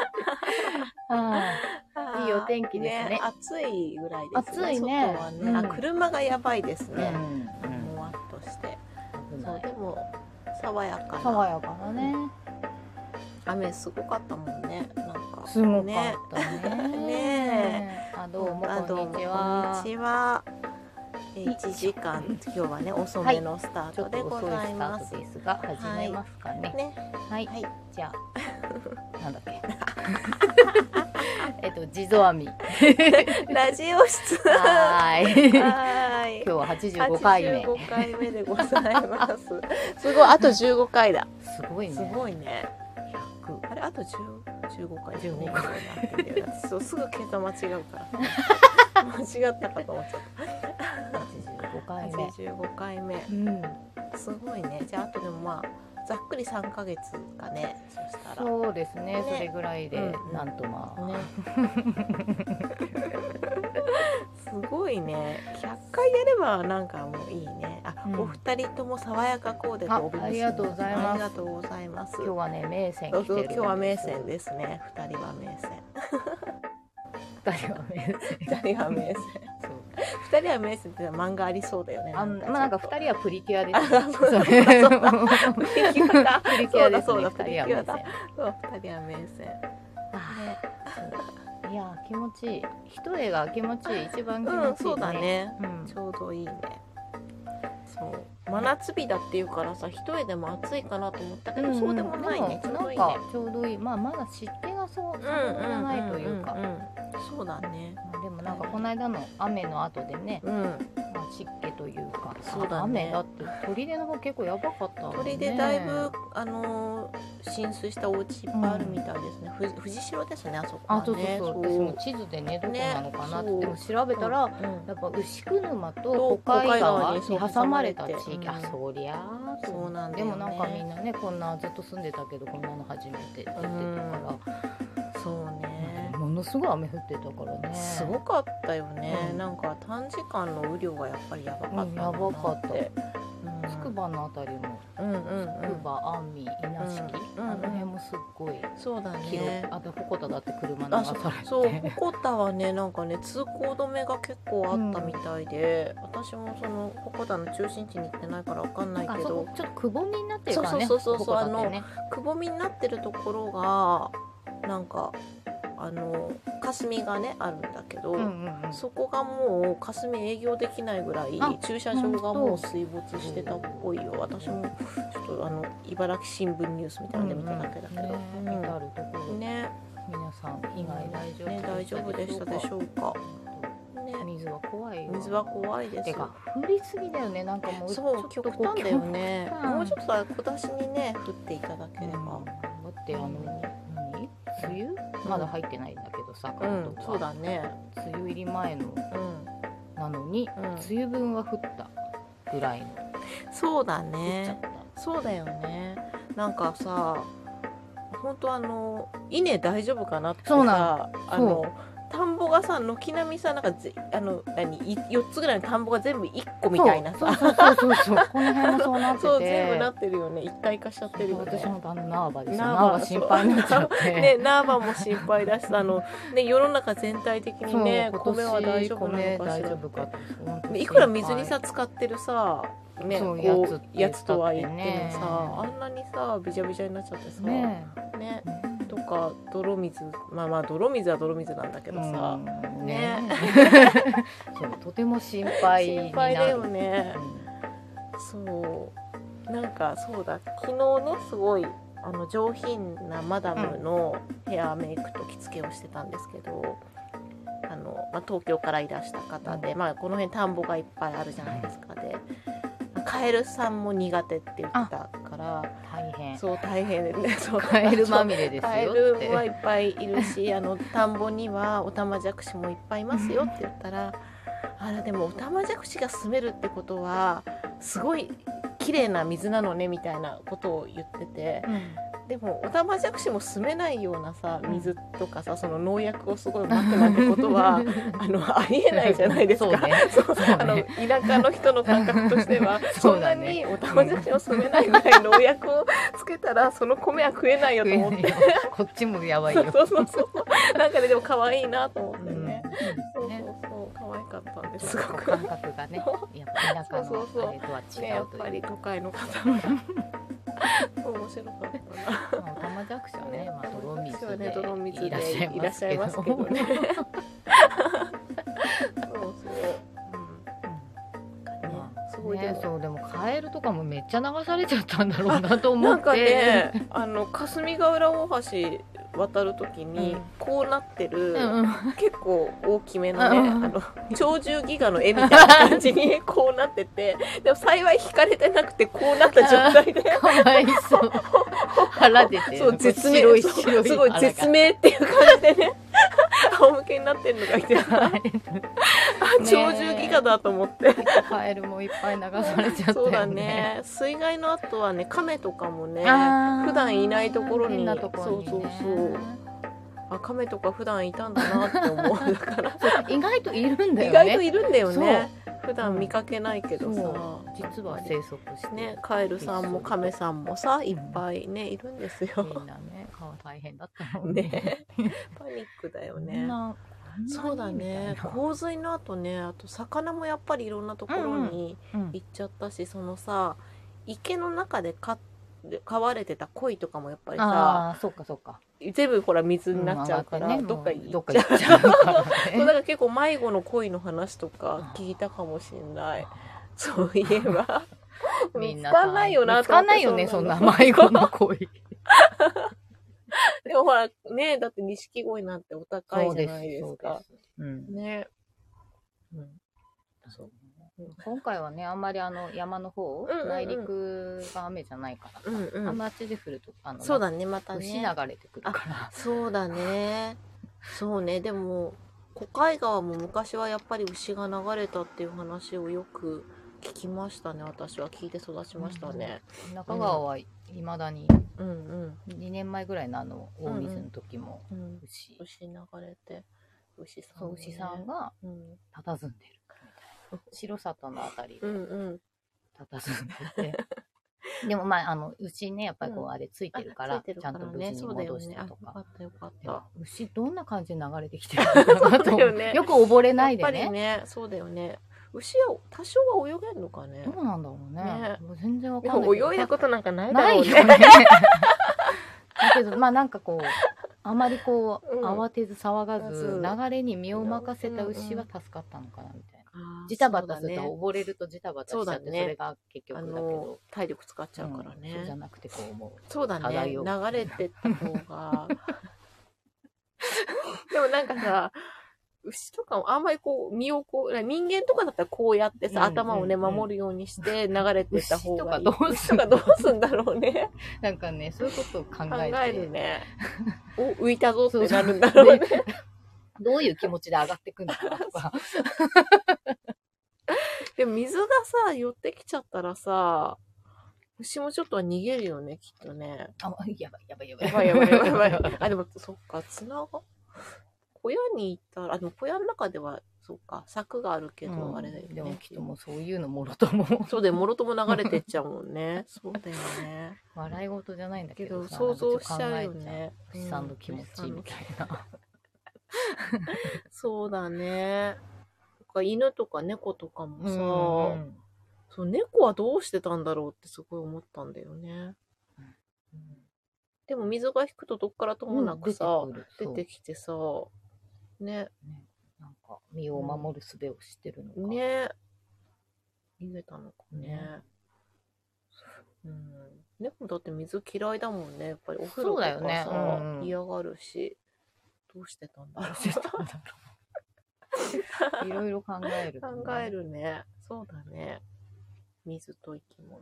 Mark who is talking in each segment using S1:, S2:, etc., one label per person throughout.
S1: はい
S2: あー
S1: いいお天気ですね
S2: 暑いぐらいですね。
S1: 暑いね
S2: 外はね、
S1: うん
S2: あ車がやばいです
S3: う
S2: ね。
S3: ん
S2: もわっとして。
S3: うん
S2: そうでも爽やか
S1: 爽
S2: な
S1: やかなね。
S2: 雨すごかったもんね。なんか
S1: すごか
S2: ね
S1: っ。たね。
S2: ね
S1: あどうも
S2: あど
S1: こ
S2: うんも
S1: にち
S2: こ
S1: は
S2: んに。ちは。え1時間今日はね遅めのスター
S3: ちょ
S2: ト
S3: っ
S2: で
S3: と
S2: ご
S3: 遅い
S2: ざい
S3: スタ
S2: ま
S3: ー
S2: す。
S3: トですが始めますかね。
S2: ね、
S3: はい、
S2: はい
S3: じゃあなんだっけ。 えっと地蔵編み。は
S2: ラジオ室。は
S3: ーい。今
S2: ーい
S3: 日。は八十五回目。
S2: 85回目でございます。すごい、あと15回だ。
S3: すごいね。
S2: すごいね。
S3: 百。
S2: あれあと10 15回
S3: 15回
S2: そうすぐ桁間違うから 間違ったかと思っちゃっ
S3: 八十五
S2: た
S3: 回目。
S2: 85回目
S3: うん。
S2: すごいねじゃああとでもまあざっくり3ヶ月かねそしたら
S3: そうですね
S2: ね
S3: それぐらいで、
S2: うん
S3: なんとまあ、
S2: ねすごいね100回やればなんかもういいねあ、
S3: うん
S2: お二人とも爽やかコーデと
S3: あ
S2: お帽子
S3: ありがとうございます
S2: ありがとうございます
S3: 今日はね名線
S2: そう
S3: 来て
S2: そ
S3: る
S2: うん
S3: で
S2: 今
S3: す
S2: 日は名線ですね二人は名線
S3: 二人は名線
S2: 二人は名線
S3: そう
S2: 二人は名線ってのは漫画ありそうだよね。
S3: あんまあなんか二人はプリキュアで
S2: あ
S3: すね
S2: そう
S3: そう
S2: だ
S3: プリ
S2: そうだ人は
S3: キュアです
S2: そう
S3: ね
S2: だ
S3: 二
S2: そうだ
S3: 人は名線
S2: そう二人は名線。
S3: あ
S2: ね、
S3: ーいやー気持ちいい一重が気持ちいい一番気持ちいい、
S2: うん、そうだね。
S3: うん
S2: ちょうどいいね。そう、真夏日だっていうからさ、一重でも暑いかなと思ったけど、そうでもないね。ち
S3: で
S2: ょう
S3: も
S2: どいい
S3: なん
S2: ね
S3: か。ちょうどいいまあまだ湿気がそうそ
S2: う
S3: んなないというか、
S2: んんんんそうだね。
S3: まあでもなんかこの間の雨の後でね、
S2: うん、
S3: まあ、湿気というか
S2: そうだ
S3: あ雨
S2: ね
S3: だって砦の方結構やばかったもんね
S2: 鳥でだいぶ、あのー浸水したお家いっぱいあるみたいですね。ふじ藤代ですね、あそこは
S3: あ
S2: ね。
S3: そうそうそう私も地図でねどこなのかなって、でも調べたら、
S2: うんうん
S3: やっぱ牛久沼
S2: と
S3: と小海川に
S2: 小海川に
S3: 挟まれた地域、
S2: うん
S3: あそりゃあ
S2: そうなんだよ
S3: で
S2: ね
S3: もなんかみんなねこんなずっと住んでたけどこんなの初めてって言ってたから、
S2: そうね。
S3: ものすごい雨降ってたからね
S2: すごかったよね、
S3: うん
S2: なんか短時間の雨量がやっぱりやばかったんだな
S3: うんやばかった
S2: て、
S3: つくばのあたりも
S2: うんうんうん
S3: つくば安美稲敷、
S2: うんうん
S3: あの辺もすっごい
S2: そうだ
S3: 広い、
S2: ね
S3: あと鉾田だって車流
S2: あ
S3: さ
S2: そ
S3: れて
S2: そう鉾田はねなんかね通行止めが結構あったみたいで、私もその鉾田の中心地に行ってないからわかんない
S3: あ
S2: け
S3: そ
S2: ど
S3: こちょっとくぼみになってるからね
S2: そうそうそうそう
S3: ここだってね
S2: くぼみになってるところがなんかあの霞がねあるんだけど、
S3: うんうんうん
S2: そこがもう霞営業できないぐらい
S3: あ
S2: 駐車場がもう水没してたっぽいよ私もちょっとあの茨城新聞ニュースみたいなの見ただけだけど、
S3: うんうんね見たるとこ
S2: う
S3: ろ、
S2: んね
S3: 皆さん以外大丈夫、
S2: ね大丈夫でしたでし
S3: ょ
S2: ょうかね
S3: 水は怖いよ
S2: 水は怖いです
S3: てか降りすぎだよねなんかもう
S2: そう
S3: ちょっと
S2: 極
S3: こ
S2: 端だよね
S3: 極端
S2: もうちょっとさ小出しにね降っていただけ
S3: う
S2: れ
S3: んだ
S2: ば、
S3: ってあの何梅雨まだ入ってないんだけどさ、
S2: うん
S3: 関東は
S2: そうだね
S3: 梅雨入り前の
S2: うん
S3: なのに、
S2: うん
S3: 梅雨分は降ったぐらいの
S2: そうだ
S3: 降っちゃ
S2: ね
S3: った、
S2: そうだよねなんかさ本当あの稲大丈夫かなってさ
S3: そうな
S2: あの田んぼがさ軒並みさなんかぜあの何い4つぐらいの田んぼが全部1個みたいな
S3: そう
S2: さ
S3: そうそうそうそうこの辺もそうなってて
S2: そう全部なってるよね一体化しちゃってるよね
S3: 私もあの縄場ですよ
S2: 縄場
S3: 縄場心配になっちゃって、
S2: ね、ナーバも心配だしあの、ね、世の中全体的にね
S3: そう
S2: 米は大丈夫な
S3: 米
S2: のか
S3: 大
S2: し
S3: 丈
S2: ら
S3: 夫かって
S2: いくら水にさ使ってるさ、ね、
S3: そう
S2: こ
S3: やつって
S2: うやつとは言っても
S3: 言ったってね
S2: さあんなにさびちゃびちゃになっちゃってさ、
S3: ね
S2: ね
S3: え
S2: とか泥水まあまあ泥水は泥水なんだけど
S3: う
S2: さ、
S3: ん
S2: ね
S3: ね そうとても心配になる
S2: 心配だよ
S3: う
S2: ね
S3: ん
S2: そうなんかそうだ昨日ねすごいあの上品なマダムのヘアメイクと着付けをしてたんですけど、あのまあ、東京からいらした方で、まあ、この辺田んぼがいっぱいあるじゃないですかでカエルさんも苦手って言ってたから
S3: 大変
S2: そう大変でねそう
S3: カエルまみれです
S2: カエ
S3: よ
S2: ル
S3: って
S2: はいっぱいいるしあの田んぼにはオタマジャクシもいっぱいいますよって言ったらあらでもオタマジャクシが住めるってことはすごい綺麗な水なのねみたいなことを言ってて
S3: うん
S2: でもオタマジャクシも住めないようなさ水とかさその農薬をすごいまくなんてことはあのありえないじゃないですか。
S3: そうね
S2: そう
S3: そうね
S2: あの田舎の人の感覚としてはそ,、
S3: そうだ
S2: んな
S3: ね
S2: にオタマジャクシも住めないぐらい農薬をつけたらその米は食えないよと思って。
S3: こっちもやばい
S2: そ
S3: よ
S2: うそうそうそう なんかねでも可愛いなと思って
S3: うん
S2: ね。そうそう
S3: ね
S2: そう可愛かったんですす
S3: ご
S2: ご
S3: く
S2: く
S3: 感。覚がねやっぱ田舎
S2: そ
S3: の
S2: うそうそう
S3: あれとは違
S2: ねや
S3: う
S2: っ
S3: と
S2: ぱ
S3: い
S2: り
S3: う
S2: 都会の方が面白かったな。
S3: まあオタマジャクシはね、まあ、泥
S2: 私は
S3: 水
S2: ね泥
S3: で
S2: 水で
S3: いらっしゃい
S2: い
S3: ま
S2: らっ
S3: す
S2: しゃい
S3: けど
S2: ますけどね。そうそう。うん、
S3: ま
S2: す
S3: う
S2: ご
S3: ん
S2: いで
S3: ね、
S2: も。
S3: そうでもカエルとかもめっちゃ流されちゃったんだろうなと思
S2: な
S3: っ
S2: んか
S3: て。
S2: ね、あの霞ヶ浦大橋渡るときに、
S3: うん
S2: こうなってる、
S3: うんうん
S2: 結構大きめのね、
S3: うん
S2: あの鳥獣ギガの絵みたいな感じにこうなってて、でも幸い引かれてなくてこうなった状態で、
S3: かわいそう。 腹出てる。
S2: そう絶命
S3: 白い
S2: そう
S3: 白い。
S2: すごい絶。命っていう感じでね 仰向けになってるのがいてあ鳥獣ギガだと思って
S3: カエルもいっぱい流されちゃったよね。
S2: そうだね水害の後はね亀とかもね
S3: あー。
S2: 普段いないところに
S3: 変なところにね
S2: そうそうあ亀とか普段いたんだなって思うだから
S3: そう意外といるんだ
S2: 意
S3: よ
S2: 外と
S3: ね。
S2: いるんだよね普段見かけないけど
S3: そ
S2: さ
S3: う実は生息して
S2: ねカエルさんも亀さんもさいっぱいねいるんです
S3: み
S2: よ
S3: んなね、顔大変だったもん
S2: ねパニックだよ
S3: こんな
S2: ね
S3: こんなに
S2: そうだね
S3: みたいな
S2: 洪水の後ねあと魚もやっぱりいろんなところに
S3: うん
S2: 行っちゃったし、そのさ池の中で飼って飼われてた鯉とかもやっぱりさ
S3: ああ、そうかそうか。
S2: 全部ほら水になっちゃうから、
S3: うん
S2: どっか行
S3: どっ
S2: っ
S3: か
S2: ちゃ
S3: 行っちゃうから
S2: う そうだ
S3: ね。
S2: から結構迷子の鯉の話とか聞いたかもしれないそういえば
S3: みん
S2: 見つ
S3: な
S2: かんないよな
S3: 見つかんないよね、
S2: と
S3: そん
S2: 思っ
S3: な
S2: て
S3: 迷子の恋。
S2: でもほらねだって錦鯉なんてお高いじゃ ないです
S3: そう
S2: か
S3: です。うん。
S2: ね、
S3: そう今回はね、あんまりあの山の方、
S2: うんうんうん
S3: 内陸が雨じゃないから、
S2: うんう
S3: あん
S2: ん
S3: まあっちで降ると、あの、
S2: そうだねまたね
S3: 牛流れてくるから。
S2: そうだね。そうね。でも、小海川も昔はやっぱり牛が流れたっていう話をよく聞きましたね。私は聞いて育ちましたね。
S3: 中川はいまだに、
S2: うんうん。
S3: 2年前ぐらいのあの、大水の時も、
S2: うん、
S3: 牛、
S2: 牛流れて、牛さん、
S3: そう牛さん。が
S2: うん
S3: 佇んでるみたいな。白里のあたり
S2: う
S3: で
S2: んうん。
S3: 佇んで て。でもまあ、あの、牛ね、やっぱりこう、
S2: うん
S3: あれついてるか
S2: あ
S3: ら、
S2: ついてる
S3: ちゃんと無事に
S2: そうだよ
S3: 戻し
S2: ね。
S3: た
S2: あ、
S3: と
S2: よ
S3: か
S2: か。ったよかっ
S3: でも
S2: た。
S3: 牛どんな感じで流れてきてるのかなと
S2: そう
S3: 思
S2: だよ
S3: う
S2: ね
S3: よく溺れないで
S2: やっぱ
S3: ね
S2: りね、そうだよね。牛は多少は泳げんのかね
S3: ど。うなんだろうね
S2: ね
S3: もう全然わ
S2: で
S3: かんない
S2: も
S3: けど
S2: 泳いだことなんかないだ
S3: な
S2: ろう
S3: い
S2: ね。
S3: よね だけどまあなんかこうあまりこう、
S2: うん
S3: 慌てず騒がず
S2: ま
S3: 流れに身を任せた牛は
S2: うん
S3: 助かったのかなみたいな、
S2: あー
S3: ジタバタすると
S2: そうだね
S3: 溺れるとジタバタしちゃって
S2: そうだ
S3: そ,、
S2: ね
S3: れが結
S2: あ
S3: 局だけ
S2: の
S3: ど
S2: 体力使っちゃうから
S3: うんそうじゃ
S2: ね。
S3: なくてこうもう
S2: そうだね。
S3: 漂う
S2: 流れてった 方が。でもなんかさ、牛とかもあんまりこう身をこう、人間とかだったらこうやってさ、
S3: うんうんうん
S2: 頭をね、守るようにして流れてった方がいい。
S3: 牛とかどうすんの
S2: 牛とかどうすんだろうね。
S3: なんかねそういうことを考
S2: 考
S3: えて
S2: え るね。お、浮いたぞっ
S3: そう
S2: て
S3: そう
S2: なるんだろうね。
S3: で どういう気持ちで上がってくんのかなと か
S2: でも水がさ、寄ってきちゃったらさ、牛もちょっとは逃げるよね、きっとね。
S3: あやばいやばいやばい
S2: やばいやばいやばいやば い。あ、でも、そっか、綱が。小屋に行ったら、あ、でも小屋の中では、そっか、柵があるけど、
S3: うん
S2: あれだよね。
S3: でもきっともうそういうのもろとも
S2: そうだよ、もろとも流れてっちゃうもんね。そうだよね。
S3: 笑い事じゃないんだけ
S2: け
S3: ど
S2: ど、
S3: さ
S2: 想像しちゃうよ
S3: なんか
S2: ね。
S3: ちょっと考えちゃう牛さんの気持
S2: う
S3: ちみたいな、
S2: そうだね。そっか犬とか猫とかも
S3: う
S2: さ、
S3: んうん
S2: そう猫はどうしてたんだろうってすごい思ったんだよね。でも水が引くとどっからともなくさ、
S3: うん出て
S2: 出
S3: くる
S2: てきてさ、ね、
S3: そうねなんか身を守る術を知ってるのか、
S2: ね逃げたのかね
S3: ね
S2: うん猫だって水嫌いだもんねやっぱりお風呂と
S3: そうだよ
S2: か
S3: ね
S2: さ、
S3: うんうん
S2: 嫌がるしどうしてたんだろ
S3: どうしてたんだろう いろいろ考える、
S2: う考えるねそうだね水と生き物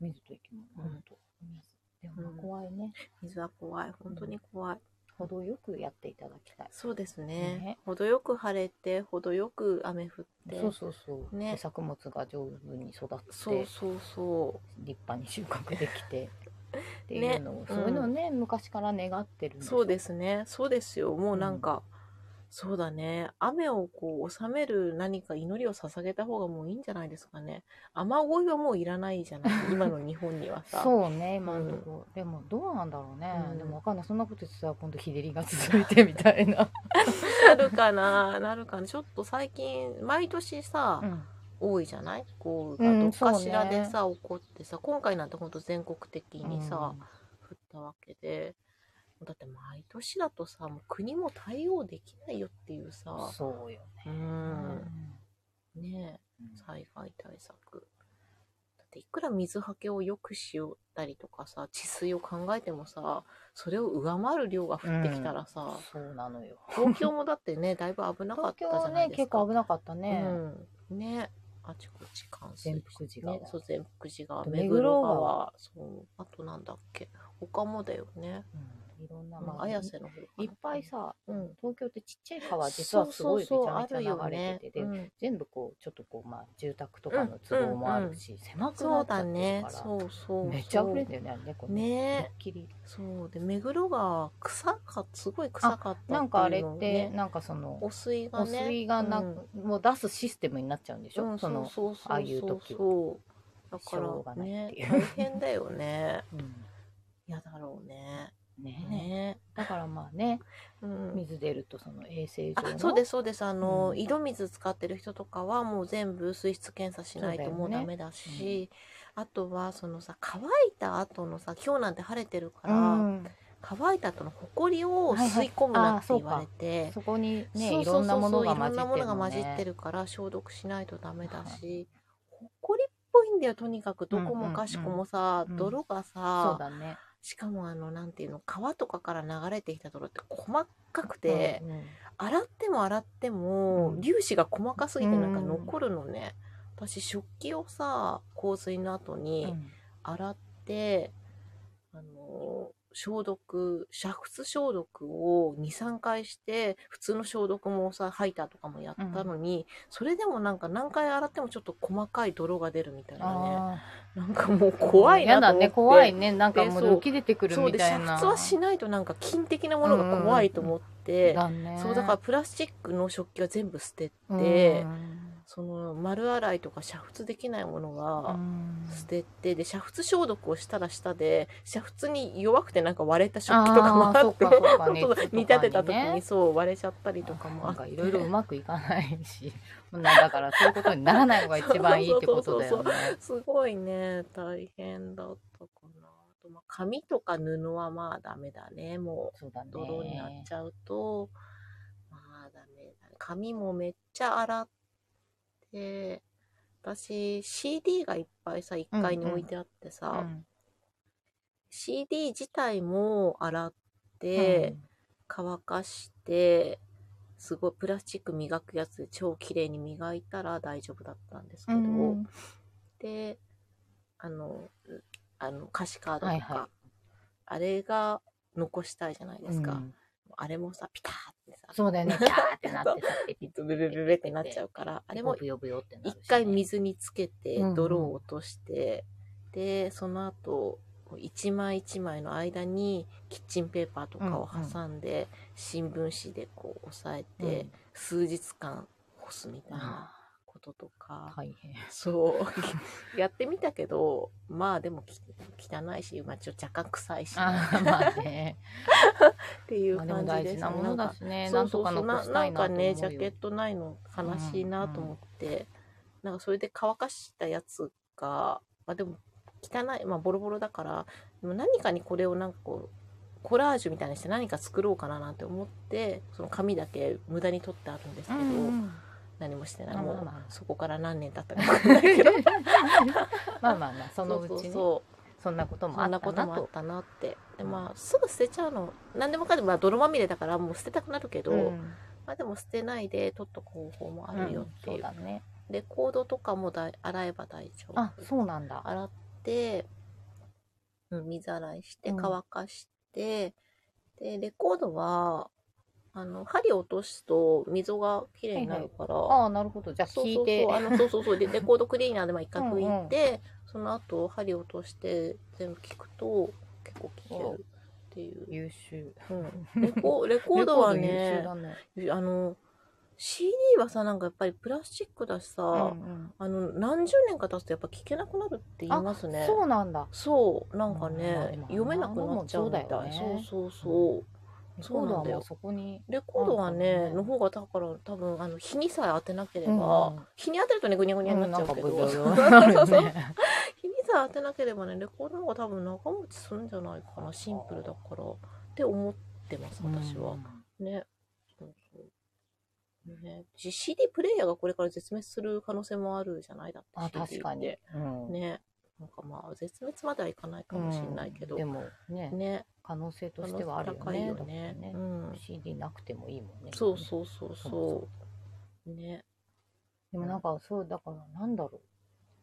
S3: 水と生き物本当でもまあ怖いね、
S2: 水は怖い本当に怖い、
S3: 程よくやっていただきたい
S2: そうですね
S3: ね
S2: 程よく晴れて程よく雨降って
S3: そうそうそう、
S2: ね
S3: で作物が上手に育って
S2: そうそうそう
S3: 立派に収穫できてっていうのを、
S2: ね
S3: そういうのをね、昔から願ってるん
S2: そうですすね。そうですよ。もうなんか、そうだね。雨をこう、収める何か祈りを捧げた方がもういいんじゃないですかね。雨乞いはもういらないじゃない今の日本にはさ。
S3: そうね今のところ、でもどうなんだろうね、
S2: うん
S3: でもわかんないそんなこと言ってたら今度日照りが続いてみたい な、
S2: なるかななるかなちょっと最近、毎年さ、
S3: ん、
S2: 多いじゃないこう、
S3: うん
S2: どっかしら
S3: そうね
S2: でさ、起こってさ、今回なんてほんと全国的にさ、降ったわけで。だって毎年だとさ、もう国も対応できないよっていう
S3: う
S2: さ
S3: ん、、そうよ
S2: う
S3: ね、
S2: ん、ねえ。災害対策だっていくら水はけを良くしよったりとかさ治水を考えてもさそれを上回る量が降ってきたらさ、
S3: そうなのよ
S2: 東京もだってねだいぶ危なかっ
S3: 東京
S2: たじ
S3: は
S2: ゃな
S3: ね
S2: いですか
S3: 結構危なかったね、
S2: うん、ねあちこち冠水
S3: 全福寺
S2: ね
S3: が、
S2: そう全福寺川
S3: あと
S2: 目黒川そうあとなんだっけ他もだよね、
S3: うんいろんな、
S2: ま
S3: ま
S2: あ、
S3: あ、
S2: 綾瀬の方かない
S3: っぱい、さ
S2: うん、
S3: 東京ってちっちゃい川実はすごいめちゃめちゃ流れてて、
S2: そうそうそうあるよねうん
S3: 全部こうちょっとこうまあ住宅とかの都合もあるし、狭くな
S2: そう
S3: っちゃっ
S2: だ
S3: てる
S2: ね
S3: から
S2: そうそうそう
S3: めっちゃ溢れんだよねあれねこうね
S2: ね
S3: 思いっきり
S2: そうで目黒川臭かすごい臭かったっていう
S3: なんかあれ
S2: のを
S3: っ
S2: ね
S3: てなんかその
S2: 汚水が
S3: 汚
S2: ね
S3: 水がなく、もう出すシステムになっちゃうんでしょ、
S2: うん、
S3: その
S2: そうそうそうそう
S3: ああいう時は
S2: そうだか
S3: しょうが
S2: ら
S3: ないっ
S2: ね
S3: ていう
S2: 大変だよね
S3: うん
S2: 嫌だろうね
S3: ね
S2: ね
S3: だからまあね
S2: うん
S3: 水出るとその衛生上
S2: あ
S3: の
S2: そうですそうですあの、
S3: うん
S2: 井戸水使ってる人とかはもう全部水質検査しないとも
S3: そう
S2: う
S3: だよ
S2: ダ
S3: ね
S2: メだし、あとはそのさ乾いた後のさ今日なんて晴れてるか
S3: う
S2: ら、
S3: ん、
S2: 乾いた後のほこりを吸い込むなって言われて、
S3: そこにね
S2: そう
S3: い
S2: そ
S3: ろ
S2: うん
S3: な
S2: そう
S3: も
S2: そ
S3: の
S2: う
S3: が
S2: いろ
S3: 混
S2: ん
S3: じっ
S2: なも
S3: て
S2: の
S3: る
S2: が
S3: の
S2: 混じって
S3: ね
S2: るから消毒しないとダメだし、ほこりっぽいんだよとにかくどこもかしこもさ、
S3: うんうんうん
S2: 泥が
S3: そう
S2: さ、
S3: だね
S2: しかもあのなんていうの川とかから流れてきた泥って細かくて、
S3: うんうん
S2: 洗っても洗っても、
S3: うん
S2: 粒子が細かすぎてなんか
S3: うん
S2: 残るのね、私食器をさ洪水の後
S3: う
S2: に
S3: ん
S2: 洗って、あの消毒煮沸消毒を23回して普通の消毒もさハイターとかもやったのに、それでもなんか何回洗ってもちょっと細かい泥が出るみたいなね
S3: あ
S2: なんかもう
S3: ー
S2: 怖いなと思っ
S3: 嫌だ
S2: て
S3: ね怖いねなんかもう
S2: でそう
S3: 浮き出てくる
S2: そう
S3: み
S2: で煮
S3: たいな
S2: 沸はしないとなんか菌的なものが怖いと思って、
S3: だね
S2: そうだからプラスチックの食器は全部捨てて、
S3: うん
S2: その丸洗いとか煮沸できないものは、
S3: うん
S2: 捨ててで煮沸消毒をしたらしたで煮沸に弱くてなんか割れた食器とかもあって
S3: あーそうかそう か
S2: そうそう煮立てた
S3: 熱と
S2: 時
S3: かにね
S2: にそう割れちゃったりとかもあ
S3: なんか
S2: って
S3: いろいろうまくいかないしもうなんだからそういうことにならないのが一番いいってことだよね。
S2: すごいね大変だったかなあと、まあ、紙とか布はまあダメだねも
S3: そうだね
S2: う。泥になっちゃうと、まあダメだね紙もめっちゃ洗って私 CD がいっぱいさ1階に置いてあってさ、
S3: うん、
S2: CD 自体も洗って、乾かしてすごいプラスチック磨くやつで超綺麗に磨いたら大丈夫だったんですけ
S3: う
S2: ど、
S3: ん、
S2: であのうあの歌詞カードとか、
S3: はいはい
S2: あれが残したいじゃないですか、
S3: うん
S2: あれもさピターってさ
S3: そうだよね。キャーってなってたって
S2: ブルブルブルってなっちゃうからあれも
S3: ブヨブヨってなるしね
S2: 一回水につけて
S3: うんうん
S2: 泥を落として、でその後一枚一枚の間にキッチンペーパーとかを挟んで、新聞紙でこう押さえ
S3: うん
S2: て、数日間干すみたいな
S3: あ
S2: ことと
S3: ー
S2: か、
S3: 大変。
S2: そう やってみたけどまあでもき汚いし、まあ、ちょっと若干臭いし
S3: あ
S2: っ
S3: ーまあね。
S2: ていう
S3: まあでも
S2: 感じ
S3: 大
S2: で
S3: 事
S2: す
S3: なものだしね。
S2: そ
S3: な
S2: うん
S3: と
S2: そう
S3: か
S2: そう
S3: 残したいなと
S2: ん
S3: 思
S2: か
S3: うよ
S2: ねジャケットないの悲しいなと思って、なんかそれで乾かしたやつが、まあ、でも汚い、まあ、ボロボロだからでも何かにこれをなんかこうコラージュみたいにして何か作ろうかななんて思ってその紙だけ無駄に取ってあるんですけ
S3: う
S2: ど、
S3: ん うん
S2: 何もしてない
S3: まあ
S2: も
S3: まあ
S2: う
S3: まあ
S2: そこから何年経ったか分かんないけど
S3: まあまあまあ そのう
S2: そう
S3: ち
S2: そう
S3: ね
S2: そう
S3: そんなこともあ
S2: そんな
S3: った
S2: こと
S3: な
S2: もあっ
S3: と。
S2: たなってでまあすぐ捨てちゃうの何でもかんでもまあ泥まみれだからもう捨てたくなるけど、
S3: うん
S2: まあでも捨てないで取っとく方法もあるよって
S3: そ
S2: いうう
S3: だね。
S2: レコードとかもだい洗えば大丈夫
S3: あそうなんだ。
S2: 洗って、うん、水洗いして
S3: うん
S2: 乾かして、でレコードはあの針落とすと溝がきれいになるから、
S3: ああなるほどじゃあ
S2: そう
S3: 聞い
S2: そ
S3: う
S2: そ
S3: て
S2: うあのそうそうそうでレコードクリーナーでまあ一回
S3: うんうん
S2: 拭いてその後針落として全部聞くと結お聞きをっていう、
S3: 優秀。
S2: うん、レコレコードはね
S3: レコード優秀だね。
S2: あの CD はさなんかやっぱりプラスチックだしさ、
S3: うん
S2: あの何十年か経つとやっぱ聞けなくなるって言います
S3: うん
S2: ね
S3: そうなんだ。
S2: そうなんかね、
S3: まあでも
S2: 読めなくなっちゃうみたい
S3: あんなもんそうだよね
S2: そうそうそう
S3: レ
S2: そ
S3: コ
S2: う
S3: ード
S2: な
S3: は
S2: んだよ
S3: もうそこに。
S2: レコードは
S3: あ
S2: ね
S3: そうね
S2: の方がだから多分あの日にさえ当てなけれ
S3: うんうん
S2: ば日に当てるとねぐにゃぐにゃになっちゃうけど、
S3: うん
S2: そう
S3: なんかブ
S2: そ
S3: ヨブヨ
S2: うそう
S3: になるね
S2: 日にさえ当てなければねレコードの方が多分長持ちするんじゃないかなシンプルだからって思ってます私は、ねそうそうね、し CD プレイヤーがこれから絶滅する可能性もあるじゃないだって
S3: あ、確か
S2: CD っ
S3: に
S2: て。
S3: うん
S2: ねなんかまあ絶滅まではいかないかもしれないけど、
S3: でもね、
S2: ね
S3: 可能性としてはあるよ
S2: 可能性
S3: ね。
S2: 高いよね
S3: だって
S2: う
S3: ね
S2: ん、
S3: CD なくてもいいもんね。
S2: そうそうそう
S3: そう
S2: そうね
S3: でもなんかそうだからなんだろう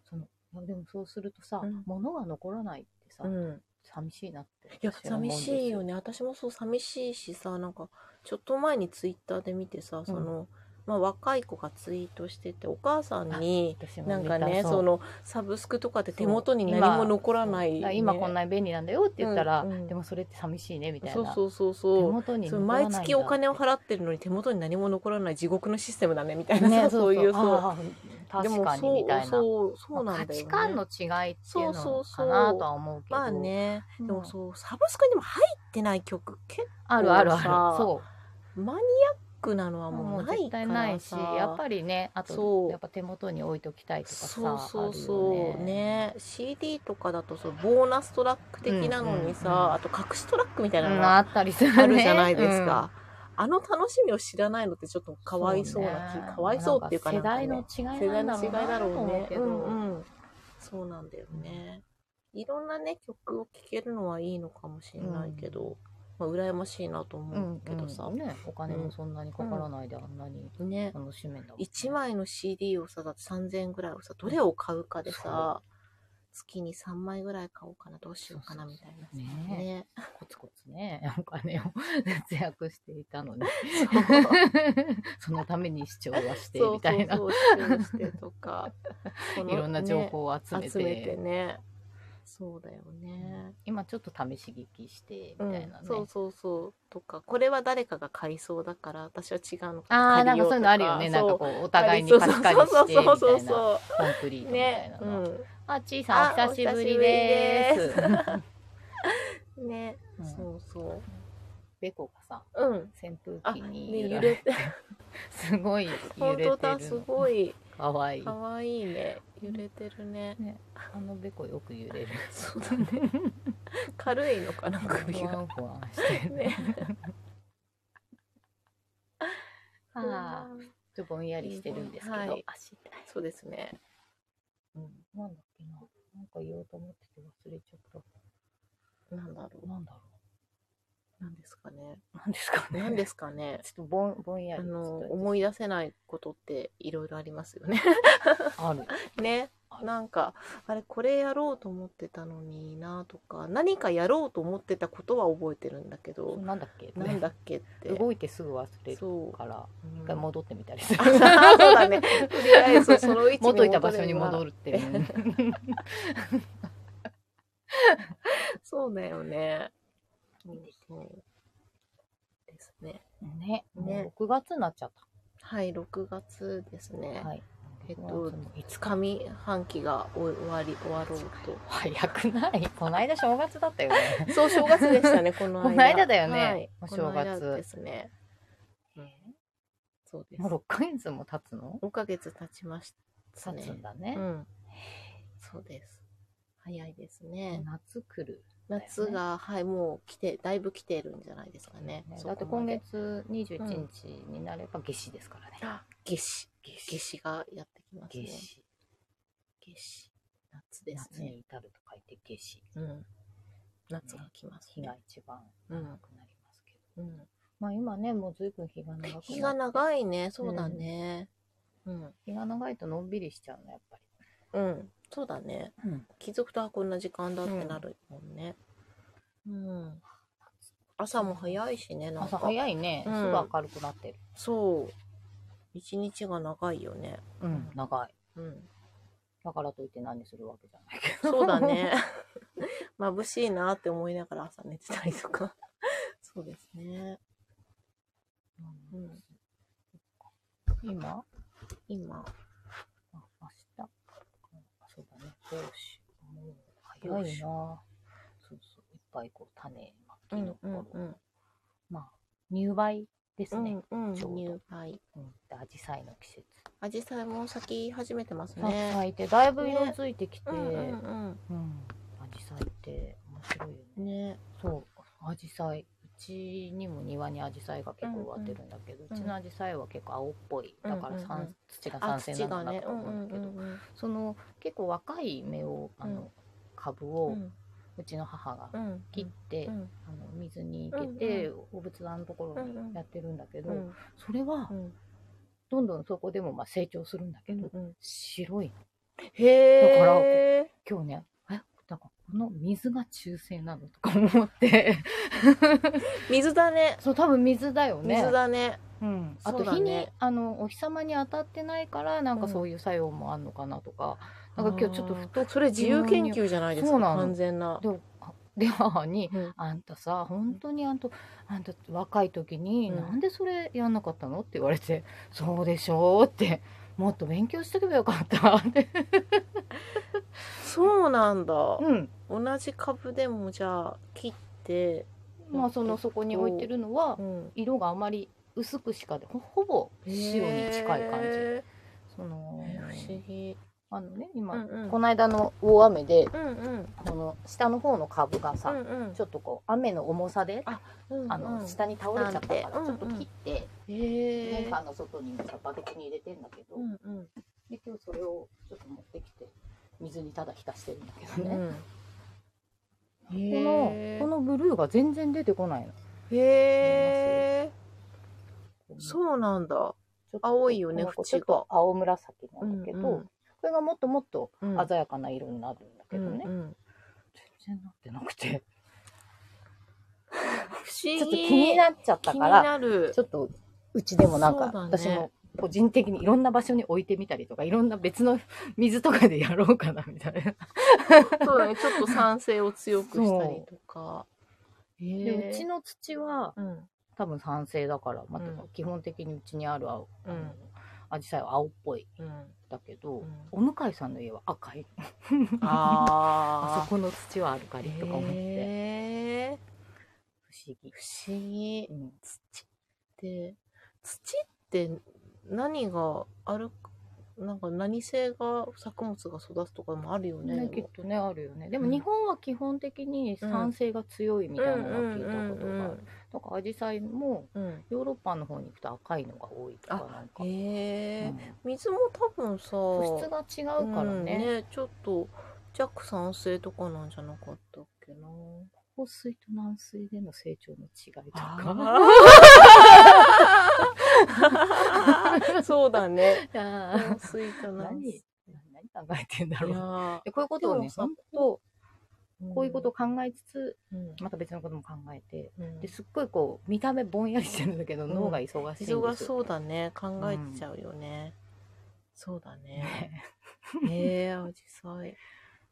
S3: そのいやでもそうするとさ、
S2: うん
S3: 物が残らないってさ、
S2: うん
S3: 寂しいなって
S2: いや
S3: 私は思うん
S2: 寂
S3: です
S2: しいよね私もそう寂しいしさなんかちょっと前にツイッターで見てさその、まあ、若い子がツイートしててお母さんに
S3: 私も
S2: なんか
S3: 見
S2: ね
S3: た
S2: そのサブスクとかって手元に何も残らない、
S3: そうだ
S2: ね、
S3: から今こんなに便利なんだよって言ったら、
S2: うんうん
S3: でもそれって寂しいねみたいな
S2: そうそうそう
S3: 手
S2: そう
S3: 元に
S2: そ
S3: 残
S2: う
S3: らない
S2: 毎
S3: んだ
S2: 月お金を払ってるのに手元に何も残らない地獄のシステムだねみたいなさ、
S3: ね
S2: そういうそう
S3: あー確かにみたいな
S2: そうそうな
S3: ま
S2: んだ
S3: あ
S2: よ、ね、
S3: 価値観の違いっていう
S2: そ
S3: の
S2: うそうそ
S3: か
S2: う
S3: なとは思うけど
S2: まあね、
S3: うん
S2: でもそうサブスクにも入ってない曲結
S3: あるあるあ
S2: こうさ
S3: るそう
S2: 構マニアックなのはも
S3: も
S2: う
S3: う
S2: ない
S3: 絶
S2: から
S3: 対
S2: さ
S3: ないしやっぱりねあ
S2: そ
S3: と
S2: う
S3: やっぱ手元に置いときたいとかさ
S2: そうそう
S3: ある
S2: そ
S3: よ
S2: うね CD とかだとそうボーナストラック的なのにさ、
S3: うんうんうん
S2: あと隠しトラックみたいなの
S3: うん
S2: が
S3: あったりする、ね、
S2: あるじゃないですか、あの楽しみを知らないのってちょっとかわいそうな気
S3: ね
S2: かわいそうっていうか
S3: なんか
S2: なんかね
S3: 世代の違い
S2: 世代の
S3: なん
S2: 違いだろう
S3: な
S2: ね。
S3: と思けど
S2: うんうん。そうなんだよね。いろんなね、曲を聴けるのはいいのかもしれないけど、まあ、羨ましいなと
S3: う
S2: 思
S3: ん
S2: うけどさ、
S3: ね、お金もそんなにかからないであんなに
S2: ね、
S3: 楽しめんだもんね
S2: 1枚の CD をさ、だって3000円ぐらいをさ、どれを買うかでさ、月に3枚ぐらい買おうかな、どうしようかなみたいなさ。
S3: そうそうそうね
S2: ね。
S3: コツコツねお金を節約していたので そのために視聴はして
S2: そう
S3: みたいな
S2: そうそう、してしてとか。 この
S3: いろんな情報を集
S2: ね
S3: め
S2: 集
S3: て,、
S2: めてね。そうだよね。
S3: 今ちょっと試し聞きしてみたいなね、
S2: うん、そうそうそうとかこれは誰かが買いそうだから私は違うの
S3: あー
S2: 借
S3: なん
S2: り
S3: か
S2: よ
S3: そういうのあるよねなんか
S2: そう
S3: こうお互いにカチカチしてみたいな
S2: そうそうそうそう
S3: コ
S2: そ
S3: ンプリー
S2: う
S3: トみたい
S2: ね
S3: な、
S2: う
S3: の、あちー
S2: あ
S3: さんお久しぶりで
S2: お久し
S3: す
S2: ぶんね、
S3: うん
S2: そうそ
S3: ベコがさ
S2: ううん
S3: 扇風
S2: あ
S3: 機
S2: ね
S3: に
S2: 揺
S3: 揺
S2: れ
S3: れ
S2: て
S3: すごい揺
S2: 本
S3: れ
S2: 当
S3: て
S2: だ
S3: る
S2: す
S3: の
S2: ごい
S3: かわいい
S2: 可愛いね揺れてる ね
S3: あのベコよく揺れる
S2: そうだね軽いのかな首
S3: ふわ
S2: が
S3: んふわんしてる
S2: ね
S3: あーちょっとぼんやりしてるんですけど、
S2: はい
S3: あ知りたい
S2: そうですね
S3: なんだっけななんか言おうと思ってて忘れちゃっ
S2: なんだろ
S3: たなんだろ
S2: うなんです かね
S3: うなんですかね
S2: なんです かね
S3: ちょっとぼんぼんや
S2: あ
S3: り
S2: の
S3: ちょっと
S2: 思い出せないことっていろいろあります よね
S3: ある
S2: ねなんかあれこれやろうと思ってたのになとか何かやろうと思ってたことは覚えてるんだけ
S3: そう
S2: ど
S3: なんだっけ
S2: なんだっけって
S3: 動いてすぐ忘れる
S2: そう
S3: から
S2: うん
S3: 一回 戻ってみたりする、
S2: あそう だねとりあえずその位置に
S3: 元いた場所に戻
S2: る
S3: るっていうね
S2: そうだよねそうそうですね
S3: ね
S2: ね
S3: もう6月になっちゃっ
S2: はい6月です
S3: た、
S2: ね、
S3: はい
S2: えっと
S3: いつか
S2: 上半期が終わり終わろう
S3: 早くないこの間正月だったよ ね
S2: とそう正月でした ねこの間
S3: この間だよね
S2: はい
S3: お正月
S2: この間ですねそうです
S3: もう6ヶ月も経つの
S2: 5ヶ月経ちました
S3: 経つん
S2: ね。
S3: だね
S2: う、ん。そうです。早いですね。
S3: 夏来る
S2: 夏が、はい、もう来て、だいぶ来てるんじゃないですかね。
S3: ね
S2: そ
S3: だって
S2: こ
S3: 今
S2: まで。
S3: 月21日になれば夏至ですからね。
S2: あ、夏至。夏至がやってきますね。
S3: 夏
S2: 夏
S3: 至。
S2: 至。夏です
S3: 夏
S2: ね。
S3: に至ると書いて夏至。
S2: うん。夏が来ます
S3: 日
S2: ね
S3: が。一番
S2: う
S3: 長く
S2: ん。
S3: なりますけど。
S2: うん、
S3: まあ今ね、もう随分日が長くなって
S2: 日が長いね。そうだね。うん。
S3: 日が長いとのんびりしちゃうの、やっぱ
S2: うん。そうだね。
S3: り。うん。
S2: 気づくと、あ、こんな時間だってなるもんね。うん。朝も早いしね、なん
S3: 朝
S2: か。
S3: 早いね。す
S2: うん
S3: ぐ明るくなってる。
S2: そう。一日が長いよね。
S3: うん長い。
S2: うん。
S3: だからといって何するわけじゃないけど。
S2: そうだ。 ね。眩しいなって思いながら朝寝てたりとか。そうですね。うん
S3: 今
S2: 今、
S3: あ明日あそうだね。どうしよう。もう早いな。そうそう。いっぱいこう種まきの頃、
S2: うん
S3: まあ入梅ですね。
S2: うんうん、
S3: ちょうど
S2: 入梅。
S3: うん。で紫陽花の季節。
S2: アジサイも咲き始めてます
S3: さ
S2: ね。
S3: 咲いてだいぶ色づいてきて、
S2: うんうん
S3: うん。紫陽花って面白いよね。
S2: うん。ね。
S3: そう、アジサイ。うちにも庭にアジサイが結構植わってるんだけど、うちのアジサイは結構青っぽい。だから
S2: うんうんうん
S3: 酸土が
S2: あ、
S3: 酸性
S2: 土
S3: な
S2: が
S3: んだ
S2: ね。
S3: と
S2: うん
S3: 思
S2: う
S3: うん
S2: ん
S3: だけど、
S2: うん
S3: その結構若い芽を、あの、
S2: うん
S3: 株
S2: う
S3: を
S2: ん。
S3: うちの母が
S2: うん。
S3: 切って、
S2: うん
S3: あの水に入れて、
S2: う
S3: お仏壇のところ
S2: うんうん
S3: にやってるんだけど、
S2: うん。
S3: それは
S2: うん
S3: どんどんそこでもまあ成長するんだけど、
S2: うん。
S3: 白いのだ
S2: へ
S3: から
S2: え。
S3: 今日ねえだからこの水が中性なのとか思って
S2: 水だね。
S3: そう多分水だよね
S2: 水だね。
S3: うん、あ
S2: そ
S3: と
S2: うだ
S3: 日に、
S2: ね
S3: あのお日様に当たってないからなんかそういう作用もあるのかなとか、なんか今日ちょっとふと
S2: それ自由研究じゃないです
S3: そ
S2: か。
S3: うなの
S2: 完全な。
S3: であで母に
S2: う
S3: 「
S2: ん
S3: あんたさ本当にあんたあんた若い時に、
S2: うん
S3: なんでそれやんなかったの?」って言われて「そうでしょ」って「もっと勉強しとけばよかった」って、
S2: そうなんだ。
S3: うん
S2: 同じ株でもじゃあ切って、
S3: まあ、そのそこに置いてるのは
S2: うん、
S3: 色があまり薄くしかでほほぼ白に近い感じ。
S2: へ
S3: その
S2: ー不思議。
S3: あのね今、
S2: うんうん
S3: この間の大雨で
S2: うんうん
S3: この下の方の株がさ、
S2: うんうん
S3: ちょっとこう雨の重さで、
S2: うんうん
S3: あの下に倒れちゃったか
S2: なん
S3: らちょ
S2: て
S3: っと切って、
S2: へ
S3: 玄
S2: え。
S3: 関の外にさバケツに入れてんだけど、
S2: うんうん
S3: で今日それをちょっと持ってきて水にただ浸してるんだけど
S2: う
S3: ね、
S2: ん
S3: このこのブルーが全然出てこないの
S2: へえ。
S3: こ
S2: そうなんだ。
S3: ちょっと
S2: 青いよね
S3: この子
S2: 縁が
S3: ちょっと青紫なんだけど、
S2: うんうん
S3: これがもっともっと
S2: うん
S3: 鮮やかな色になるんだけどね、
S2: うんうん
S3: 全然なってなくて
S2: 不思議。
S3: ちょっと気になっちゃった
S2: 気に
S3: から
S2: なる
S3: ちょっと、うちでもなんか、
S2: そうだね
S3: 私も個人的にいろんな場所に置いてみたりとか、いろんな別の水とかでやろうかな、みたいな。
S2: そうだね。ちょっと酸性を強くしたりとか。へ
S3: でう
S2: え。
S3: ちの土は
S2: うん
S3: 多分酸性だから、まあ
S2: うん
S3: 基本的にうちにある青、あ
S2: う
S3: の
S2: ん
S3: アジサイは青っぽい
S2: うん
S3: だけど、
S2: うん
S3: お向かいさんの家は赤い。あ
S2: あ
S3: そこの土はアルカリとか思って、
S2: へー
S3: 不思議。
S2: 不思議
S3: うん
S2: 土って土って何があるなんか何性が作物が育つとかもあるよね
S3: ね、きっとね、あるよね。でも日本は基本的に酸性が強いみ
S2: み
S3: たいなのは聞いたことがあ
S2: あ
S3: る。だからアジサイも
S2: る、うん
S3: ヨーロッパの方に行くと赤いのが多いとかなんか、
S2: へえ、
S3: うん
S2: 水も多分さ
S3: 物質が違うから
S2: うん
S3: ね,、
S2: ちょっと弱酸性とかなんじゃなかったっけな
S3: 硬水と軟水での成長の違いとか
S2: あー そうだね。
S3: 何
S2: 淡水となん
S3: 何考えてんだ
S2: いや
S3: ろう
S2: ー
S3: でこういうことを
S2: で
S3: ね
S2: もさ
S3: 本当
S2: うん
S3: こういうことを考えつつ
S2: うん
S3: また別のことも考えて
S2: うん
S3: ですっごいこう見た目ぼんやりしてるんだけど、
S2: ん
S3: 脳が忙しいんですよ
S2: 忙しそうだね考えちゃうよね、そうだね
S3: ね
S2: へえアジサイ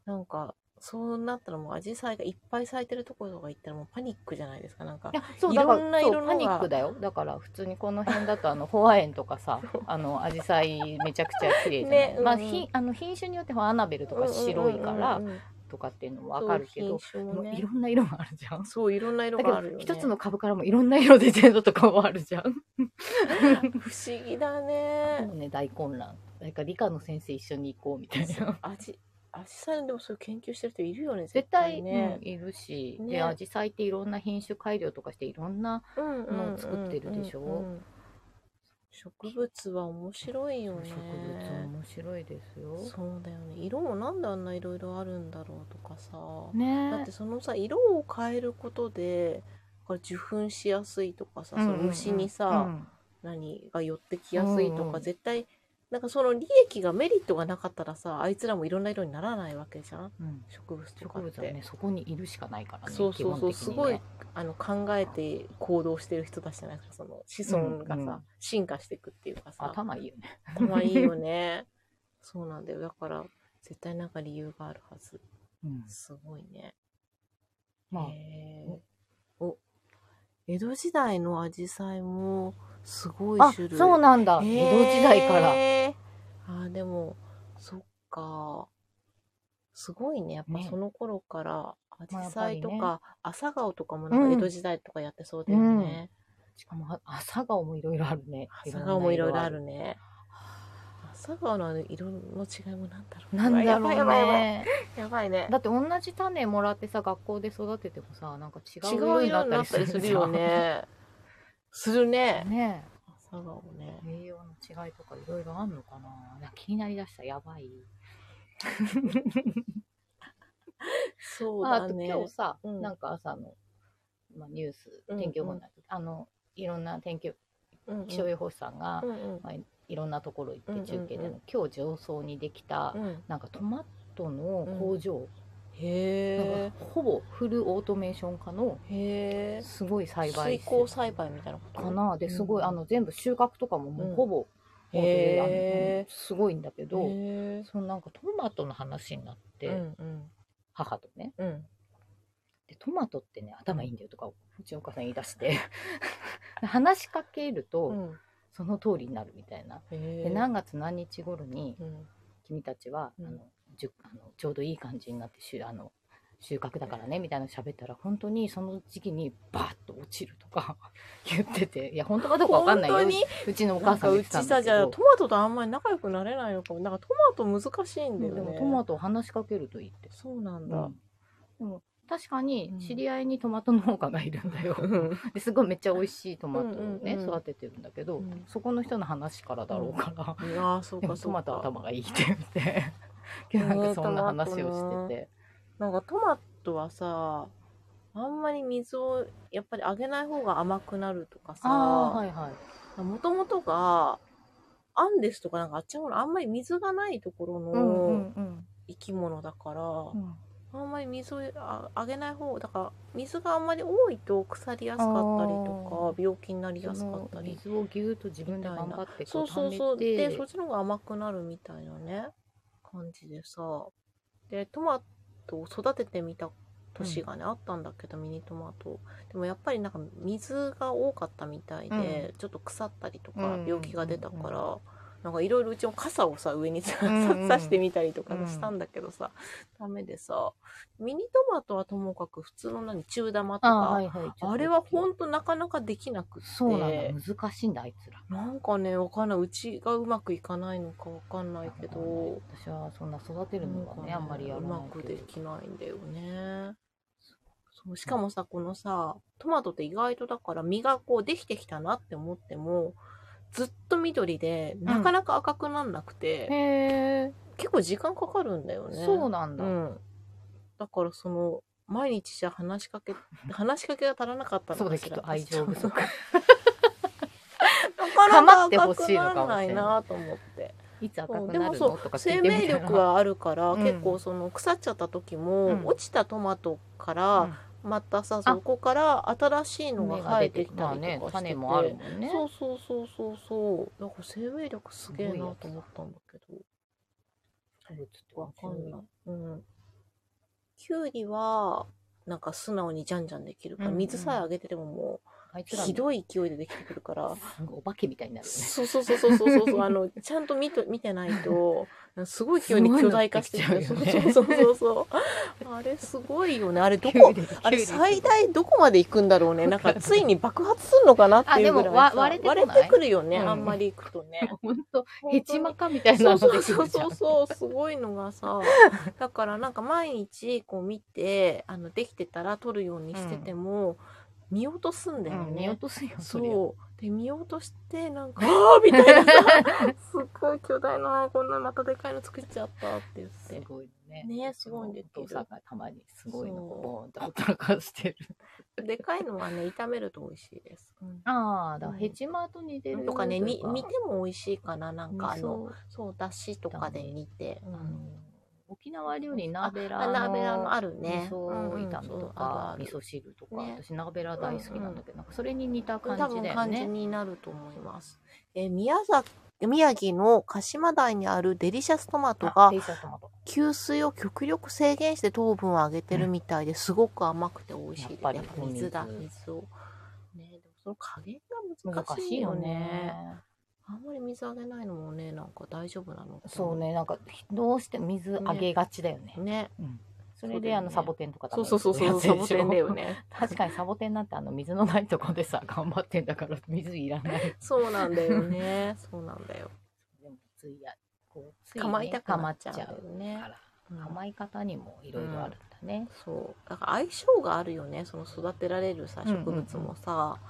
S2: なんかそうなったらもうアジサイがいっぱい咲いてるところとか行ったらもうパニックじゃないですかなんか
S3: いやそう
S2: い
S3: だから
S2: ろんな
S3: そう
S2: 色のが
S3: パニックだよだから普通にこの辺だとあ のホア園とかさあのアジサイめちゃくちゃ綺麗じゃない、
S2: ね
S3: まあ、
S2: うんうん
S3: ひあの品種によってはアナベルとか白いからとかっていうのもわかるけど、
S2: そう品種も
S3: い
S2: ね
S3: ろんな色があるじゃん。
S2: そういろんな色
S3: だ
S2: があ
S3: け
S2: る
S3: ど、
S2: よね
S3: 一つの株からもいろんな色出てるのとかもあるじゃん。
S2: 不思議だ
S3: も
S2: ね
S3: うね、大混乱。なんか理科の先生一緒に行こうみたいな。
S2: アジアジサイでもそういう研究してる人いるよね
S3: 絶対、
S2: ね
S3: うんいるし、
S2: ね
S3: で、アジサイっていろんな品種改良とかしていろんな、
S2: うんうん
S3: のを作ってるでしょ
S2: うんうん植物は面白いよ
S3: 植
S2: ね
S3: 物面白いですよ。
S2: そうだよね色もなんであんないろいろあるんだろうとかさ、
S3: ね
S2: だってそのさ色を変えることでこれ受粉しやすいとかさ、
S3: うんうん
S2: そ
S3: うん
S2: の虫にさ、
S3: うん
S2: 何が寄ってきやすいとか、
S3: うんうん
S2: 絶対なんかその利益がメリットがなかったらさあいつらもいろんな色にならないわけじゃん
S3: うん
S2: 植物とか
S3: 植
S2: っ
S3: 物
S2: て、
S3: はね、そこにいるしかないからね。
S2: そうそうそう、
S3: 基
S2: す
S3: 本
S2: ご
S3: 的に
S2: い
S3: ね
S2: あの考えて行動してる人たちじゃないですかその子孫がさ、
S3: うんうん
S2: 進化していくっていうかさ
S3: 頭いいよね。
S2: 頭いいよね。そうなんだよ。だから、絶対なんか理由があるはず。
S3: うん。
S2: すごいね。
S3: まあ、
S2: へ
S3: お
S2: ーお江戸時代のアジサイもすごい
S3: あ
S2: 種類。
S3: そうなんだ、
S2: へー
S3: 江戸時代から。
S2: あーでもそっかすごいねやっぱ
S3: ね
S2: その頃からアジ
S3: まあやっぱ
S2: サイ
S3: りね
S2: とか朝顔とかもなん
S3: うん
S2: か江戸時代とかやってそうだよね、
S3: しかもあ朝顔もいろいろあるね
S2: 朝顔もいろいろあ
S3: い
S2: るね朝顔のあの色の違いもなんだろう
S3: なんだろうね
S2: やばいやばいやばいね
S3: だって同じ種もらってさ学校で育ててもさなんか違う
S2: 違う
S3: 色
S2: 色
S3: に
S2: に
S3: な
S2: な
S3: っ
S2: ったた
S3: り
S2: り
S3: す
S2: す
S3: る
S2: る
S3: じゃん
S2: よねするね
S3: ね
S2: 朝顔ね
S3: え栄養の違いとかいろいろあんのかななんか気になりだしたやばい、
S2: そう
S3: ああ
S2: だ
S3: と
S2: ね
S3: 今日さ、
S2: うん
S3: なんか朝の、まあ、ニュース
S2: うん
S3: 天気予報なんだけど、あのいろんな天気予
S2: うんうん
S3: 気象予報士さんが、
S2: うんうん
S3: まあ、いろんなところ行って中継で、
S2: うんうんう
S3: 今日上層にできた、
S2: うん
S3: なんかトマトの工場、な
S2: へ
S3: んかほぼフルオートメーション化の
S2: えへえ
S3: すごい栽培
S2: 水耕栽培みたいなこと
S3: かなですごい、
S2: うん
S3: あの全部収穫とかももううんほぼ、
S2: へえ
S3: すごいんだけど、
S2: へえ
S3: そのなんかトマトの話になって、
S2: うんうん
S3: 母とね
S2: うん
S3: でトマトってね頭いいんだよとかうちのお母さん言い出して 話しかけると、
S2: うん
S3: その通りになるみたいな。
S2: へ
S3: で
S2: え
S3: 何月何日頃に
S2: うん
S3: 君たちは、
S2: うん
S3: あのじゅあのちょうどいい感じになってしゅあの収穫だからねみたいなの喋ったら本当にその時期にバーッと落ちるとか 言ってていや本当かどうかわかんないよ
S2: 本当に
S3: うちのお
S2: お
S3: 母
S2: 母
S3: さ
S2: さ
S3: んが言
S2: んかう
S3: ってた
S2: ち
S3: んだ
S2: さ
S3: け
S2: じゃあ
S3: ど
S2: トマトとあんまり仲良くなれないのかもなんかトマト難しいんだよ
S3: で
S2: ね
S3: もトマト話しかけるといいって、
S2: そうなんだ
S3: でも確かに
S2: うん
S3: 知り合いにトマト農家がいるんだよ、ですごいめっちゃ美味しいトマトをね、
S2: うんうんうん
S3: 育ててるんだけど、
S2: うん
S3: そこの人の話からだろうから、
S2: いやーそう
S3: でも
S2: か
S3: ト
S2: そう
S3: マトは
S2: か
S3: 頭 がいいって言って今日 なんかそんな話
S2: ねトマト
S3: をし
S2: ね
S3: てて、
S2: なんかトマトはさあんまり水をやっぱりあげない方が甘くなると
S3: あ
S2: か
S3: あ
S2: さ
S3: はいはい
S2: もともとがアンデスとかなんかあっちの方のあんまり水がないところ
S3: うんう
S2: の
S3: んうん
S2: 生き物だから、
S3: うん
S2: あんまり水をああげない方だから水があんまり多いと腐りやすかった
S3: あ
S2: りとか病気になりやす
S3: そ
S2: かっ
S3: の
S2: たり
S3: 水をぎゅっと自分で頑張ってこ
S2: そううそう
S3: 貯
S2: そう
S3: めて
S2: でそっちの方が甘くなるみたいなね感じでさでトマトを育ててみた年がね、あったんだけどミニトマトでもやっぱりなんか水が多かったみたいで、ちょっと腐ったりと
S3: うんうん
S2: か
S3: うん
S2: 病気が出たから、なんかいろいろうちも傘をさ上にさ
S3: うんうん
S2: 刺してみたりとか
S3: うん
S2: したんだけどさ、ダメでさミニトマトはともかく普通の何中玉とか
S3: あ
S2: あ,、
S3: ーはいはい
S2: れはほんとなかなかできなくって
S3: そうなんだ難しいんだあいつら
S2: なんかね、わかんない。うちがうまくいかないのかわかんないけど、
S3: 私はそんな育てるのが
S2: なんか
S3: ね
S2: ね
S3: あんまりやら
S2: う
S3: ない
S2: まく
S3: け
S2: で
S3: ど
S2: きないんだよね。そうしかもさ、このさ、トマトって意外とだから実がこうできてきたなって思っても、ずっと緑で、なかなか赤くなんなくて、
S3: へえ、
S2: 結構時間かかるんだよね。
S3: そうなんだ、
S2: うん。だからその、毎日じゃ話し かけ、話しかけが足らなかったの
S3: そう
S2: か
S3: で
S2: し
S3: き
S2: ら
S3: っと愛情不足
S2: なかな
S3: 構って
S2: か
S3: ほ
S2: 赤
S3: し
S2: く
S3: いのか
S2: な
S3: も
S2: ら
S3: しれない
S2: ないなと思って。
S3: いつ赤
S2: そう
S3: く
S2: で
S3: な
S2: も
S3: る
S2: そ
S3: の
S2: う
S3: とか聞
S2: 生
S3: いてみ
S2: 命
S3: たら
S2: 力はあるから、
S3: うん
S2: 結構その腐っちゃった時も、
S3: うん
S2: 落ちたトマトから、またさそこから新しいのが生えてきたりとか
S3: まあ
S2: してて、
S3: ね、種もあるもんね
S2: そうそうそうそうそうなんか生命力すげえなと思ったんだけどわかんない、うん、きゅうりはなんか素直にじゃんじゃんできるから、
S3: うんうん
S2: 水さえあげててもも
S3: あいうつら
S2: ひ
S3: ひど
S2: どい勢いでできてくるから
S3: お化けみたいになるよね
S2: そうそうそうそうそう そうあのちゃんと見と見てないとすごい急に巨大化してくる
S3: す
S2: そ
S3: ごいのっ
S2: う
S3: てきちゃうよね
S2: そうそうそうそうあれすごいよねあれど
S3: きゅう
S2: こ
S3: り
S2: あれ
S3: きゅうり
S2: 最大どこまで行くんだろうねなんかついに爆発するのかなっていうぐらい
S3: あ
S2: さ
S3: でもわ割れてこない
S2: 割れてくるよね、
S3: うん
S2: あんまり行くとね
S3: ほんとヘチマかみたいな
S2: そ
S3: の
S2: う
S3: でき
S2: そ
S3: る
S2: う
S3: じゃん
S2: そうそうそうすごいのがさ だからなんか毎日こう見てあのできてたら撮るようにしてても、見落とすんだよね、
S3: うん見落とすよそりゃ
S2: そう。で、見落として、なんか、ああみたいなさ、すっごい巨大な、こんなまたでかいの作っちゃったって言
S3: す
S2: って。
S3: ごいね。
S2: ねすごいんで
S3: お父
S2: け
S3: さん
S2: ど
S3: がたまにすごいの
S2: そう
S3: をボーンと働かしてる。
S2: でかいのはね、炒めると美味しいです。うん
S3: ああ、だ
S2: だから
S3: ヘ
S2: ヘ
S3: チマと似てる。
S2: とかね、に煮ても美味しいかな、なんかあの、そう、だしとかで煮て。
S3: あ
S2: う
S3: の
S2: ん
S3: 沖縄料理ナーベラ
S2: あ、
S3: の
S2: 鍋あのあるね。
S3: 味噌炒めとか、
S2: うんうん
S3: 味
S2: そう
S3: 噌汁とか、
S2: ね
S3: 私ナーベラ大好きなんだけど、なんかそれに似た
S2: あるある
S3: 感
S2: 多
S3: じだ
S2: 分
S3: よ
S2: 感じ
S3: ね。
S2: になると思います。えー宮崎、宮城の鹿島台にあるデリシャストマトが
S3: あ、ペイシャトマト。
S2: 吸水を極力制限して糖分を上げてるみたいですごく甘くて美味しいです
S3: やっぱり
S2: やっぱ水だ
S3: お水
S2: 水をねでもその加減が
S3: 難
S2: 難し
S3: し
S2: い
S3: い
S2: よ
S3: よ
S2: ね
S3: ね。
S2: あんまり水あげないのもねなんか大丈夫なのかな
S3: そうね、なんかどうして水あげがちだよね。
S2: ね
S3: うんそ
S2: そ
S3: れ
S2: うだ
S3: で
S2: よね
S3: あのサボテンとか
S2: そうそう そうそうサボテンだよ。ね
S3: 確かにサボテンなんてあの水のないとこでさ頑張ってんだから水いら ない。
S2: そうなんだよね そうなんだよ
S3: でもついやこうついね
S2: 構いたくなっちゃう
S3: 構
S2: んだよね
S3: から
S2: うん
S3: 構い方にもいろいろあるんだね。
S2: そうだから相性があるよねその育てられるさ
S3: うんうん
S2: 植
S3: うん
S2: 物もさ、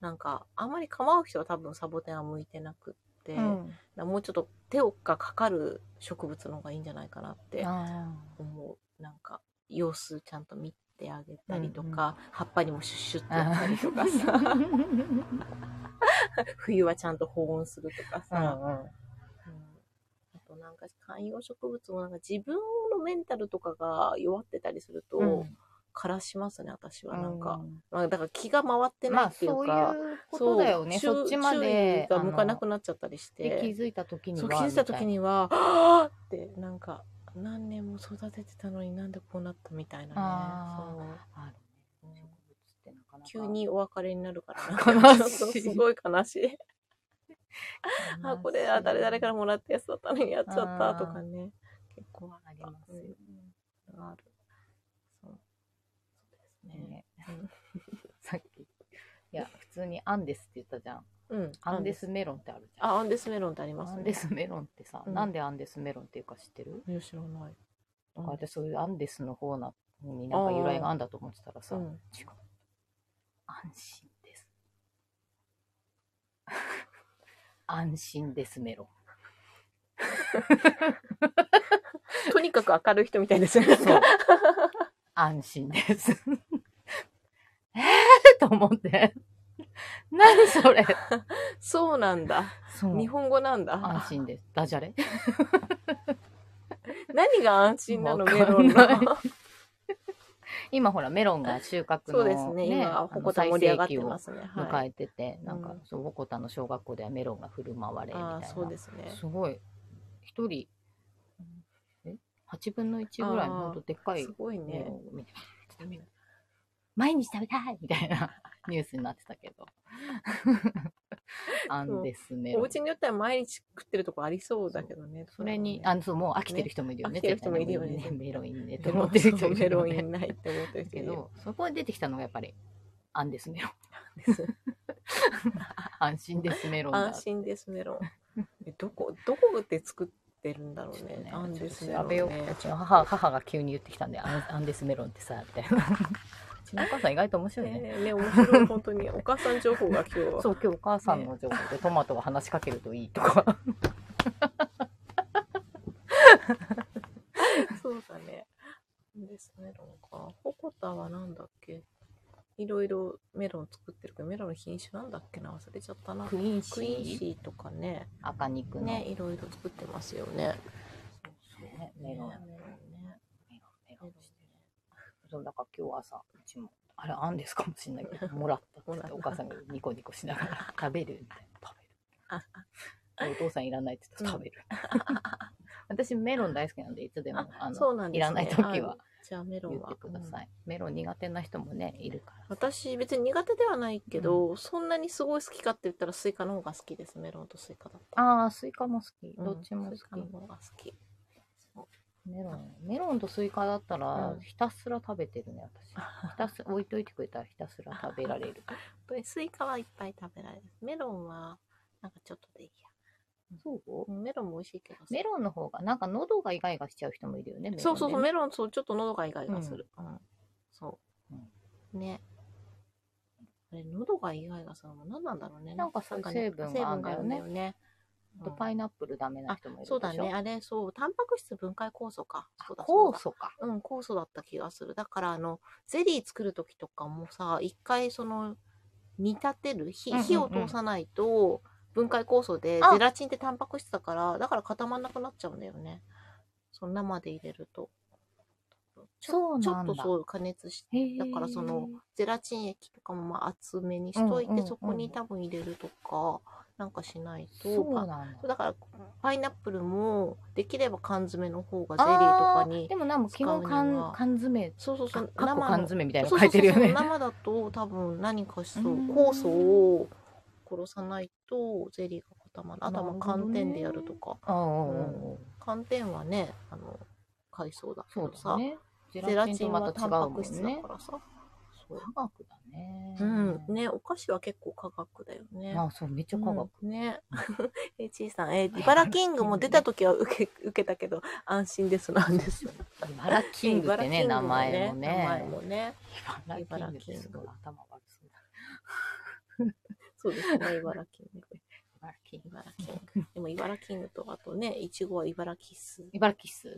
S2: なんかあんまり構う人は多分サボテンは向いてなくって、だからもうちょっと手がかかる植物の方がいいんじゃないかなって
S3: あ
S2: 思うなんか様子ちゃんと見てあげたりとか、葉っぱにもシュッシュってやったりと か
S3: ー
S2: さ 冬はちゃんと保温するとか
S3: うん
S2: さ、
S3: うん
S2: うんあとなんか観葉植物もなんか自分のメンタルとかが弱ってたりすると、枯らしますね私はなんか、まあ、だから気が回って
S3: うん
S2: ない
S3: まあ
S2: っていう
S3: そうい
S2: か、
S3: うことだよね。
S2: そう
S3: そっちまで
S2: 注意が向かな
S3: あ
S2: くなっちゃったりし
S3: ので気
S2: て
S3: づいた時に
S2: そう
S3: は
S2: 気づいた時には「はあ!」ってなんか何年も育ててたのになんでこうなったみたいな
S3: あ
S2: ねそう
S3: あるね植物ってなかなか
S2: 急にお別れになるから
S3: 悲しい
S2: なんかちょっとすごい悲しいあこれは誰々からもらったやつだったのにやっちゃったとかね結構あ
S3: あり
S2: りま
S3: ますすよね
S2: あるそうそうですね
S3: ね
S2: うん
S3: さっきいや普通にアンデスって言ったじゃん
S2: うん
S3: アンデスメロンってあるじゃん
S2: あアンデスメロンってあります
S3: ア
S2: ね
S3: ンデスメロンってさ、
S2: うん
S3: なんでアンデスメロンっていうか知ってる、
S2: いや知らない
S3: なんか私そういうアンデスの方なになんか由来があんだと思ってたらさ、
S2: うん
S3: 違う安心です 安心ですメロン
S2: とにかく明るい人みたいですよね。
S3: そう。安心です。 えーと思って。 何それ
S2: そうなんだ。
S3: そう
S2: 日本語なんだ
S3: 安。心です。ダジャレ
S2: 何が安心なの
S3: わかん
S2: メロンの。
S3: ない 今ほらメロンが収穫
S2: そうです
S3: の、
S2: ね。
S3: ね、
S2: 今、
S3: あ
S2: ほ
S3: の
S2: こた
S3: 最
S2: 盛り上
S3: 盛
S2: がって
S3: 期を
S2: ますね。は
S3: 迎
S2: い。
S3: えてて、なん
S2: う
S3: か
S2: ん
S3: そうボコタの小学校ではメロンが振る舞われみたい
S2: あ
S3: な
S2: あ、そうですね。
S3: すごい一人え8分の1ぐらいのほんとでっかい
S2: すごい
S3: メロ
S2: ね。
S3: ンを見て 毎日食べたいみたいな ニュースになってたけ ど。アンデスメ
S2: お
S3: ロン。
S2: 家によっては毎日食ってるとこありそうだけどね。
S3: それに、あの、そう、もう飽きてる人もいるよね。
S2: 飽きてる人もいるよね
S3: 絶対メロンいいね。と
S2: メ
S3: 思
S2: ロ
S3: ってる人
S2: ン、
S3: いる
S2: メ
S3: よ
S2: ロ
S3: ね。
S2: ンないって思ってる
S3: け
S2: けど。
S3: ど、そこで出てきたのがやっぱり、アンデスメ ロン。安心ですメロンだ。
S2: 安心です、メロ ン。えどこ、どこで作ってるんだろ
S3: ちょ
S2: う
S3: っと
S2: ね
S3: ね。
S2: アンデス
S3: ち
S2: メ
S3: ょ
S2: ロ
S3: っと調
S2: ン
S3: べよう
S2: ね
S3: う。ちの母母が急に言ってきたんで、アンアンデスメロンってさ、って。う ちのお母さん意外と面白いね。
S2: ねね、面白い、本当に。お母さん情報が今日は。
S3: そう、今日お母さんの情報でトマトは話しかけるといいとか。
S2: そうだね。ですメロンか。ホコタはなんだっけいろいろメロン作ってるけど、メロンの品種なんだっけな忘れちゃったな。
S3: クイーンシ
S2: クイーン
S3: ー
S2: シーとかね、
S3: 赤肉の。
S2: ね、いろいろ作ってますよね。
S3: ねメロン。メロン
S2: ねね
S3: メロンしてね。そう、だから今日朝、うちも、あれ、あんですかもしれないけど、もらったって言って、お
S2: も ら
S3: 母
S2: っ
S3: さ
S2: た
S3: んがニコニコしながら、食べるみたいな。
S2: あ
S3: 食べる。お父さんいらないって言ったら食べる。私、メロン大好きなんで、いつでも、あ
S2: そう
S3: の、
S2: なん
S3: い
S2: ですね
S3: らない時は
S2: あじゃあメロ
S3: 言
S2: ン
S3: っ
S2: は
S3: て。くだ
S2: うん
S3: さい。メロン苦手な人もね、いるから。
S2: 私別に苦手ではないけど、そんなにすごい好きかって言ったらスイカの方が好きですメロンとスイカだった
S3: ああ、スイカも好き。
S2: うん
S3: どっちも好
S2: スイカの
S3: き。
S2: 方が好き
S3: メロン。メロンとスイカだったら
S2: うん、
S3: ひたすら食べてるね、私。ひたす置いといてくれたらひたすら食べられる。
S2: スイカはいっぱい食べられるメロンはなんかちょっとでいいや
S3: そう
S2: うんメロンも美味しいけど
S3: メロンの方が、なんか喉がイガイガしちゃう人もいるよね。
S2: そうそうそう、
S3: メ
S2: メロン、そう、ちょっと喉がイガイガする。うん。そう、ね。あれ、喉がイガイガするのも何なんだろうね。
S3: なんかそういう成分があるんだよね
S2: 成分があるんだよね
S3: ロンね。パイナップルダメな人もいるでしょ。
S2: そうだね。。あれ、そう、タンパク質分解酵素か。そうだそう
S3: 酵
S2: だ
S3: 素か。
S2: うん、酵素だった気がする。だから、あの、ゼリー作るときとかもさ、一回その、煮立てる火、
S3: うんうんうん
S2: 火を通さないと、分解酵素で、
S3: あ
S2: ゼラチンってタンパク質だから、だから固まんなくなっちゃうんだよね。その生で入れると。ちょ
S3: そう
S2: ちょ
S3: な
S2: っ
S3: んだ
S2: とそう加熱し
S3: へー
S2: だからそのゼラチン液とかもまあ厚めにしといて、
S3: うんうんうん
S2: そこに多分入れるとかなんかしないと
S3: そうな
S2: パ
S3: んだ
S2: だからパイナップルもできれば缶詰の方がゼリーと
S3: あ
S2: か
S3: ー
S2: に
S3: でもなんか
S2: 使う
S3: 昨
S2: に
S3: 日
S2: は
S3: 缶缶詰
S2: そうそうそ
S3: か
S2: う
S3: かっこ缶詰みたいな
S2: そ
S3: の
S2: う
S3: 書
S2: そう
S3: いて
S2: そう
S3: るよね
S2: 生だと多分何かしそううん酵素を殺さないとゼリーが固まらないあとはまあ
S3: なるほどね
S2: 寒天でやるとか
S3: ああ
S2: 寒天はねあの海藻だけ
S3: そう
S2: ど
S3: だ
S2: さ、
S3: ねゼ
S2: ゼ
S3: ラ
S2: ラ
S3: チン
S2: チ
S3: と
S2: ン
S3: ま
S2: は
S3: た
S2: タ
S3: 違う
S2: ンパ
S3: も
S2: ク質
S3: ん
S2: だ
S3: ね
S2: からさ、そう
S3: 科学だね
S2: うんねお菓子は結構科学だよね
S3: あそうめっちゃ科学、
S2: うん ねえちいさんえ茨城キングも出た時は受け受けたけど安心ですなんです
S3: 茨城キングってね名前もね
S2: 名前もね
S3: 茨城キングっ
S2: 茨城キング
S3: てすごい頭悪そうだ
S2: そうですね茨城キング
S3: 茨城キング
S2: 茨城キング。でも茨城キングとあとね、いちごは茨城っす。
S3: 茨城っす、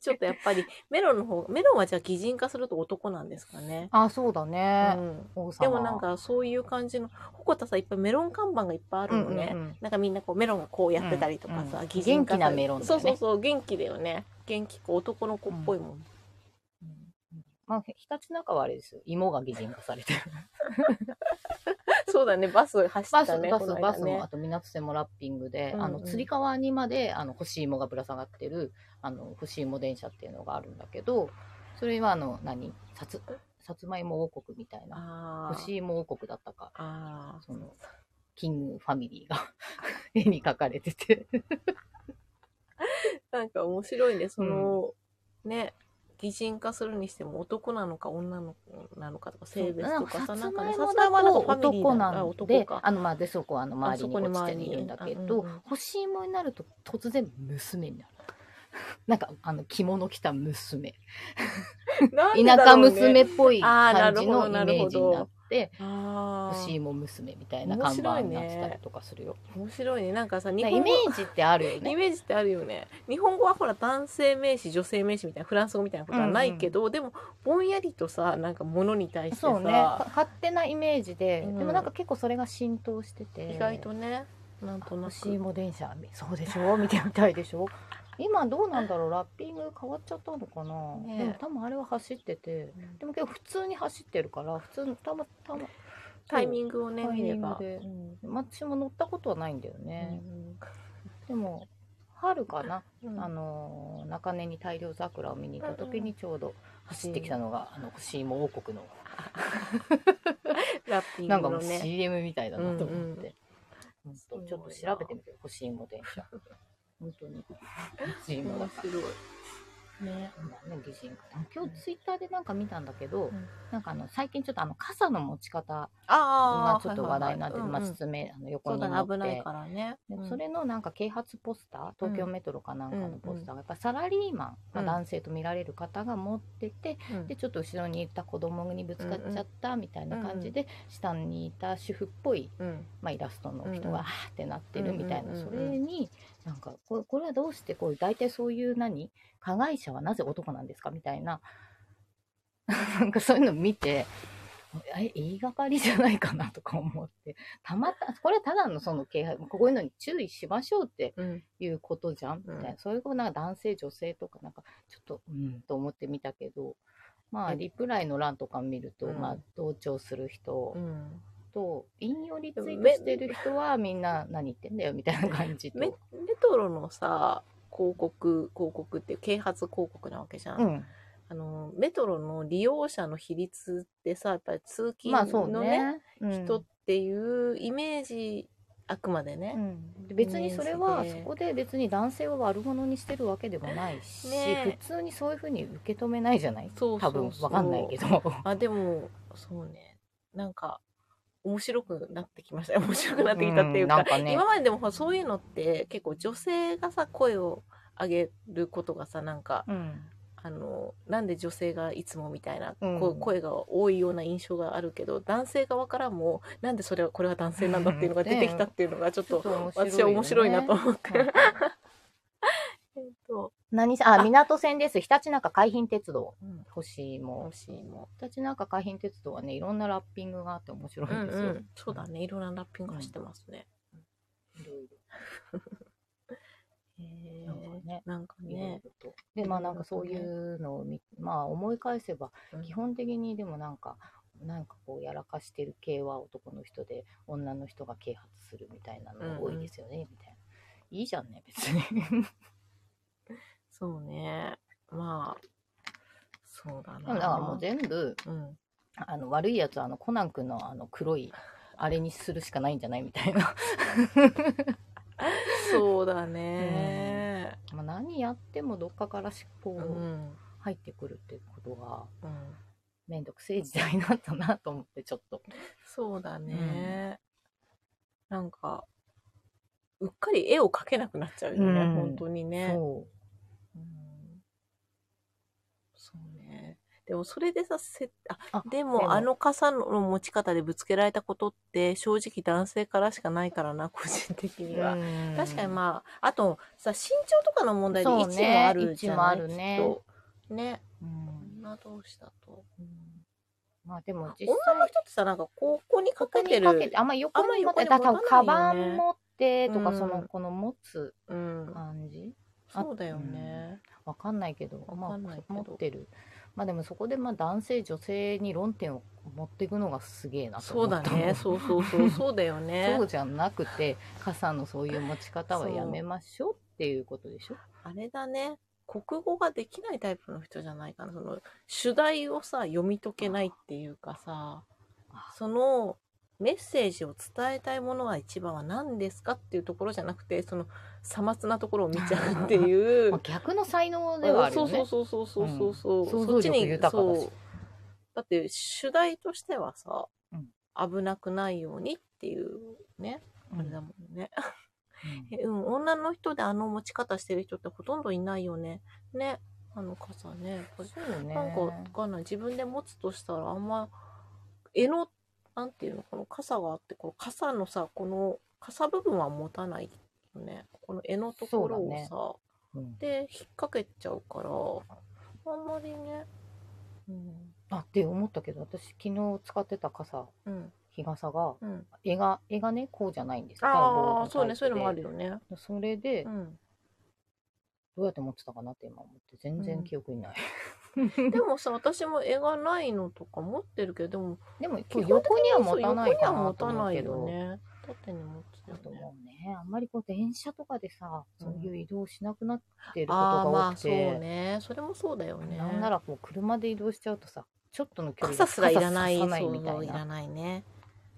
S2: ちょっとやっぱりメロンの方、メロンはじゃあ擬人化すると男なんですかね。
S3: あそうだ
S2: う
S3: ね、
S2: ん。
S3: 王様
S2: でもなんかそういう感じの、ほこたさいっぱいメロン看板がいっぱいあるのね。
S3: うんうんうん
S2: なんかみんなこうメロンがこうやってたりとか
S3: うん
S2: さ、
S3: うん
S2: 擬人化
S3: 元
S2: さ
S3: 気なメロンだよね
S2: そうそうそう、元気だよね。元気こう男の子っぽいもん。
S3: まあ、ひたちなかはあれですよ。芋が擬人化されてる。
S2: そうだね、バス走
S3: バ
S2: っ
S3: ス、
S2: たね、
S3: バ
S2: こ
S3: ス
S2: の、間
S3: バス
S2: ね
S3: も、あと港瀬もラッピングで、
S2: うんうん
S3: あの、つり革にまで、あの、干し芋がぶら下がってる、あの、干し芋電車っていうのがあるんだけど、それはあの、何さつ、さつまいも王国みたいな、
S2: あ
S3: 干
S2: ー
S3: し芋王国だったか、
S2: あー。
S3: その、キングファミリーが 絵に描かれてて。
S2: なんか面白いね、その、ね、擬人化するにしても男なのか女の子なのかとか性別とか
S3: さ
S2: さ、
S3: つ
S2: なんか
S3: ま
S2: ね、
S3: いも
S2: さつまいも
S3: だ
S2: はな
S3: と
S2: んかファミリー
S3: 男
S2: だ
S3: な
S2: あ
S3: ん
S2: 男
S3: で
S2: か、。
S3: あの、まあ、で、そこはあの、周りに落ちているんだけ
S2: あそこに周りに
S3: ど
S2: あうんうん、
S3: 干し芋になると突然娘になる。なんか、あの、着物着た娘。田舎娘っぽい
S2: あーな
S3: 感
S2: る
S3: じ
S2: ほど
S3: のイメージになって、
S2: あ
S3: 干し
S2: ー
S3: 芋娘みたいな看板になってたりとかするよ。
S2: 面白いね。なんかさ、日
S3: だから
S2: 本
S3: イ
S2: 語
S3: メージってあるよ
S2: イ
S3: ね。
S2: メージってあるよね。日本語はほら男性名詞、女性名詞みたいな、フランス語みたいなことはないけど、でも、ぼんやりとさ、なんか物に対してさ、
S3: そうね。か勝手なイメージで、
S2: うん
S3: でもなんか結構それが浸透してて。
S2: 意外とね、なんと
S3: 干
S2: なく。
S3: し芋電車、そうでし ょ見てみたいでしょ今どうなんだろうラッピング変わっちゃったのかな、
S2: ね
S3: でも多分あれは走ってて、
S2: うん
S3: でも結構普通に走ってるから、普通のたまたま、
S2: タイミングをね、
S3: タイ
S2: 見
S3: ミ
S2: れ
S3: ング
S2: ば。
S3: で
S2: うん
S3: 私も乗ったことはないんだよね。でも、春かなあのー中根に大量桜を見に行った時にちょうど走ってきたのが、あの干し芋王国の、
S2: ラッピン
S3: なん
S2: グ
S3: かも
S2: の
S3: う
S2: ね。
S3: CM みたいだなと思っ
S2: うんう
S3: て、ほんと
S2: そう
S3: ちょっと調べてみてよ干し芋電車本当に干し芋だ
S2: 面
S3: か
S2: 白い。ね。
S3: ら今ね擬人化今日ツイッターでなんか見たんだけど、
S2: うん
S3: なんかあの最近ちょっとあの傘の持ち方
S2: あ
S3: がちょっと話題になってる、まあ、
S2: そ
S3: 筒目あの横
S2: う
S3: に
S2: だ
S3: 乗
S2: ね、
S3: っ
S2: 危ない
S3: て
S2: からね。
S3: でそれのなんか啓発ポスター東京メトロかなんかのポスターがやっぱサラリーマン、ま
S2: う
S3: あ、
S2: ん
S3: 男性と見られる方が持ってて
S2: うん
S3: でちょっと後ろにいた子供にぶつかっちゃったみたいな感じで、下にいた主婦っぽい、
S2: うん
S3: まあ、イラストの人
S2: うんうん
S3: が「あーってなってるみたいな、
S2: うんうんうんうん
S3: それになんかこれこれはどうしてこういう大体そういう何加害者はなぜ男なんですかみたいな なんかそういうの見て。え言いがかりじゃないかなとか思ってたまたこれはただのその啓発こういうのに注意しましょうって
S2: うん
S3: いうことじゃんみたいな、
S2: うん
S3: そういうことなんか男性女性とかなんかちょっとうんと思ってみたけどまあ
S2: え
S3: リプライの欄とか見ると、
S2: うん
S3: まあ同調する人
S2: うん
S3: と、引用リツイートしてる人はみんな何言ってんだよみたいな感じと、
S2: メメトロのさ、広告、広告っていう啓発広告なわけじゃん。
S3: うん、
S2: あの、メトロの利用者の比率ってさ、やっぱり通勤
S3: まあそう
S2: のね、
S3: ね、うん
S2: 人っていうイメージ、あくまでね。
S3: うんで別にそれは
S2: イメージ
S3: そ
S2: で
S3: こで別に男性を悪者にしてるわけでもないし、
S2: ね
S3: 普通にそういうふうに受け止めないじゃない
S2: そうそうそ
S3: 多分わ
S2: う
S3: かんない けど
S2: あ、でも、そうね。なんか、面白くなってきました。 面白くなってきたっていうか、
S3: うんなんかね
S2: 今まででもほらそういうのって結構女性がさ、声を上げることがさ、なんか、
S3: うん
S2: あの、なんで女性がいつもみたいな、
S3: うん
S2: こう声が多いような印象があるけど、男性側からも、なんでそれは、これは男性なんだっていうのが出てきたっていうのが、ちょっと、私は面白いなと思って。
S3: うん
S2: えっと、
S3: 何さあ、港線です。ひたちなか海浜鉄道。
S2: うん、
S3: 星も
S2: 欲。しいも。
S3: ひたちなか海浜鉄道はね、いろんなラッピングがあって面白
S2: う
S3: い
S2: ん
S3: んですよ。
S2: うん、そうだね。いろんなラッピング走ってますね。
S3: いろい
S2: へえ
S3: なんかね
S2: なんか
S3: ろいろ
S2: ね。
S3: とで、まあなんかそういうのを見、まあ思い返せば、基本的にでもなんか、なんかこうやらかしてる系は男の人で女の人が啓発するみたいなのが多いですよね、みたいな。いいじゃんね、別 に。
S2: そうね。まあ、そうだ
S3: だか
S2: な。
S3: らもう全部、
S2: うん。
S3: あの悪いやつはあのコナン君のあの黒いあれにするしかないんじゃないみたいな
S2: そうだね。
S3: まあ何やってもどっかから尻尾
S2: うん。う
S3: を
S2: ん。
S3: 入ってくるっていうことがめんどくせえ時代になったなと思ってちょっと
S2: そうだね。なんか、うっかり絵を描けなくなっちゃうよね、
S3: うん
S2: 本当にね。
S3: そ
S2: うんそうね。でもそれでさ、せあ
S3: あ
S2: で
S3: で
S2: も
S3: も
S2: あの傘の持ち方でぶつけられたことって正直男性からしかないからな、個人的
S3: う
S2: には。
S3: うん
S2: 確かにまあ、あとさ、身長とかの問題で
S3: そう
S2: 位
S3: ね
S2: 置もあるじゃない、
S3: 位置もあるね
S2: きっとね。
S3: うん
S2: 女同士だと。
S3: まあでも実際
S2: 女の人ってさ、なんかここにかけてる。
S3: ここにあんま横に持ってだ
S2: あんま横に
S3: からカ
S2: 持たな
S3: バ
S2: いよね
S3: ン持ってとか、
S2: うん
S3: そのこの持つ
S2: うん。
S3: 感じ
S2: そうだよね。
S3: わかんないけど
S2: わかんないけど
S3: まあ、持ってるまあでもそこでまあ男性女性に論点を持っていくのがすげえなと
S2: そう
S3: 思
S2: だ
S3: った
S2: ね。そうそうそう。そうだよね
S3: そ。うじゃなくて傘のそういう持ち方はやめましょうっていうことでしょ
S2: あれだね。国語ができないタイプの人じゃないかな。その、主題をさ、読み解けないっていうかさ
S3: あ、
S2: その、メッセージを伝えたいものは一番は何ですかっていうところじゃなくて、その、さまつなところを見ちゃうって いう
S3: まあ。逆の才能ではあるよね
S2: そうそうそうそうそうそう、
S3: うん
S2: そっち
S3: 想像力
S2: に
S3: 豊かだし
S2: そうだって主題としてはさ、
S3: うん
S2: 危なくないようにっていうねあれだもんね、
S3: うん
S2: えうん、女の人であの持ち方してる人ってほとんどいないよねねあの傘ねこれ
S3: そうよね
S2: なんかわかんない自分で持つとしたらあんま柄のなんていうのこの傘があってこの傘のさこの傘部分は持たないよねこの柄のところをさ、
S3: うん
S2: で引っ掛けちゃうからあんまりねうん
S3: あって思ったけど私昨日使ってた傘
S2: うん
S3: 日傘が
S2: うん
S3: 絵が絵がねこうじゃないんです
S2: ああそうねそういうのもある
S3: よ
S2: よね
S3: それで
S2: うん
S3: どうやって持ってたかなって今思って全
S2: う
S3: 然
S2: ん
S3: 記憶にない、
S2: でもさ私も絵がないのとか持ってるけどでも
S3: でも横には持たないかなと
S2: 横には持た
S3: 思
S2: な
S3: うけ
S2: い
S3: ど
S2: よね縦に持つ
S3: あと
S2: よね
S3: もうねあんまりこう電車とかでさ、
S2: うん
S3: そういう移動しなくなってること
S2: ああー
S3: が
S2: ま
S3: 多
S2: あ
S3: く
S2: そう
S3: て、
S2: ねそれもそうだよね
S3: なんならこう車で移動しちゃうとさちょっとの距離
S2: 傘すらいらない
S3: 傘さ
S2: そう
S3: みた
S2: そう
S3: い
S2: いら
S3: な
S2: ないね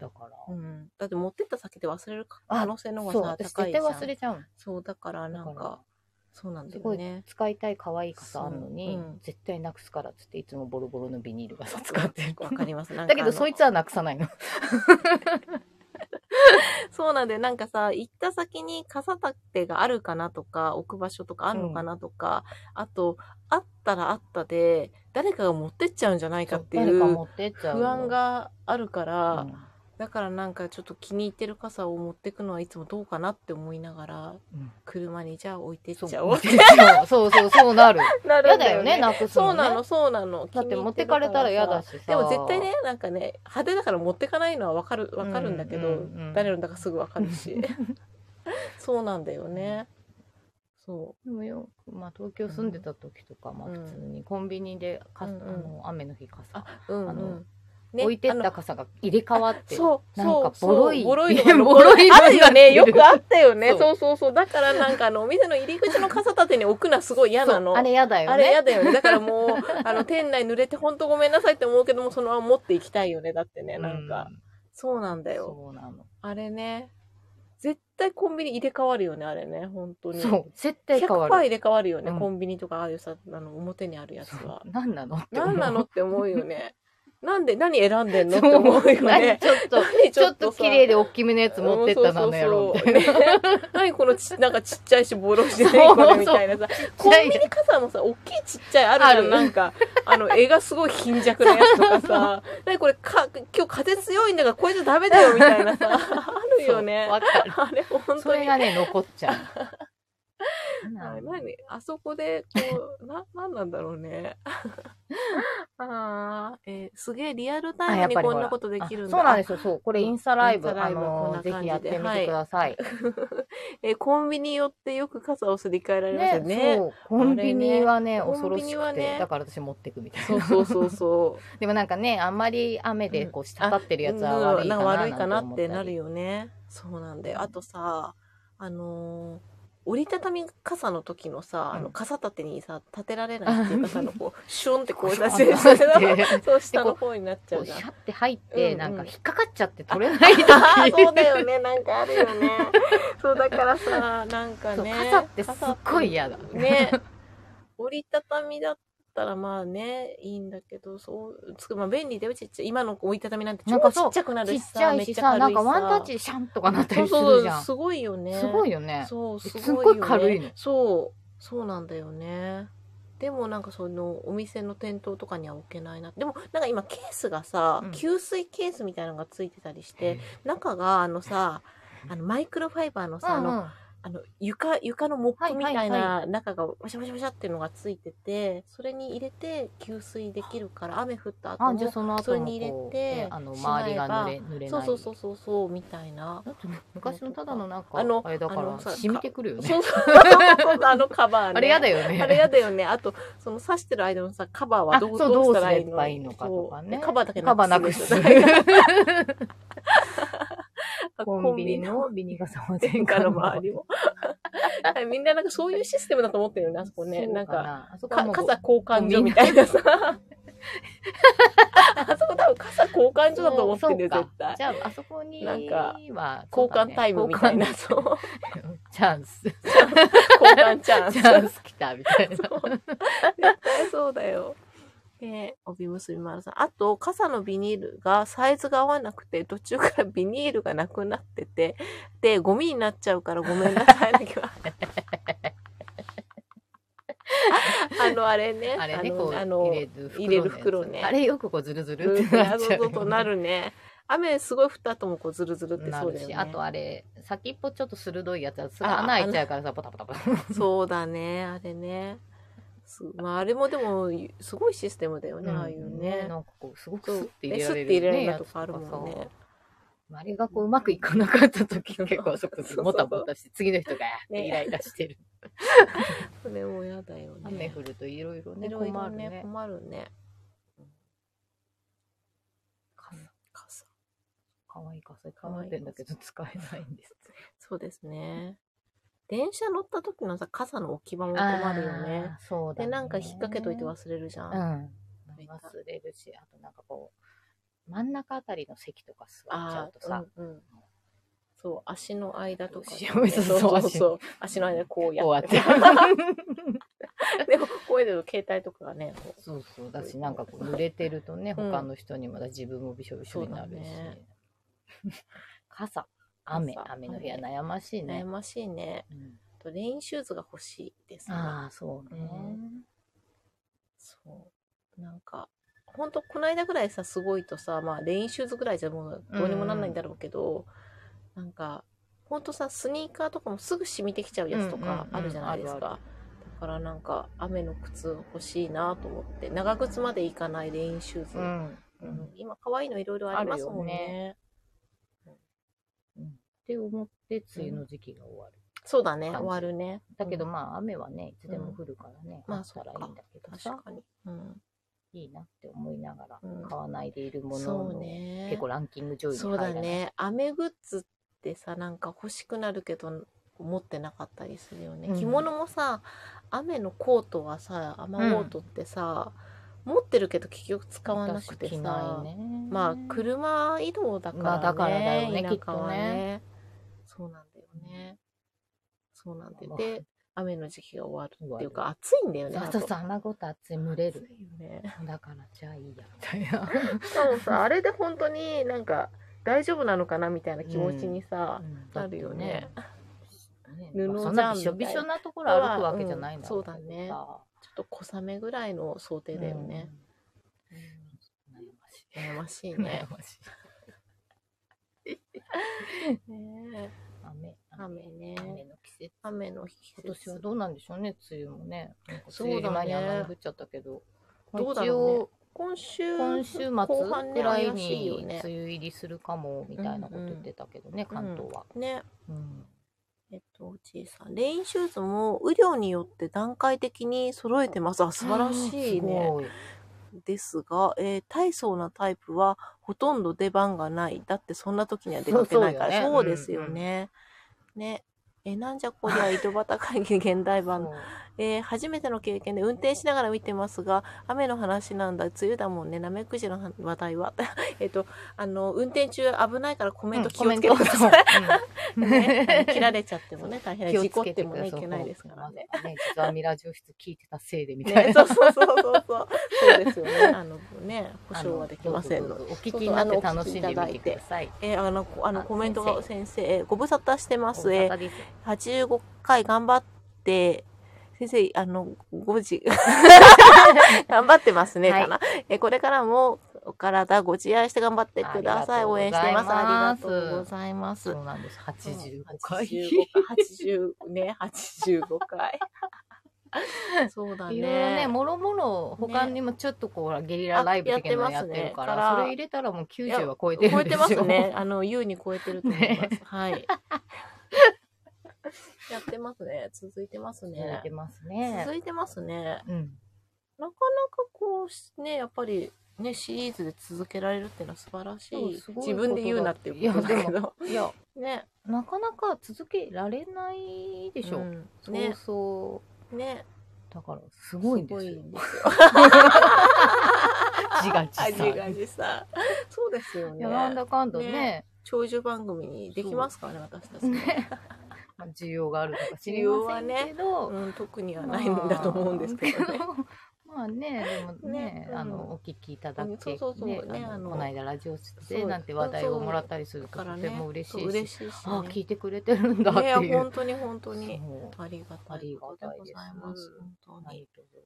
S3: だから、
S2: うんだって持ってった先で忘れる
S3: あ
S2: 可能性の方
S3: そう
S2: がさ
S3: 私
S2: 高
S3: 絶
S2: いじ
S3: 対
S2: ゃん
S3: 忘れちゃうの
S2: そうだからな
S3: だ
S2: ん
S3: から
S2: かそうなんだ
S3: すご
S2: よ
S3: い
S2: ね
S3: 使いたい可愛い傘あるのに、
S2: そううん
S3: 絶対なくすからっつっていつもボロボロのビニール傘使ってる
S2: わかります。だ
S3: だけどそいつはなくさないの
S2: そうなんで、なんかさ、行った先に傘立てがあるかなとか、置く場所とかあるのかなとか、あと、あったらあったで、誰かが持ってっちゃうんじゃないかってい
S3: 誰か持
S2: う
S3: ってっちゃうの
S2: 不安、があるから、
S3: うん
S2: だからなんかちょっと気に入ってる傘を持ってくのはいつもどうかなって思いながら、
S3: うん
S2: 車にじゃあ置いて っ
S3: そう
S2: ちゃおうっ
S3: そうそうそうなる
S2: てな
S3: 嫌
S2: るん
S3: だ
S2: だ
S3: よ
S2: よ
S3: ね
S2: ね。
S3: なくすの、ね、
S2: そうなの、そうなの。
S3: だって持ってかれたら嫌だ
S2: し。
S3: しさ
S2: でも絶対ね、なんかね、派手だから持ってかないのはわかる、わかるんだけど、
S3: うんうんうん
S2: 誰のだかすぐわか るし。そうなんだよね。そ
S3: でもよ、まあ、東京住んでた時とか、まあ
S2: うん
S3: 普通にコンビニでか、
S2: うんうん
S3: あの雨の日傘
S2: あう。うん、
S3: あの
S2: うん。
S3: 置いてっ
S2: あ
S3: た
S2: の
S3: 傘が入れ替わって
S2: そう、
S3: なん
S2: そう
S3: か、ボロい
S2: そうボロいのが残る
S3: ボロいの
S2: あ
S3: が
S2: るよね。
S3: 残
S2: よ
S3: ってる
S2: くあったよね。
S3: そう
S2: そうそうそう。だからなんか、あの、お店の入り口の傘立てに置くのはすごい嫌
S3: そう
S2: なの。
S3: あれ嫌だよね
S2: あれ嫌だよね。だからもう、あの、店内濡れてほんとごめんなさいって思うけども、そのまま持っていきたいよね。だってね、なんか。そうなんだ
S3: うん
S2: よ。
S3: そうなの
S2: あれね。絶対コンビニ入れ替わるよね、あれね、本当に。
S3: そう絶対変
S2: 100%
S3: わる
S2: 入れ替わるよね、
S3: うん
S2: コンビニとか、ああいうさ、あの、表にあるやつは。
S3: 何なのって思う
S2: 何なのって思うよね。なんで、何選んでんのって
S3: そう
S2: 思うよ
S3: 何
S2: ね。
S3: ちょっと
S2: 何
S3: ちょっと
S2: さ
S3: 綺麗で大きめのやつ持ってったなあのやろ
S2: うん
S3: み
S2: そ
S3: た
S2: う
S3: いな
S2: そうそう ね何このち、なんかちっちゃいし、ボロして
S3: そう
S2: ね、これみたいなさ。コンビニ傘もさ、大きいちっちゃいあるじゃ
S3: ある
S2: ん。なんか、あの、絵がすごい貧弱なやつと かさ、何これか、今日風強いんだから、これじゃダメだよ、みた いなさ、あるよね
S3: そう。わかる
S2: あれ、本
S3: そ
S2: 当
S3: れ
S2: に。
S3: がね残っちゃうな
S2: あ
S3: んだろう
S2: 何あそこでこ うな何なんだろうね ああえーすげえリアルタ
S3: あ
S2: イ
S3: やっ
S2: ムに
S3: ぱり
S2: こ
S3: ほ
S2: ん
S3: ら
S2: なことでき
S3: あ
S2: るんだ
S3: そうなんですすよ。そう。これインスタライブ、
S2: インスタラ
S3: あ
S2: イブはこん
S3: の
S2: な、
S3: ぜ
S2: 感じ
S3: ひ
S2: で
S3: やってみてください。
S2: えーコンビニ寄ってよく傘をすり替えられますよね
S3: ね、そう。コンビニはね、
S2: あれね
S3: 恐ろし
S2: コンビニ
S3: く
S2: は
S3: て、
S2: ね
S3: だから私持ってくみたい
S2: そう
S3: な。
S2: そうそうそ う
S3: でもなんかね、あんまり雨でこう、滴って るやつは悪いかな。
S2: うんんか悪いかなってなる
S3: よ。
S2: よねそうなんだよあとさあのー折りたたみ傘の時のさ、あ
S3: う
S2: の
S3: ん
S2: 傘立てにさ立てられないっていうかさあのこうシュンってこう出
S3: シ
S2: し
S3: ュ
S2: て
S3: ンって
S2: そう下の方になっちゃ
S3: こ
S2: う
S3: う、
S2: じ
S3: シ
S2: ゃん
S3: ャッて入って、
S2: うん
S3: なんか
S2: うん
S3: 引っかかっちゃって取れない時。
S2: あーそうだよねなんかあ るよねそうだからさなんか
S3: そう
S2: ね
S3: 傘ってすっごい嫌だ。
S2: ね折りたたみだったらまあねいいんだけどそうつくまあ便利だよちっちゃい今の折りたたみなんて
S3: な
S2: 超
S3: んか
S2: ち
S3: そう
S2: っちゃくなる
S3: ち
S2: し
S3: っ
S2: さ
S3: ちゃ
S2: め
S3: い
S2: っ
S3: し
S2: ちゃ軽
S3: さ、
S2: い
S3: なんかワンタッチシャンとかなった
S2: そう
S3: りす
S2: そ
S3: る
S2: う
S3: じゃん。
S2: すごいよね
S3: すごい
S2: よ
S3: よね。
S2: そうすごい
S3: すっごい
S2: よね
S3: 軽いの
S2: そうそうなんだよねでもなんかそのお店の店頭とかには置けないなでもなんか今ケースがさ、
S3: うん
S2: 吸水ケースみたいなのがついてたりして中があのさあのマイクロファイバーのさ、あの
S3: うん
S2: あの床床のモップみた
S3: はい
S2: い
S3: はい
S2: な中がワシャワシャワシャっていうのがついててそれに入れて吸水できるから雨降った後
S3: あ、
S2: も
S3: じゃあ
S2: そ
S3: その後
S2: それ
S3: も
S2: に入れ
S3: こう、
S2: て
S3: ねあの、
S2: しまえば
S3: 周りが濡れ、濡れない。
S2: うそうそうそうそうみたい な。
S3: だって昔のただのなんか、
S2: あ
S3: あ
S2: の
S3: れだか
S2: あ
S3: ら
S2: のさ
S3: 染みてくるよね。
S2: そう そうあのカバーね。
S3: あれやだよね。
S2: あれやだよね。あと、その刺してる間のさ、カバーはど
S3: あ
S2: う
S3: そう
S2: どうしたらいい
S3: どうすれ
S2: の
S3: ばいいのかとかね
S2: そうカバーだけ
S3: カバーなくす。 コンビニのビニ傘保全
S2: 玄
S3: 家
S2: 関の
S3: の
S2: 周
S3: 周
S2: り
S3: り
S2: も。みんななんかそういうシステムだと思ってるよね、あそこね。なんか、
S3: あそこは
S2: か
S3: もう
S2: 傘交換所みたいなさ。あそこ多分傘交換所だと思ってるよ、
S3: そう
S2: 絶
S3: か
S2: 対
S3: じ。ゃあ、あそこには、
S2: なんか
S3: そ
S2: 交
S3: うだね
S2: 換タイムみたいな、そう。
S3: 交換チャンス。チ
S2: 交換チャンス。
S3: ャンス来たみたいな。
S2: そう絶対そうだよ。で、帯結び丸さん。あと、傘のビニールがサイズが合わなくて、途中からビニールがなくなってて、で、ゴミになっちゃうからごめんなさいだけ は。あの、あれね。
S3: あれね、
S2: の
S3: こう、
S2: あの、
S3: 入
S2: 入れる袋ね
S3: あれよくこう、ずるず
S2: ル
S3: る
S2: ー
S3: っ
S2: プ
S3: て
S2: や
S3: なっ
S2: ぞ
S3: ちゃうよね。
S2: となるね。雨すごい降った後もこう、ずるずるって
S3: な
S2: そう
S3: る
S2: だよ
S3: し、
S2: ね。
S3: あとあれ、先っぽちょっと鋭いやつは、すぐ穴開いちゃうからさ、ポタポタポタ。
S2: そうだね、あれね。すまあ、あれもでも、すごいシステムだよね、ああいうね。
S3: なんかこう、すごく
S2: そ
S3: スッ
S2: う
S3: て
S2: え
S3: 入れ
S2: ス
S3: ら
S2: ッ
S3: れ
S2: て入
S3: る
S2: れら
S3: ね
S2: れる
S3: や
S2: と
S3: つと
S2: かあ
S3: か
S2: る
S3: さ
S2: もんね。
S3: あれがこう、うまくいかなかった時、結構そこでもたもたして、次の人が、
S2: ね
S3: イライラしてる。
S2: それも嫌だよね。
S3: 雨降るといろいろね、
S2: いろいろ
S3: 困る
S2: ね
S3: ね。
S2: 困るね。
S3: 傘
S2: 傘
S3: かわいい傘、かわいいんだけど、使えないん です。
S2: そうですね。電車乗った時のさ、傘の置き場も困るよね。
S3: あー。そうだ
S2: で、
S3: ね。
S2: なんか引っ掛けといて忘れるじゃ。
S3: うんん。忘れるし、あとなんかこう、真ん中あたりの席とか座っちゃ
S2: あ
S3: うと
S2: あ、
S3: さ、
S2: うんうん。そう、足の間とかね、
S3: どうしよう
S2: そ う
S3: そう
S2: そうそう。足の間こうや
S3: こうや
S2: っ。
S3: ってて。
S2: でも、こうやると携帯とかがね、こう
S3: そうそうだしなんかこう濡れてるとね
S2: うん
S3: 他の人にもだ自分もびしょびしょになるし、
S2: そうだね
S3: 傘雨
S2: 傘
S3: 雨の部屋悩ましいね
S2: 悩、ましいね。
S3: うん
S2: あとレインシューズが欲しいですね。
S3: ああそうね、
S2: そう。なんか、ほんと、この間ぐらいさ、すごいとさ、まあ、レインシューズぐらいじゃもうどうにもなんないんだろうけど、なんか、ほんとさ、スニーカーとかもすぐ染みてきちゃうやつとか
S3: うんうんうん
S2: あるじゃないです
S3: あるあ
S2: か。だからなんか、雨の靴欲しいなと思って、長靴までいかないレインシューズ。
S3: うん
S2: う
S3: うんん
S2: 今、可愛いのいろいろありますもんね。
S3: あるようん、って思って梅雨の時期が終わる、
S2: そうだね、
S3: 感
S2: 終
S3: じ
S2: わるね。
S3: だけど
S2: うん
S3: まあ雨はねいつでも降るからね、
S2: うん
S3: あったらいいんだけどさ、
S2: 確かに。うん。
S3: いいなって思いながら
S2: うん
S3: 買わないでいるもの
S2: そ
S3: を、
S2: うね。
S3: 結構ランキング上位に
S2: そう
S3: 入らな
S2: だ
S3: い
S2: ね雨グッズってさなんか欲しくなるけど持ってなかったりするよね、
S3: うん
S2: 着物もさ雨のコートはさ雨コートってさ、持ってるけど結局使わなくて
S3: 私着
S2: さ
S3: ないね
S2: まあ車移動だからね,、
S3: まあだからだよね
S2: 田舎は
S3: きっと
S2: そうなんだよねそうなんだよ
S3: まあ
S2: で雨の時期が終わるっていう
S3: 終
S2: か暑いんだよね
S3: そうそうそう
S2: あ
S3: 雨ごと暑い蒸れ
S2: と
S3: る
S2: 暑いよね
S3: だからじゃあいいやみたいな
S2: しかもさあれで本当になんか大丈夫なのかなみたいな気持ちにさ、なるよね。
S3: ね
S2: 布
S3: そん
S2: じゃ
S3: なんびしょびしょなところ歩くわけじゃないんだろ
S2: うんそうだねちょっと小雨ぐらいの想定だよね、。
S3: うん悩ましい。
S2: 悩ましいね
S3: 悩ましい。
S2: ねえ
S3: 雨、
S2: 雨ね
S3: 雨の季して
S2: 雨の日
S3: 今年はどうなんでしょうね梅雨もねなんか
S2: そうだね
S3: 梅雨前にあんなに降っちゃったけど
S2: どう
S3: ま
S2: だ
S3: あ一応
S2: ろう、ね、今週
S3: 今週
S2: 後
S3: 末
S2: 半
S3: く
S2: ね
S3: らい
S2: 怪しいよ
S3: に梅
S2: ね
S3: 雨入りするかもみたいなこと言ってたけどね、関東は、
S2: ね
S3: うん
S2: えっとおじいさんレインシューズも雨量によって段階的に揃えてますあ素晴らしい
S3: す
S2: ね
S3: ごい
S2: ですが、えー大層なタイプはほとんど出番がないだってそんな時には出かけないから
S3: そう
S2: そう
S3: そうよね
S2: ですよね、ねえなんじゃこりゃ井戸端会議現代版
S3: そう
S2: えー初めての経験で運転しながら見てますが雨の話なんだ梅雨だもんねなめくじの話題は えっとあの運転中危ないからコメント気をつけてください、
S3: い
S2: ね、切られちゃってもね大変
S3: 気を
S2: 事故
S3: つ
S2: っ
S3: け
S2: て
S3: て
S2: も
S3: く
S2: ね
S3: だ
S2: い
S3: さい。
S2: けないですからね。
S3: ね、実はミラージオ室聞いてたせいでみたい
S2: ね
S3: な。
S2: そうそうそうそうそうそうですよねあのね保証はできません
S3: あ
S2: の
S3: ど
S2: で
S3: うぞどうぞお聞きになって楽しんでみてください。
S2: えーあのこあの
S3: あ
S2: コメントが
S3: 先
S2: 先生えーご無沙汰してますえ
S3: 大
S2: ー
S3: 阪です
S2: 85回頑張って、先生、あの、5時、頑張ってますね、
S3: はい
S2: かな。え、これからも、お体ご自愛して頑張ってくださ
S3: あり
S2: い。
S3: がとう
S2: 応
S3: ござい
S2: 援
S3: ます
S2: してます。ありがとうございます。
S3: そうなんです。八十五回。
S2: 85回。80、ね、85回。そうだね。
S3: いろいろね、もろもろ、他にもちょっとこう、ゲリラライブ的なのやってるか
S2: あやってますねから
S3: ら、それ入れたらもう90は超えてる
S2: 超
S3: ん
S2: え
S3: です
S2: て
S3: よ。
S2: ますね。。あの、優に超えてると思います。はい。 やってますね。続いてます
S3: 続い
S2: ね
S3: て。ますね。
S2: 続いてますね。
S3: うん。
S2: なかなかこうしねやっぱりねシリーズで続けられるっていうのは素晴らし
S3: そう
S2: い
S3: すごい
S2: 自分で言うなっていうことだけ
S3: いやで
S2: ど
S3: いや、
S2: ね
S3: なかなか続けられないで
S2: で
S3: しょ。そう
S2: ね
S3: そう。
S2: ね
S3: だから、すごいんです
S2: す
S3: よ
S2: ご。いんですよ
S3: 自画自賛。
S2: 味が自さそうですよ
S3: い
S2: ね
S3: や、なんだかんだね
S2: ね、長寿番組にできますからね私たち ね
S3: ねまあ需要があるのか知りませんけど、
S2: うん特にはないんだと思うんですけどね
S3: まあ。まあね、でもね、
S2: ねうん
S3: あの、お聞きいただ
S2: う
S3: け
S2: んそうそうそう
S3: ね
S2: ね
S3: あ
S2: あ
S3: の
S2: の
S3: この間ラジオ室
S2: そ
S3: で
S2: う
S3: なんて話題をもらったりする
S2: だ
S3: と、
S2: から
S3: と
S2: ね
S3: ても嬉し
S2: そう
S3: いし、
S2: 嬉しいし
S3: あ、聞
S2: ね
S3: いてくれてるんだって
S2: ねいや
S3: いう。
S2: 本当に本当に
S3: そう
S2: ありがたいことでございます
S3: あ
S2: 本当
S3: は
S2: に
S3: いどうぞ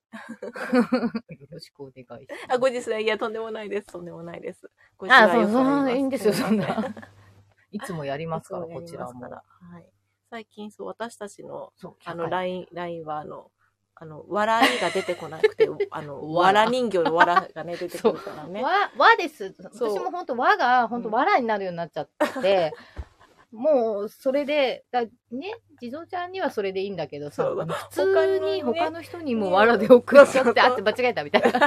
S3: よろしくお願いします。
S2: あ、ご自身、いや、とんでもないです。とんでもないです。ご
S3: あ、そ
S2: 自愛
S3: う
S2: をされま
S3: そう、いいんですよ、
S2: す
S3: そ
S2: ま
S3: ん
S2: せ
S3: な。いつもやりますから、
S2: いつも
S3: こ
S2: やり
S3: ちら
S2: ますか
S3: も
S2: ら。はい。最近、そう、私たちの、
S3: そう、
S2: あの、
S3: ライ
S2: LINE、LINE は、あの、あの、笑いが出てこな くて、あの、
S3: わ
S2: わ
S3: ら
S2: ら人形のわらがね、出てくるからね。
S3: わ、わです。
S2: そう
S3: 私も本当わが、本当わらになるようになっちゃって、 もう、それで、だね、地蔵ちゃんにはそれでいいんだけどさ、
S2: そう
S3: 普通に
S2: 他
S3: 他
S2: の
S3: の人にも
S2: ね
S3: わらで送っちゃっ
S2: そう
S3: て、
S2: そう
S3: あって間違えたみたいな。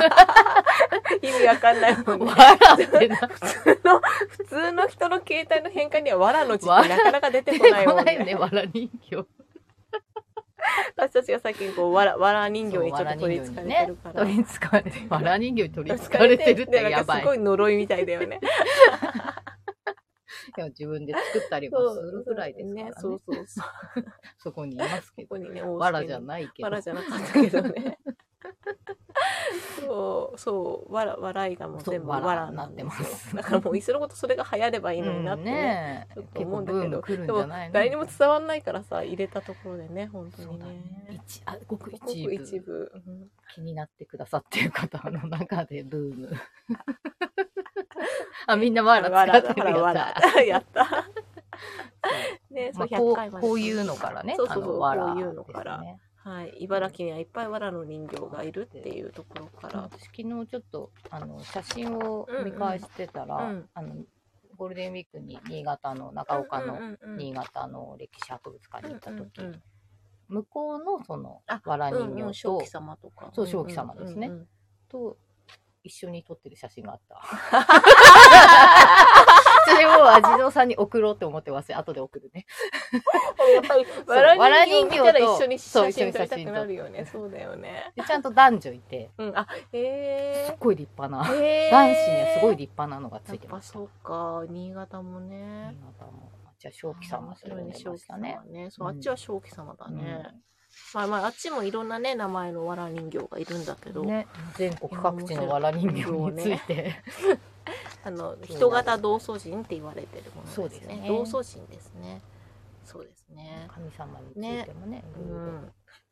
S2: 意味わかんないもんね
S3: わらってなって
S2: 普通の、普通の人の携帯の変換には、わらの字ってなかなか出てこない
S3: こ
S2: もん
S3: ないよね、
S2: ね。
S3: わら人形。
S2: 私たちが最近、こう、わら、わら人形にちょっと取り
S3: そうわ
S2: 憑か
S3: 人
S2: ら
S3: 形にね
S2: れてるから。
S3: 取りつかれて、わら人形に取りつかれてるって
S2: なんか
S3: やばい。
S2: すごい呪いみたいだよね。
S3: でも自分で作ったりもするぐらいですからね。
S2: そうそうそう。
S3: そこにいますけ
S2: こ
S3: ど
S2: こ。にね、
S3: わらじゃ
S2: い。
S3: ないけど
S2: わ。らじゃなかったけどね。そう、そう、わら、笑いがもう全部
S3: そう
S2: わら
S3: 藁になってます
S2: だからもういっそのことそれが流行ればいいのになって、
S3: うん
S2: ね
S3: ね
S2: ちょっと
S3: 結
S2: 思
S3: 構
S2: うんだ
S3: ブ
S2: け
S3: ーム来る
S2: ど
S3: んじ
S2: で
S3: ゃ
S2: も
S3: ないの
S2: 誰にも伝わんないからさ、入れたところでね、本当
S3: そう
S2: に
S3: だ
S2: ね。
S3: 一あごく
S2: ご
S3: 一
S2: く
S3: 部
S2: 一部。うん
S3: 気になってくださってる方の中でブー ムあみんなわら
S2: わ
S3: 使
S2: ら
S3: ってる
S2: わ
S3: や
S2: ら
S3: つ
S2: わら やった。ね、
S3: まあ、
S2: そう
S3: こ
S2: 100回ま
S3: う
S2: で
S3: こういうのからね
S2: そうそ
S3: あ
S2: うそう
S3: のわら
S2: こういうのから
S3: ですね
S2: はい、茨城にはいっぱいわらの人形がいるっていうところから。
S3: 私昨日ちょっとあの写真を見返してたら、
S2: うんうん
S3: あのゴールデンウィークに新潟の長岡の
S2: うんうんうん
S3: 新潟の歴史博物館に行った時、
S2: うんうんうん
S3: 向こうのその
S2: あ
S3: わら人
S2: うんうん
S3: 形と、
S2: 正気様とか。
S3: そう正気様ですね
S2: うんうんうん
S3: と一緒に撮ってる写真があった。 それを地蔵さんに送ろうって思ってます。後で送るね。
S2: やっぱり、わら人形見たら一緒に
S3: そう
S2: 写真撮りたくなるよね。そうだよね。
S3: でちゃんと男女いて、
S2: うん、あ、
S3: す
S2: へ
S3: っごい立派な、
S2: え。
S3: 男子にはすごい
S2: 理
S3: 立派なのがつ
S2: やっ
S3: いて
S2: ぱ
S3: ました。
S2: そうか、新潟もね。
S3: 新潟もじゃあ、正気さんもそれを見ましたね
S2: あ。。そう、あっちは正気様だね
S3: う。
S2: まあまあ、あっちもいろんなね、名前のわら人形がいるんだけど、
S3: ね、全国各地のわら人形について、
S2: あの、人型同祖人って言われてるも
S3: そ
S2: の
S3: う
S2: で
S3: ですす
S2: ね
S3: ね。
S2: 同祖人ですね。そうですね。
S3: 神様についてもね、いろいろ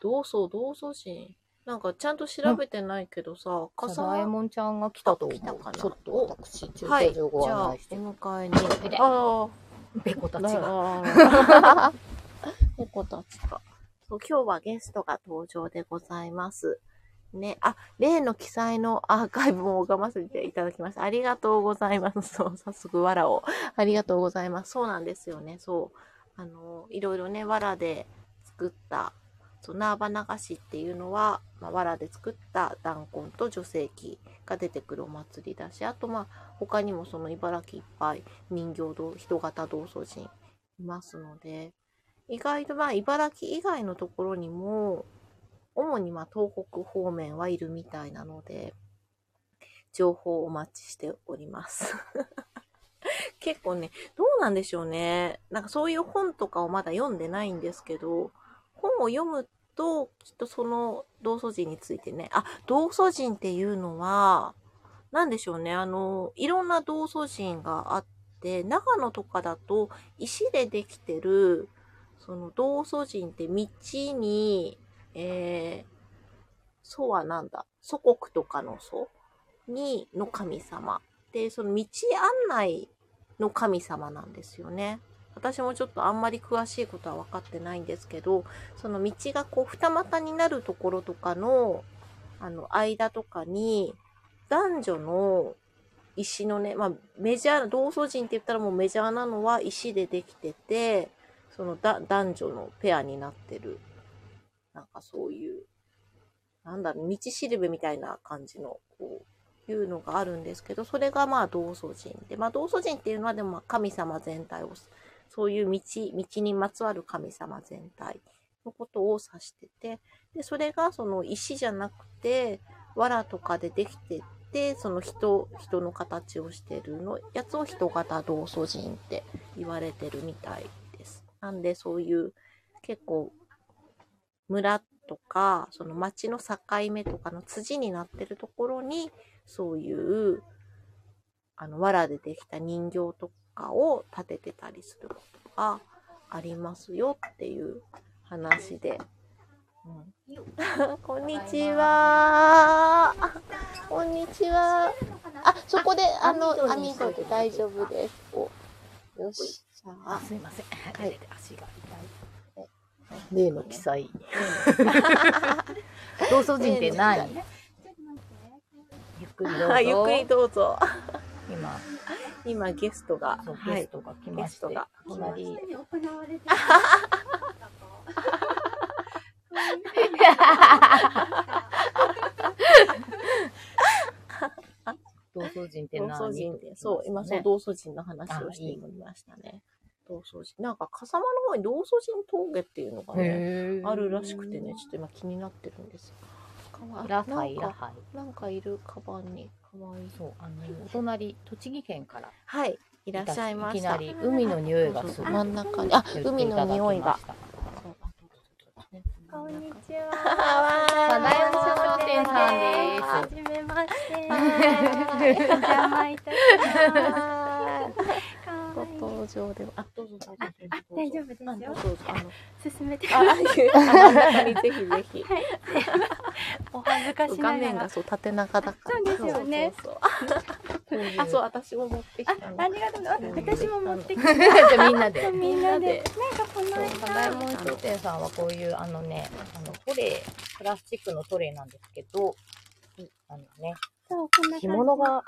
S2: 同窓同窓心なんかちゃんと調べてないけどさ、
S3: と。
S2: 笠
S3: サラえもんちゃんが来たと思
S2: 来た
S3: う
S2: か。な
S3: ちょっと私、駐
S2: は
S3: 車
S2: い、じ
S3: 場
S2: ゃあ
S3: ご案
S2: お
S3: 内して、
S2: 迎えに。
S3: で
S2: あ
S3: べこた
S2: あ、
S3: ちが。
S2: ああ猫たちか。そう、今日はゲストが登場でございます。ね、あ、例の記載のアーカイブも拝ませていただきました。ありがとうございます。そう、早速、わらを。ありがとうございます。そうなんですよね。そう。あの、いろいろね、わらで作った、そう、縄ば流しっていうのは、まあ、わらで作った弾痕と女性器が出てくるお祭りだし、あと、まあ、他にもその茨城いっぱい人形堂、人型道祖人いますので、意外とまあ茨城以外のところにも主にまあ東北方面はいるみたいなので情報をお待ちしております 結構ねどうなんでしょうねなんかそういう本とかをまだ読んでないんですけど本を読むときっとその同祖人についてねあ同祖人っていうのはなんでしょうねあのいろんな同祖人があって長野とかだと石でできてるその道祖人って道に、えー、祖はなんだ祖国とかの祖に、の神様。で、その道案内の神様なんですよね。私もちょっとあんまり詳しいことは分かってないんですけど、その道がこう二股になるところとかの、あの、間とかに、男女の石のね、まあメジャー、同祖人って言ったらもうメジャーなのは石でできてて、そのだ男女のペアになってる、なんかそういう、なんだろう、道しるべみたいな感じの、こう、いうのがあるんですけど、それがまあ同祖人で、まあ同祖人っていうのはでもまあ神様全体を、そういう道、道にまつわる神様全体のことを指してて、で、それがその石じゃなくて、藁とかでできてて、その人、人の形をしてるの、やつを人型同祖人って言われてるみたいです。なんでそういう結構村とかその町の境目とかの辻になってるところにそういうあの藁でできた人形とかを立ててたりすることがありますよっていう話で。うん、こんにちは。あこんにちは。あ、そこで、あの、網戸で大丈夫です。およし。じゃあ
S3: あ、すいません。
S2: い
S3: 出て 足が
S2: 例の記 載。
S3: 痛い。同窓人ってない
S2: ね。
S3: ゆっくりどうぞ。
S2: はい、ゆっくりどうぞ。
S3: 今、
S2: 今ゲストが、
S3: そう
S2: は
S3: ゲス
S2: い、
S3: トが来
S2: ゲ
S3: ま
S2: ス
S3: し
S2: ト
S3: て、
S2: が
S3: いき なり。同窓人って
S2: 同
S3: 何
S2: 窓人で、そう、今そう同窓人の話をしておりましたね。同窓人、なんか笠間の方に同窓人峠っていうのがね、
S3: へー
S2: あるらしくてね、ちょっと今気になってるんですよ。かわ
S3: ラハ
S2: な
S3: イ
S2: ん
S3: ラ
S2: か
S3: ハイ。
S2: なんかいるカバンに可愛い。
S3: そう、あの、お隣、栃木県から
S2: はい、いらっしゃいました。
S3: いきなり海の匂いがする。
S2: 真ん中に、あ、海の匂いが。。
S4: こんにち
S2: あ
S4: は。
S2: わー
S3: 花屋の商店さん
S4: はじめまして。
S2: はい
S4: お邪魔いたし
S2: はーい
S4: ます。
S2: ご登場で、あ、どうぞ、どうぞ
S4: ああ大丈夫ですよ
S2: あどうぞどうぞ、あの、
S4: 進めて。
S2: あ、真ん中にぜひぜひ。
S4: お恥ずかし
S2: 画
S4: なが
S2: 面
S4: ら
S2: が。そう縦長だから。
S4: そうですよね
S2: そうそうそう。あ、そう私も持ってき
S4: あ
S2: た、の。
S4: ありがとうございます。私も持って き
S3: じゃあみんなで
S4: た。。みんなで。なんかこの
S3: サダイ
S4: 間。
S3: モン商店さんはこういう、あのね、あの、トレー、プラスチックのトレーなんですけど、あのね、
S4: そう、こんな感じ。
S3: 干物が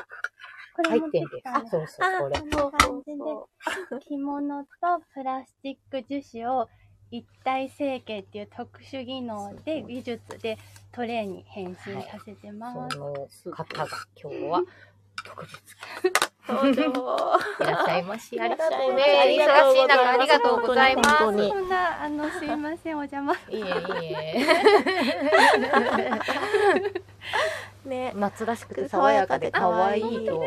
S4: これ
S3: 入
S4: 持
S3: っ
S4: って
S3: て
S4: き
S3: んです
S4: た。の。
S3: そうそう、これ。
S4: こんな感じで、着物とプラスチック樹脂を一体成形っていう特殊技能で技術でトレーに変身させてま
S3: そ
S4: す。
S3: の方が今日は特別
S2: 登場。
S3: いらっしゃいまし。ありがとうね。
S2: ありがとう
S3: 忙し
S2: ご
S3: い
S2: ざいます
S3: 中ありがとうございます。
S2: 本当に
S4: そんな、あの、すいません、お邪魔。
S3: いいえいい
S2: ね
S3: え。。夏らしくて爽やかで可愛いと。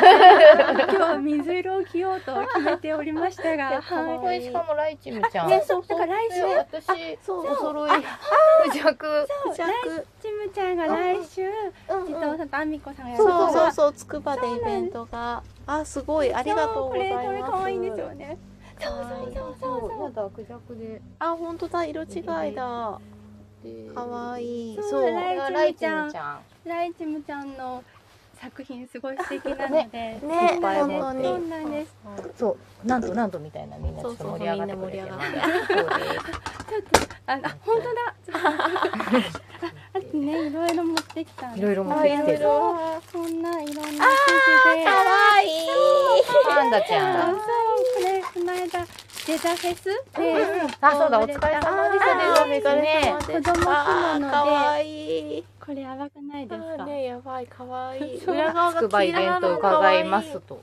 S4: 今日は水色を着ようと決めておりまし たが、はい。
S3: これしかもライチミちゃん。
S4: ね、そう、だから来週、
S3: 私、
S2: そう
S3: お揃い、不弱。
S2: じゃあ
S4: ちむちゃんが来
S2: う
S4: 週、
S2: ん
S4: 伊
S2: うん
S4: 藤さんとあみこさんがやる
S2: そうそうそう
S4: か
S2: そうつくばでイベントが。あ、すごいあ
S4: ら
S2: りがとうございます。
S4: そうこれ、これ可愛いんですよ。ね。そうそうそうそうそう。
S3: まだクジャクで。
S2: あ、本当だ色違いだ。可愛い。
S4: そう
S2: そう。
S4: ライ
S3: ライチミち
S4: ち
S3: ゃん。
S4: ライチムちゃんの作品すごい素敵なので、ね
S2: ね
S3: いっぱい
S2: 本当に
S4: そうなんです。
S3: そう、なんとなんとみたいなみんなちょっと盛り上がってくれて
S2: そうそう
S3: ます。
S4: ちょっとああ本当だ。あとねいろいろ持ってきたんです。
S3: いろいろ持
S2: あ
S3: って
S2: い
S3: き
S2: ろ
S3: て
S2: い
S3: る
S2: ろ
S4: こんないろんな生地で。
S2: かわいい
S3: パンダちゃ
S4: あ
S3: ん。
S4: そうこれこの間デザフェスで
S3: あ、そうだ、お疲れ様でしたね。そうですね。
S4: 子供着
S2: あ
S4: 物で
S2: ーかわいい
S4: これやばくない
S2: あ
S4: です
S2: ー
S4: か。
S2: ねやばいかわいい
S4: そう
S2: 裏側
S3: つくば
S2: が
S3: イ
S2: 黄
S3: ベ
S2: 色
S3: ント
S2: なのかわ
S3: 伺
S2: い
S3: いますと。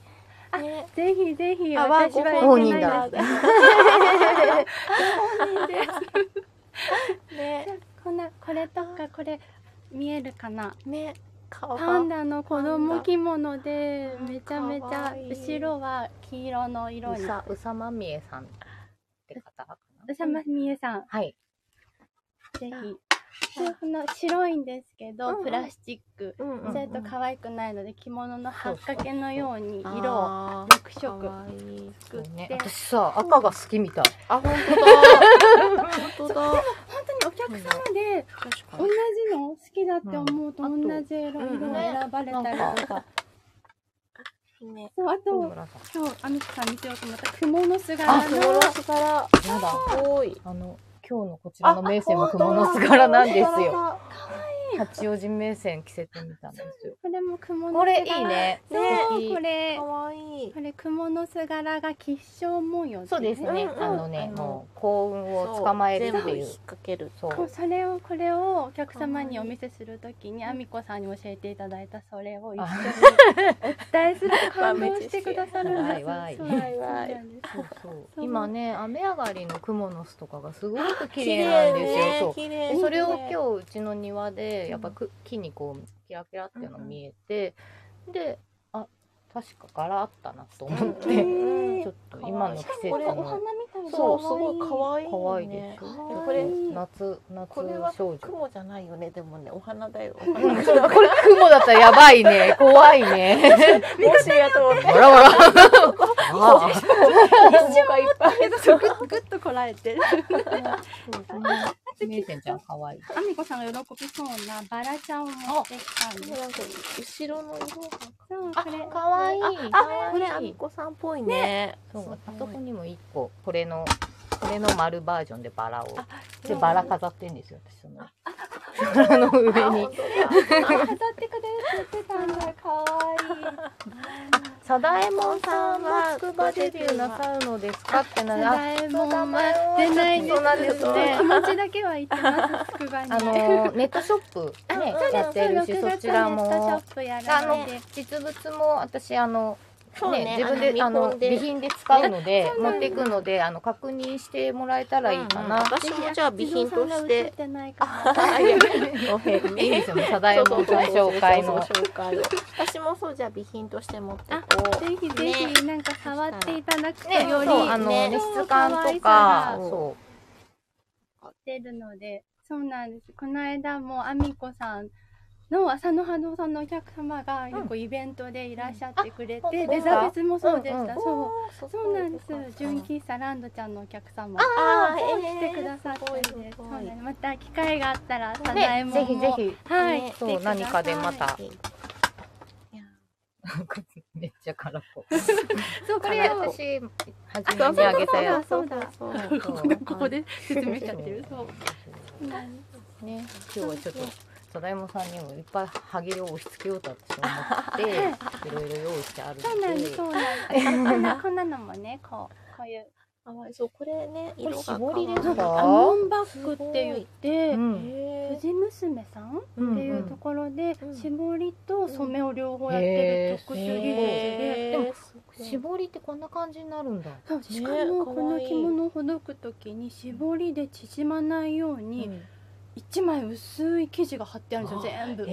S2: いね
S4: ぜひぜひ
S2: あわ
S4: 私
S2: ご
S4: は
S3: ご
S4: 行
S2: 本
S4: け
S2: 人
S4: な
S2: だ
S4: い
S2: ご
S4: です。
S2: 本人ですね
S4: こんなこれとかこれ見えるかな。
S2: ねか
S4: パ
S2: わ
S4: ンダの子供着物で
S2: パンダ
S4: めちゃめち
S2: か
S4: ゃ
S2: わいい
S4: 後ろは黄色の色
S3: う
S4: に。
S3: さ、うさまみえさんって方かな。
S4: うさまみえさん、
S3: はい。
S4: ぜひ。で、この白いんですけ
S2: うん
S4: ど
S2: う、ん
S4: プラスチック。
S2: うんうん
S4: それと可愛くないので、着物の八掛けのように色を
S2: 色
S4: 6
S2: か
S4: 色
S2: わいい
S4: 作って。
S3: ね、
S4: 本
S3: 私さ、赤が好きみたい。
S2: あ本当だ本当だ
S4: 当にお客様で
S2: 確か
S4: 同
S2: に
S4: じの好きだって思うと
S3: う
S4: 同
S3: んあと
S4: じ色
S2: うん
S4: 色を選ばれたりとか。
S2: ね
S4: そうあ
S3: 紫
S4: と、今日、あみつさん見せようと思った雲のすが
S2: あ
S4: ら
S2: ク
S4: の
S2: モの巣柄
S3: やだ。
S2: 多い
S3: あの、今日のこちらの名線も蜘蛛の巣柄なんですよ。
S2: よ
S3: 八王子名線着せてみたんですよ。
S4: これも雲の
S3: これい
S4: 巣柄
S3: いね。
S4: そ
S3: 素
S4: う、
S3: 敵
S4: これ
S2: か。わいい
S4: これ蜘蛛の巣柄が吉祥模様ってい
S3: そうですね。
S2: うん
S3: あのね、
S2: うん
S3: もう幸運を捕まえるってい
S2: 全部
S3: う
S2: 引っ。掛ける
S3: そ
S4: こう
S3: う。
S4: それをこれをお客様にお見せするときにあみこさんに教えていただいたそれを一緒にお伝えすると感動してくださるんです。
S3: わいわい
S4: そうなんです
S2: わいわい
S3: そうそう
S4: そう
S3: 今ね雨上がりのクモの巣とかがすごく綺
S2: 綺
S3: 麗な
S2: 麗なん
S3: です
S2: んです
S3: よ。そ
S2: よ綺
S3: う
S2: 麗
S3: でそれを
S2: 日
S3: 今日うちの庭でやっぱく木にこうキラキラっていうの見えてであ確か柄あったなと思って
S2: ね
S3: ち
S2: うん
S3: ょっと今の季節
S4: これお花
S3: の
S4: みたいな
S2: そうすごい可愛い
S3: 可愛い
S2: ね
S3: ですよ。
S2: これ
S3: 夏夏
S2: これは
S3: 少女。
S2: 雲じゃないよねでもねお花だ よ
S3: うんそうこれ雲だったらやばいね怖いね。
S2: もしやと思って
S3: わらわら。ああ
S2: 雲がいっぱい
S4: ぐぐっとこらえてる。
S3: 名線ちゃん可愛い。
S4: あみこさんが喜びそうなバラちゃんを持ってきたんです。
S2: 後ろの色が
S4: そう
S3: あ
S4: これ
S3: 可愛い。
S2: あこれあ
S3: 可愛い
S2: みこさんっぽいね
S3: そうあそこ
S2: に
S3: にも一個これのこれの丸バージョンでバラを
S2: あ
S3: でバラ飾ってんですよ私そのバラの上に
S4: 飾ってくれるって言ってたんだ。可愛いい。
S3: サダエモンさんは筑波デビューなさるのですかってな
S4: 世
S3: らあ
S4: 代も待ってないんです
S3: そうなんですね
S4: 気持ちだけは言ってますつくばに
S3: あのネットショップねやってるしそちらもあの実物も私あのね、自分であの備品で使うので
S4: そ
S3: 持
S4: うなんだ
S3: っていくのであの確認してもらえたらいいかな。
S2: 私もじゃあ備品としてあ いやお
S3: い
S2: へ
S3: いですよね、サダエモンさん紹介も。
S2: 紹介を私もそうじゃあ備品として持ってこ
S4: ぜひぜひなんか触っていただくと
S3: ね、
S4: より
S3: そう、あの、
S2: ね
S3: ね、質感と
S4: 可
S3: か
S2: 愛さが、
S3: そ
S4: 出るのでそうなんですこの間もあみこさんの浅野波動さんのお客様が結構イベントでいらっしゃってくれ
S3: あそ
S4: て、
S3: う
S4: デザフェスもそうでした、
S3: うんうん
S4: そう
S2: う
S4: そうなんです純喫茶ランドちゃんのお客様
S2: あ
S4: そう
S2: ー
S4: 来てくださってるんです
S2: すごいす
S4: そう
S2: ごい
S4: なんですまた機会があったら
S3: う。
S4: サダ
S3: ね、
S4: エモン
S3: ぜ
S4: も、
S3: ひぜひ、
S4: はい、
S2: ね
S3: そう、何かでまた、めっちゃ空っぽ。
S4: そうこ
S3: これ、
S4: れを
S3: 私、初めにあげたやつ。
S2: そうだそうだ
S4: ここで説明しちゃってるそう
S3: ね、今日はちょっと、サダエモンさんにもいっぱいハゲを押し付けようと私は思って、いろいろ用意してある
S4: そうなん
S3: の
S4: で
S3: で。
S4: すそうなんですこんなこんなのもねこうこういう
S2: かわいそうこれね
S3: こ
S2: 色
S3: れ
S2: が
S3: 絞りです
S2: か
S4: ア
S3: か
S4: モンバッグって言
S3: う
S4: って
S3: ん。
S2: へ
S4: 藤娘さん
S3: うん
S4: っていうところで、
S2: うん
S4: 絞りと染めを両方やってる特殊技術で、
S2: え
S3: 絞りってこんな感じになるんだ。
S4: そうしかもこの着物をほどくときに絞りで縮まないように一枚薄い生地が貼ってあるんですよ全部とって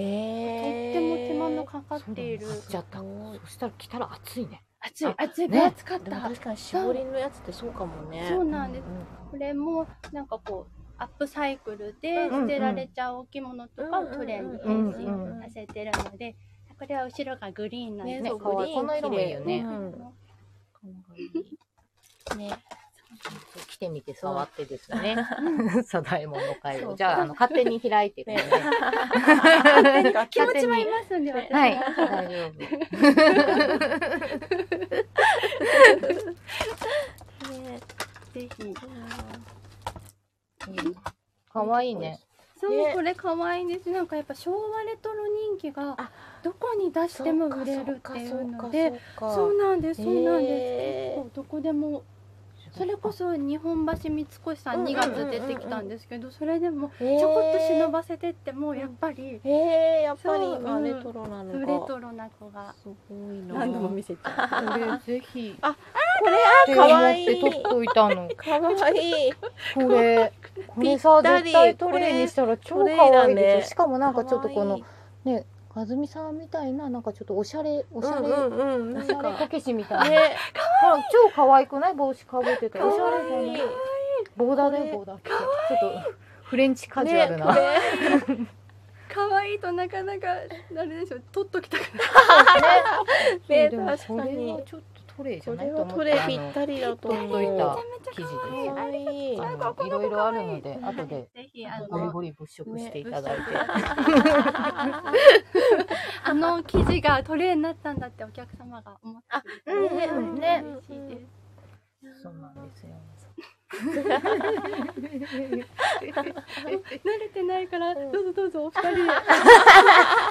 S4: も手間のかかっている
S3: そうなんだ貼っちゃった。そしたら来たら暑いね。
S4: 熱い熱い
S3: ね
S4: 分厚かっ
S2: でも
S4: た
S2: 確かに絞りのやつってそうかもね
S4: そうなんですこれもなんかこうアップサイクルで捨てられちゃうお着物とかをトレーに変身させてるのでこれは後ろがグリーンなんです
S3: ね
S2: ね
S4: け
S2: そ
S4: ど
S2: うグリーン
S3: この色もいいよね
S2: 綺麗うんね
S3: そう来てみて触ってですね、 サダイモンの会
S2: そ
S3: を。
S2: う
S3: じゃあ、あの、勝手に開いてくれ
S2: ね
S3: ね。
S4: 気持ちはいますんで、私
S3: はい、
S4: は
S3: 大丈夫。
S2: ね
S4: ぜひ。
S3: かわいいね。
S4: そう、
S2: ね
S4: これ可愛いです。なんかやっぱ昭和レトロ人気が
S2: あ
S4: どこに出しても売れるっていうので、
S2: そうか
S4: そうなんです、そうなんで
S2: へ
S4: す。
S2: ー
S4: 結構どこでも、それこそ日本橋三越さん
S2: うんうん
S4: 2
S2: うんうん
S4: 月出てきたんですけど、それでも
S2: ち
S4: ちょこっと忍
S2: ば
S4: ばせてってもやっぱり
S2: へえやっぱり
S4: そう
S2: 今
S4: うん
S2: レトロなの
S4: レ
S2: が
S4: トロな子が。
S2: すごいな
S3: 何度も見
S2: せちゃう
S3: これ、ぜひ。
S2: あ、
S3: これ、あ
S2: かわいい
S3: 取っといたの。
S2: かわいい
S3: これ、これさ、
S2: ぴったり
S3: 絶対トレイにしたら超かわいい
S2: これだ
S3: で
S2: ね
S3: すよ。しかもなんかちょっとこの
S2: か、
S3: ね、かずみさんみたいな、なんかちょっとおしゃれ、おしゃ
S2: わい
S3: れ、
S2: いうんうんうん
S3: お
S2: なん
S3: しゃれた
S2: か
S3: けしみたいな。
S2: ね
S3: ほら超可愛くない帽子かぶってて。
S2: か
S3: おしゃ
S2: わ
S3: れじゃない
S2: いい
S3: ボーダーだ
S2: こ
S3: よ、
S2: れ
S3: ボーダー着て。ちょっと、フレンチカジュアルな。
S2: ね
S4: 可愛いとなかなか、あれでしょ、取っときたくない。
S2: これ ね
S3: でも
S2: 確か
S3: これは
S2: に
S3: ちょっとトレイじ
S2: こ
S3: ゃな
S2: れ
S3: いと
S2: は
S3: 思
S2: ト
S3: って、あ
S2: レーぴ
S3: の
S2: っ、たりだと思
S3: 取っ
S2: う
S3: といた
S4: めちゃめちゃ可愛い
S3: 記事です
S2: かわいい
S3: あ
S4: なんか
S3: の
S4: こ
S3: い
S4: の
S3: ろ
S4: 子
S3: いろある
S4: 可愛
S3: の
S4: い
S3: で、後で、
S4: ぜひ、あ
S3: ゴリ
S4: の、
S3: ゴリ物色していただいて。
S4: あの生地がトレーになったんだってお客様が思ってくれて
S2: あうんうんね
S4: 嬉しいです。
S3: そうなんですよ。
S4: 慣れてないから、どうぞどうぞお二人で。
S3: い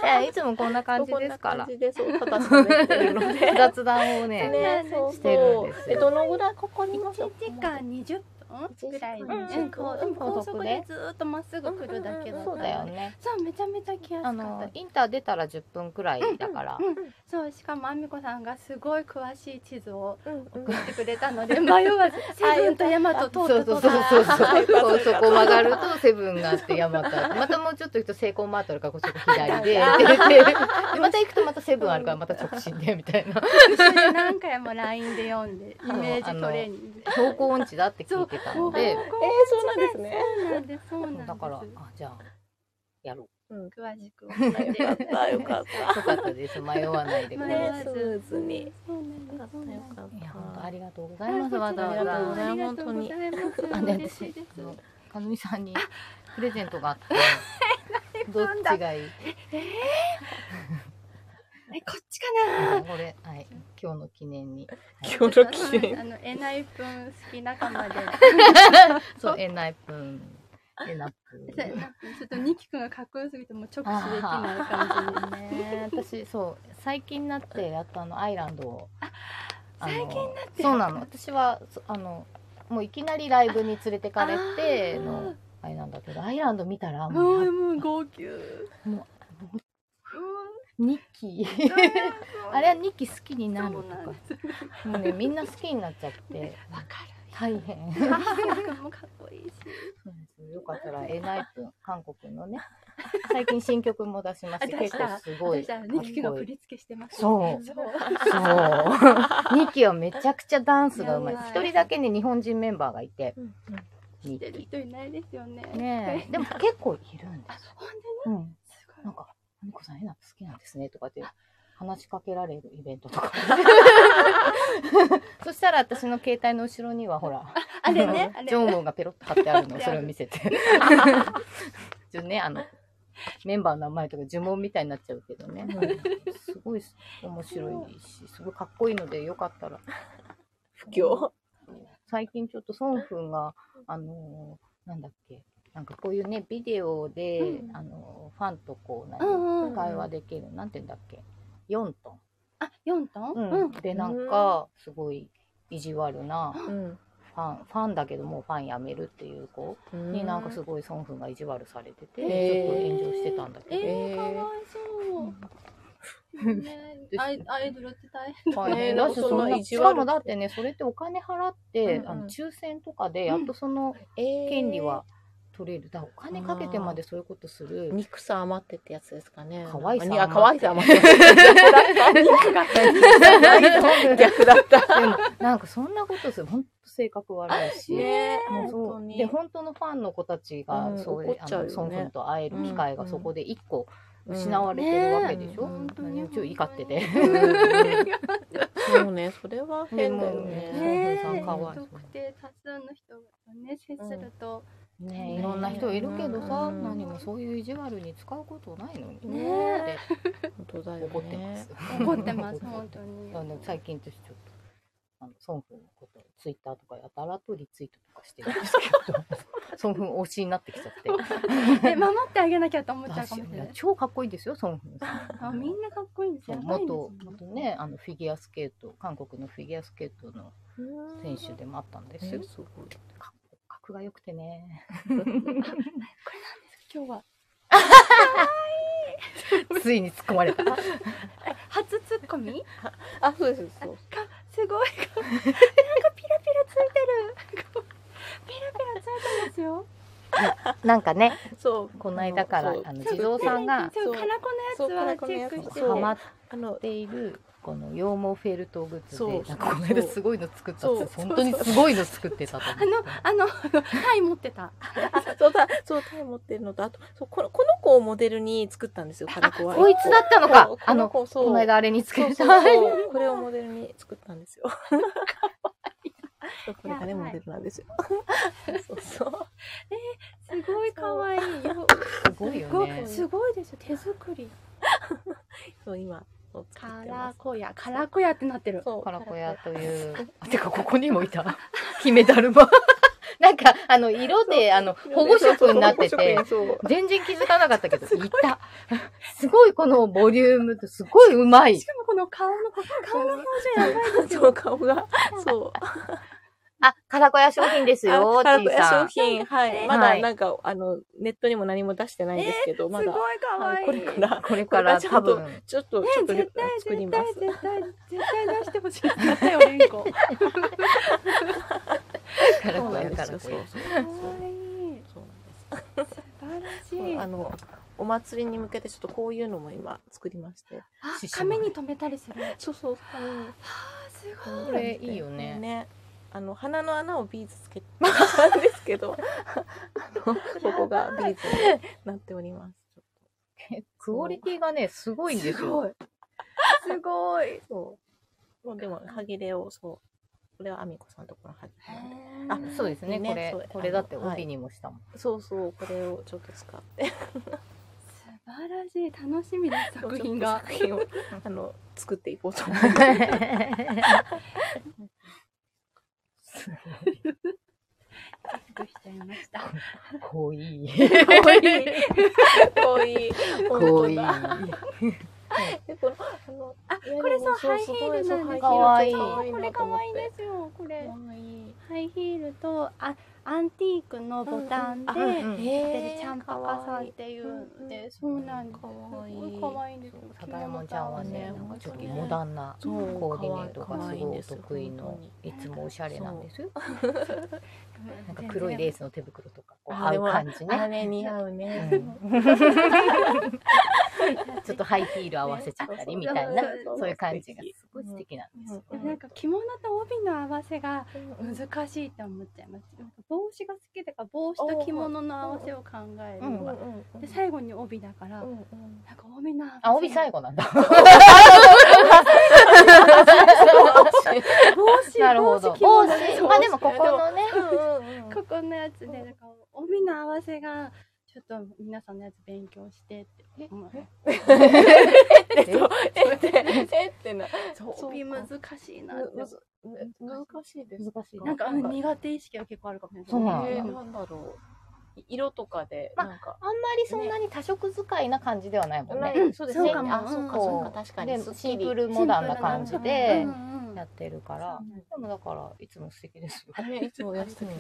S3: や、いつもこんな感じ
S2: こん
S3: で
S2: な
S3: すから
S2: 感。じでそう形になってるので
S3: 雑談をね、
S2: ね、そう
S3: してるん
S2: そ
S3: で
S2: う
S3: すよ
S2: え、どのぐらいかかります
S4: 1時間20分ぐらいで、
S2: うん
S4: ねこうでも高速でずーっとまっすぐ来るだけだから、
S3: そうだよね。
S4: そうめちゃめちゃ来や
S3: あ
S4: すかった
S3: の
S4: で、
S3: インター出たら10分くらいだから。
S4: すそうしかもあみこさんがすごい詳しい地図を
S2: うんうん
S4: 送ってくれたので迷わず「セブンとヤマト
S3: そう
S4: 通っ
S3: そ
S4: て
S3: うそ
S4: 通
S3: う
S4: っ
S3: そ
S4: て
S3: う。そうそこ曲がるとセブンがあって山があって、またもうちょっと行くとセイコーマートあるからこうそこ左で、でまた行くとまたセブンあるからまた直進でみたいな。
S4: 一緒に何回も LINE で読んでイメージトレーニング。
S3: 方向音痴だって聞いてたので、
S2: えー、そうなんですね。
S4: そうなんです、そうなんです。
S3: だから、あ、じゃあ、やろ
S4: 詳しく教え。
S2: よかってた、よかっ
S3: う。よかったです。迷わないでこれ。い
S4: 迷
S3: や
S4: わず
S2: スムーズに。
S4: そうなん
S2: た。
S4: で
S2: よか
S4: す
S2: っ、
S4: そうなんです
S3: 本
S2: た、よかっ
S3: 当
S2: た。
S3: ありがとうございます。わざ
S2: あ
S3: わ
S2: りがとうご
S3: ざ。
S2: ざいます
S4: ありがとうございます。
S3: あね
S4: 嬉しいです。
S3: あのかずみさんにプレゼントがあって、どっちがいい？
S4: え、こっちかな。
S3: これはい今日の記念に。はい
S2: 今日の記念
S4: あの、えないぷん好き仲間で。
S3: そうエナイプンエナプ
S4: ちょ
S3: ン。
S4: っとニキ君がかっこよすぎてもう直視できない感じにね。
S3: ね私そう最近になってやっとあのアイランドをあの
S4: 最近になって
S3: そうなの私はそあのもういきなりライブに連れてかれてのアイランドだけどアイランド見たらも
S4: も
S3: うや
S4: う、
S3: っ
S4: もう号泣。
S3: ニッキー あれはニッキー好きになると
S4: そう
S3: かも
S4: なん
S3: うねみんな好きになっちゃって
S4: わか
S3: 大変
S4: る。ニキ君もかっこいいし。
S3: そうなんですよよかったらエナイプン韓国 のね最近新曲も出しまし
S4: あ
S3: て
S4: 出
S3: 結
S4: した
S3: 構すごい
S4: 私
S3: か
S4: は
S3: っ
S4: ニキ君が
S3: こい
S4: 振
S3: い
S4: り付けしてます。
S3: そう
S4: そう。
S3: そう。ニキはめちゃくちゃダンスがうまい
S4: やば。い
S3: 一人だけね、日本人メンバーがいて。
S2: うん
S3: ニ
S4: 出る
S3: キ。
S4: 人いないですよね。
S3: ねえ。でも結構いるんですよ。
S4: ほんでね、
S3: うん。
S4: すごい
S3: なん。か、あみこさん、えな好きなんですね、とかって話しかけられるイベントとか。 そしたら私の携帯の後ろには、ほら、
S4: あれね、あ れ
S3: ジョンウォンがペロッと貼ってあるのを
S4: 貼
S3: そ
S4: ってある
S3: れを見せて。ちょっとね、あの、メンバーの名前とか呪文みたいになっちゃうけどね。うんすごい面白いし、すごいかっこいいので、よかったら。
S2: 不況。
S3: 最近ちょっとソンフンが、あのーなんだっけ、なんかこういうね、ビデオで、
S2: うん
S3: あのーファンとこう、何
S4: うんうん
S3: 会話できる、なんて言うんだっけ、4ト
S4: あ、四トン？
S3: ン。
S4: うん。
S3: で、なんか、すごい意地悪な、
S2: うん。
S3: ファン、ファンだけどもうファンやめるっていう子になんかすごいソンフンが意地悪されてて、
S2: へー
S3: ちょっと炎上してたんだけど。
S4: えー、
S2: えー
S4: かわ いそう。ね、アイアイドルって大変
S3: 大変
S2: ね
S3: だし、そん
S2: その
S3: な
S2: 意地
S3: し
S2: 悪
S3: かもだってね、それってお金払って、
S2: うんうん
S3: あの抽選とかで、やっとその権利は取れる。だからお金かけてまでそういうことする。
S2: 肉さ余ってってやつですかね。
S3: 可愛さ
S2: あ、
S3: 余って
S2: 可愛さ余って。逆だった。肉が逆だった。
S3: でも、なんかそんなことする。ほんと性格悪いし。
S2: ね
S3: もうそう
S2: 本当に
S3: で、本当のファンの子たちが、
S2: うん
S3: そう
S2: 怒っちゃうよね
S3: ソンフンと会える機会がそこで一個
S2: うん
S3: 失 われてるわけでしょ、
S2: ねえ本
S4: 当に
S3: ちょい怒ってて
S2: そうね、それは変だよ
S3: え
S2: ね。
S4: ね
S3: そうそう
S4: え
S3: そうかわいそう
S4: 特定多数の人がね接すると、
S3: ねいろんな人いるけどさ、
S2: うん
S3: 何もそういう意地悪に使うことないのに
S4: ね
S3: ね
S2: 本当だ
S3: っ
S2: よ
S3: て
S2: ね。
S3: 怒ってます。
S4: 怒ってます
S3: 怒
S4: 本
S3: って
S4: 当
S3: ま
S4: に
S3: すあの 最近私ちょっとあのソンフンのことをツイッターとかやたらとリツイートとかしてるんですけどソンフン推しになってきちゃって
S4: え守ってあげなきゃと思っちゃう
S3: だ
S4: か
S3: し
S4: もしれない
S3: 超かっこいいですよソンフンさん。
S4: あみんなかっこいいんです
S3: そう
S4: よ
S3: 元元ねあのフィギュアスケート韓国のフィギュアスケートの選手でもあったんですよ。
S2: すごい。
S3: か格が良くてね。
S4: 今日は
S3: ついに突っ込まれ た。
S4: 初ツッコミ
S2: あ、そうです。そう
S4: かすごいかなんかピラピラついてるピラピラついてますよ
S3: なんかね
S2: そう。
S3: この間からあの
S2: そう
S3: 地蔵さんが
S4: そうかなこ
S2: そう
S4: のやつはチェックして
S2: そう
S3: ハマっ
S2: あの
S3: ているこの羊毛フェルトグッズ
S2: そう
S3: でなんかこの間
S2: そう
S3: すごいの作った
S2: そう
S3: って本当にすごいの作ってたと思
S4: あの
S3: って。
S4: あの タイ持ってた
S2: あそうだそうタイ持ってるのとあとそうこのこの子をモデルに作ったんですよ金子は
S3: こいつだったのか
S2: そう
S3: あの
S2: こ子そう
S3: この間あれにつ
S2: そ
S3: けた。
S2: うそうそうこれをモデルに作ったんですよそうこれがね
S4: やば
S2: モ
S4: い
S2: デルなんですよそうそう
S4: すごい可愛いよ
S3: すごいよね。
S4: すごいですよ手作り
S2: そう今そう作
S4: カ
S2: ってま
S4: ラ
S2: す
S4: コヤカラコヤってなってる
S2: そう
S3: カラコヤ
S2: カ
S3: と いう。あてか、ここにもいた。姫だるま。 なんか、あの、色で、あの、
S2: ラコヤ
S3: 保護色になってて
S2: そう、そう保護色に
S3: 全然気づかなかったけど、いた。 すごいこのボリュームと、すごいうまい
S4: し。かもこの顔の顔の表情やばいです
S2: そう
S4: よ
S2: そう顔がそう
S3: あ、カラコヤ商品ですよ、
S2: あカラ
S3: ち
S2: コ
S3: いさ
S2: ヤ商
S3: ん。
S2: 品はいま
S3: は
S2: だ
S3: い
S2: なんかあのネットにも何も出してないんですけどます
S4: ご
S2: だ
S4: い可
S2: は
S4: 愛
S2: い
S4: い
S2: これから
S3: これから多
S2: これからちょっと
S3: 分、
S2: ちょっと
S4: ね
S2: ちょっと
S4: 絶対
S2: 作ります
S4: 絶対絶対絶対出してほしい絶対おれんこ
S3: カラ
S2: そう
S3: コ
S2: な
S3: ヤ
S2: んで
S3: カ
S2: す
S3: ラ
S2: よ
S3: コ
S2: そう
S3: ヤ。
S2: そう
S4: 可
S2: そうなん
S4: 愛い
S2: です
S4: 素晴らし
S2: そう
S4: い
S2: あのお祭りに向けてちょっとこういうのも今作りまして
S4: あ
S3: 獅子舞
S4: 髪に留めたりする
S2: そうそう
S4: あーすごい
S3: これいいよね
S2: あの鼻の穴をビーズつけたんですけどあのここがビーズになっております
S3: クオリティがね、すごいんです
S4: す
S3: よ。
S4: ごいすごい
S2: そうもうでも歯切れをそうこれはあみこさんとこの歯切れなんであ
S3: そうですね、
S2: ね
S3: これ
S2: そう。
S3: これだって
S2: あのはい
S3: 帯にもした もん。
S2: そうそうこれをちょっと使って
S4: 素晴らしい楽しみです作品が
S2: 作品をあの作っていこうと思います
S3: す
S4: チェックしちゃいました
S3: ごい濃 い。
S2: 濃い 濃い
S3: 濃い。
S2: 本当だでこのあの
S4: あ
S2: いや
S4: これそう
S2: でも
S4: ハイヒールなんですよ
S3: 可愛い
S4: これ可愛いですよこれハイヒールとあアンティークのボタンで、
S3: うんうん
S2: へ
S4: でちゃんぱかさんっていうので、そうなんです。
S2: かわいい
S4: すごい可愛いんですよ。
S3: サダエモンちゃんはね、
S2: ね
S3: なんかちょっとモダンな
S2: そ
S3: コ
S2: う
S3: ーディネートが
S2: 可
S3: す
S2: 愛い
S3: ご
S2: で
S3: い
S2: す
S3: 得意の
S2: 本当に、
S3: いつもおしゃれなんですよ。なんか
S4: 全然
S3: 黒いレースの手袋とか、こう
S2: あ
S3: 合う感じ
S2: あ
S3: ね。
S2: れ似合うね
S3: うん ちょっとハイヒール合わせちゃったりみたいな
S4: ねそうそう、
S3: そういう感じがすごい素敵なんですよ。
S2: うん
S4: なんか着物と帯の合わせが難しいと思っちゃいます。なんか帽子が好きだから帽子と着物の合わせを考えるのが、で最後に帯だから、なんか帯の合わせ
S3: あ、帯最後なん だ。
S4: 帽 子
S3: なるほど。帽子。まあでもここのね、
S4: ここのやつでなんか帯の合わせがちょっと皆さんのやつ勉強してって思う。帯難しいなって思う。
S2: 難しいです
S3: 難しい
S4: なんかうん苦手意識は結構あるかもしれない。
S3: そうなんだ
S2: えーなんだろう色とかでなんか
S3: あんまりそんなに多色使いな感じではないもんね。
S2: うんそうですね
S4: そうかも
S2: あそうかそうか確かに
S3: でシンプル
S2: ル
S3: モダンな感じで
S4: うんうん
S3: やってるから、でもだからいつも素敵ですよ。
S2: いつもやってすね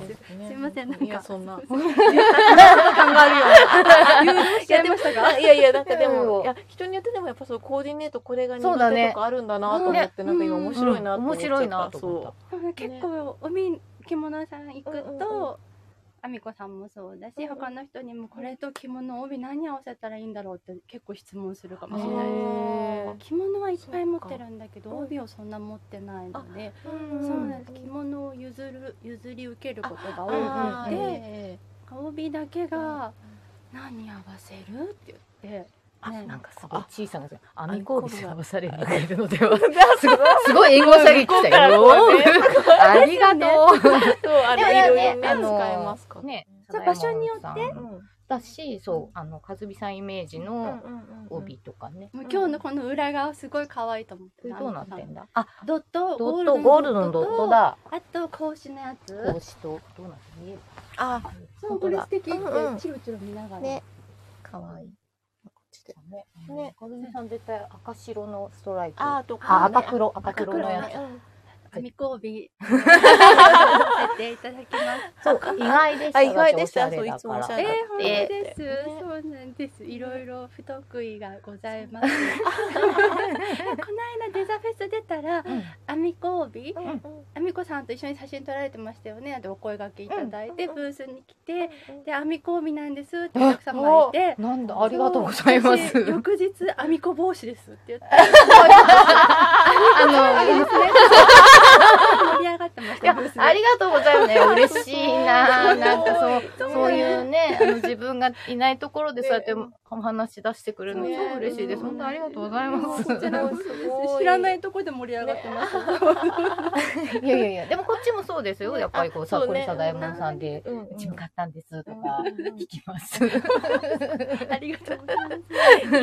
S4: すいませんなんか
S2: いやそ んな
S4: 感があるよね。誘導しちゃいましたが。
S2: いやいや、なんかで
S3: うん
S2: も、いや、人によってでもやっぱそうコーディネートこれが
S3: そうだ
S2: 苦
S3: ね
S2: 手とかあるんだなと思って、
S4: ね
S2: なんか今面白いなと思っ
S3: 面
S2: ちゃった。
S3: 白いなと思った。
S4: 結構帯着物さん行く
S2: うんうん
S4: と。あみこさんもそうだし、他の人にもこれと着物帯何合わせたらいいんだろうって結構質問するかもしれないです。
S2: へ
S4: 着物はいっぱい持ってるんだけ
S2: そ
S4: ど
S2: っか
S4: 帯をそんな持ってないので、
S2: そう。
S4: そ
S2: そうう
S4: な
S2: なん
S4: ん
S2: で
S4: です着物を譲る譲り受けることが
S2: す
S4: 多
S3: あ
S4: く
S3: うん
S4: て
S3: うん
S2: で、
S4: 帯だけが「何合わせる?」って言って
S3: あ
S4: ね
S3: なんかすごい
S2: あ
S3: 小さなア
S2: ア
S3: ミ
S2: ミ
S3: コー
S2: コー
S3: ル
S2: ル
S3: が
S2: が
S3: 騙されに似ているのではすごい
S2: い
S3: すごい援護射撃来たよ。ありがとう。
S2: そう、あ
S3: でもね
S2: れ、いろいろね、
S3: あの
S2: 使えますから
S3: ね、
S4: じゃあ場所によって
S3: 貞山さん
S2: うん。
S3: だし、そう、あの、和美さんイメージの
S2: 帯
S3: 帯とかね。
S4: 今日のこの裏側すごい可愛いと思って
S3: どうなってんだ
S2: あ、
S4: ドット
S3: ドット、ゴールドのドットだ。
S4: あと格子のやつ
S3: 帽子と、どうなって見える
S2: あ、
S4: そうこれ素敵って
S2: うんうん
S4: チロチロ見ながら、
S2: ね
S3: かわいい。こっちだね。
S2: ね
S3: 和美さん絶対赤白のストライプ。
S2: あ、とか、
S3: あ、赤黒、赤黒のや
S2: 赤黒ね
S4: 紙コービーさせていただきます。
S3: つ。そう、意外でした。
S2: あ意外でした
S3: 私おゃれだから
S2: そういつもおしゃ
S4: え
S2: れ
S4: ー、本当
S2: え
S4: です、
S2: ね
S4: そうなんです。いろいろ不得意がございます。この間デザフェス出たら、
S3: うん
S4: アミコービー
S2: うん。
S4: アミコさんと一緒に写真撮られてましたよね。でお声掛けいただいて、
S2: うん
S4: ブースに来て、で、アミコービーなんですってお客様がいて。
S3: なんだ、ありがとうございます。
S4: そう私翌日、アミコ帽子ですって言って。
S3: あの、
S4: ですね。盛り上がってまし
S3: い
S4: た。
S3: や
S4: ブース、で
S3: ありがとうござい ますね。嬉しいな。なんかそう、
S4: そう
S3: そういうね、あの自分がいないところでそうやってお話し出してくれるのす
S2: ね
S3: ごく嬉しいです。本当ありがとうござい
S2: も
S3: ま
S2: う
S3: す。
S2: こちらこそすごい
S4: 知らないところで盛り上がってます。
S3: いやいやいや、でもこっちもそうですよ。
S2: ね
S3: やっぱりこう、
S2: あそう
S3: さ
S2: ね
S3: こりさだえもんさんで、
S2: うんうん
S3: うち向かったんですとか、聞きます。
S4: ありがとうございます。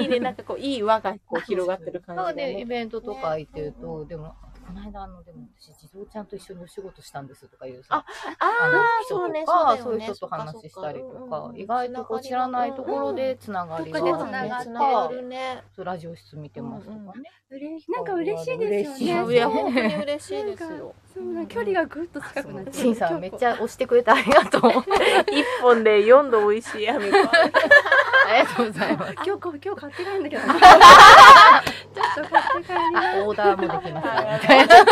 S2: いいね、なんかこう、いい輪がこう広がってる感
S3: なんか
S2: じで
S3: ね、イ
S2: ね。
S3: ベントとか行ってると、でも、この間、あの、でも私、地蔵ちゃんと一緒にお仕事したんですとかいうさ、
S2: あ
S3: あの
S2: あ、
S3: 人
S2: そうね
S3: と、か
S2: そ
S3: そう
S2: う
S3: いう
S2: だよね
S3: 人と話したりと
S2: そっ
S3: か
S2: そっ、か
S3: 意外とこう知らないところでつながりが
S2: うん
S4: ど
S2: う
S4: っ
S2: んう
S4: かで
S2: ん
S4: つなが
S2: つなが
S4: って
S2: るね。
S3: そうラジオ室見てますとかね。
S4: 嬉しなんか嬉しいですよ
S3: うん
S2: い
S4: ね。
S2: や、本当に嬉しいですよ。
S4: そうなん距離がぐっと近くなっ
S3: ちんさんめっち
S4: ゃ。
S3: ゃ押してくれてありがとう。
S2: 一本で4度美味しいアミコ。
S3: ありがとうございます。
S4: 今日こう今日買って帰るんだ けど。ちょっと買って帰ります。
S3: オーダーもできますからね。
S2: そう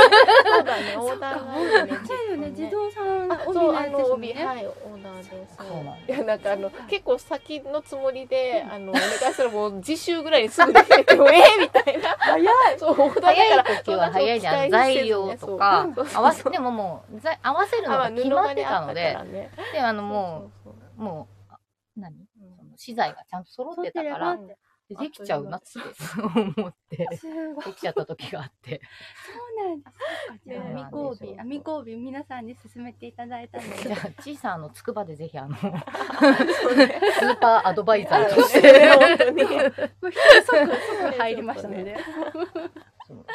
S2: だね、オーダーが多いね。
S4: そうよね、自動さん
S2: あ、
S4: 帯
S2: そう、
S4: の
S2: あ
S4: やつ
S2: の
S4: ですもん
S2: 帯、
S4: ね。
S2: はい、オーダーです。
S3: そうなん
S2: いや、なんか、あの、結構先のつもりで、あの、お願いしたら、もう次週ぐらいにすぐできてて、えーみたいな。早い。 そう、オーダー
S3: 早
S2: だ
S3: い
S2: から。
S3: 時は早いじゃん。材料とか
S2: そうそう、
S3: 合わせ、でももう、ざ合わせるのが決まってたので、で、あの、もう、もう、あ何その資材がちゃんと揃ってたから、でできちゃうなって思って、
S4: すごい。
S3: できちゃった時があ って。
S4: そうなんです。
S2: ね
S4: 編みコービー、編みコービー皆さんに勧めていただいたの
S3: じ
S4: で
S3: ゃ。あ、ちいさん、あの、つくばでぜひ、あの、スーパーアドバイザーと して、
S2: 本当に。
S4: もう一人即即入りましたので。
S3: そうそうそう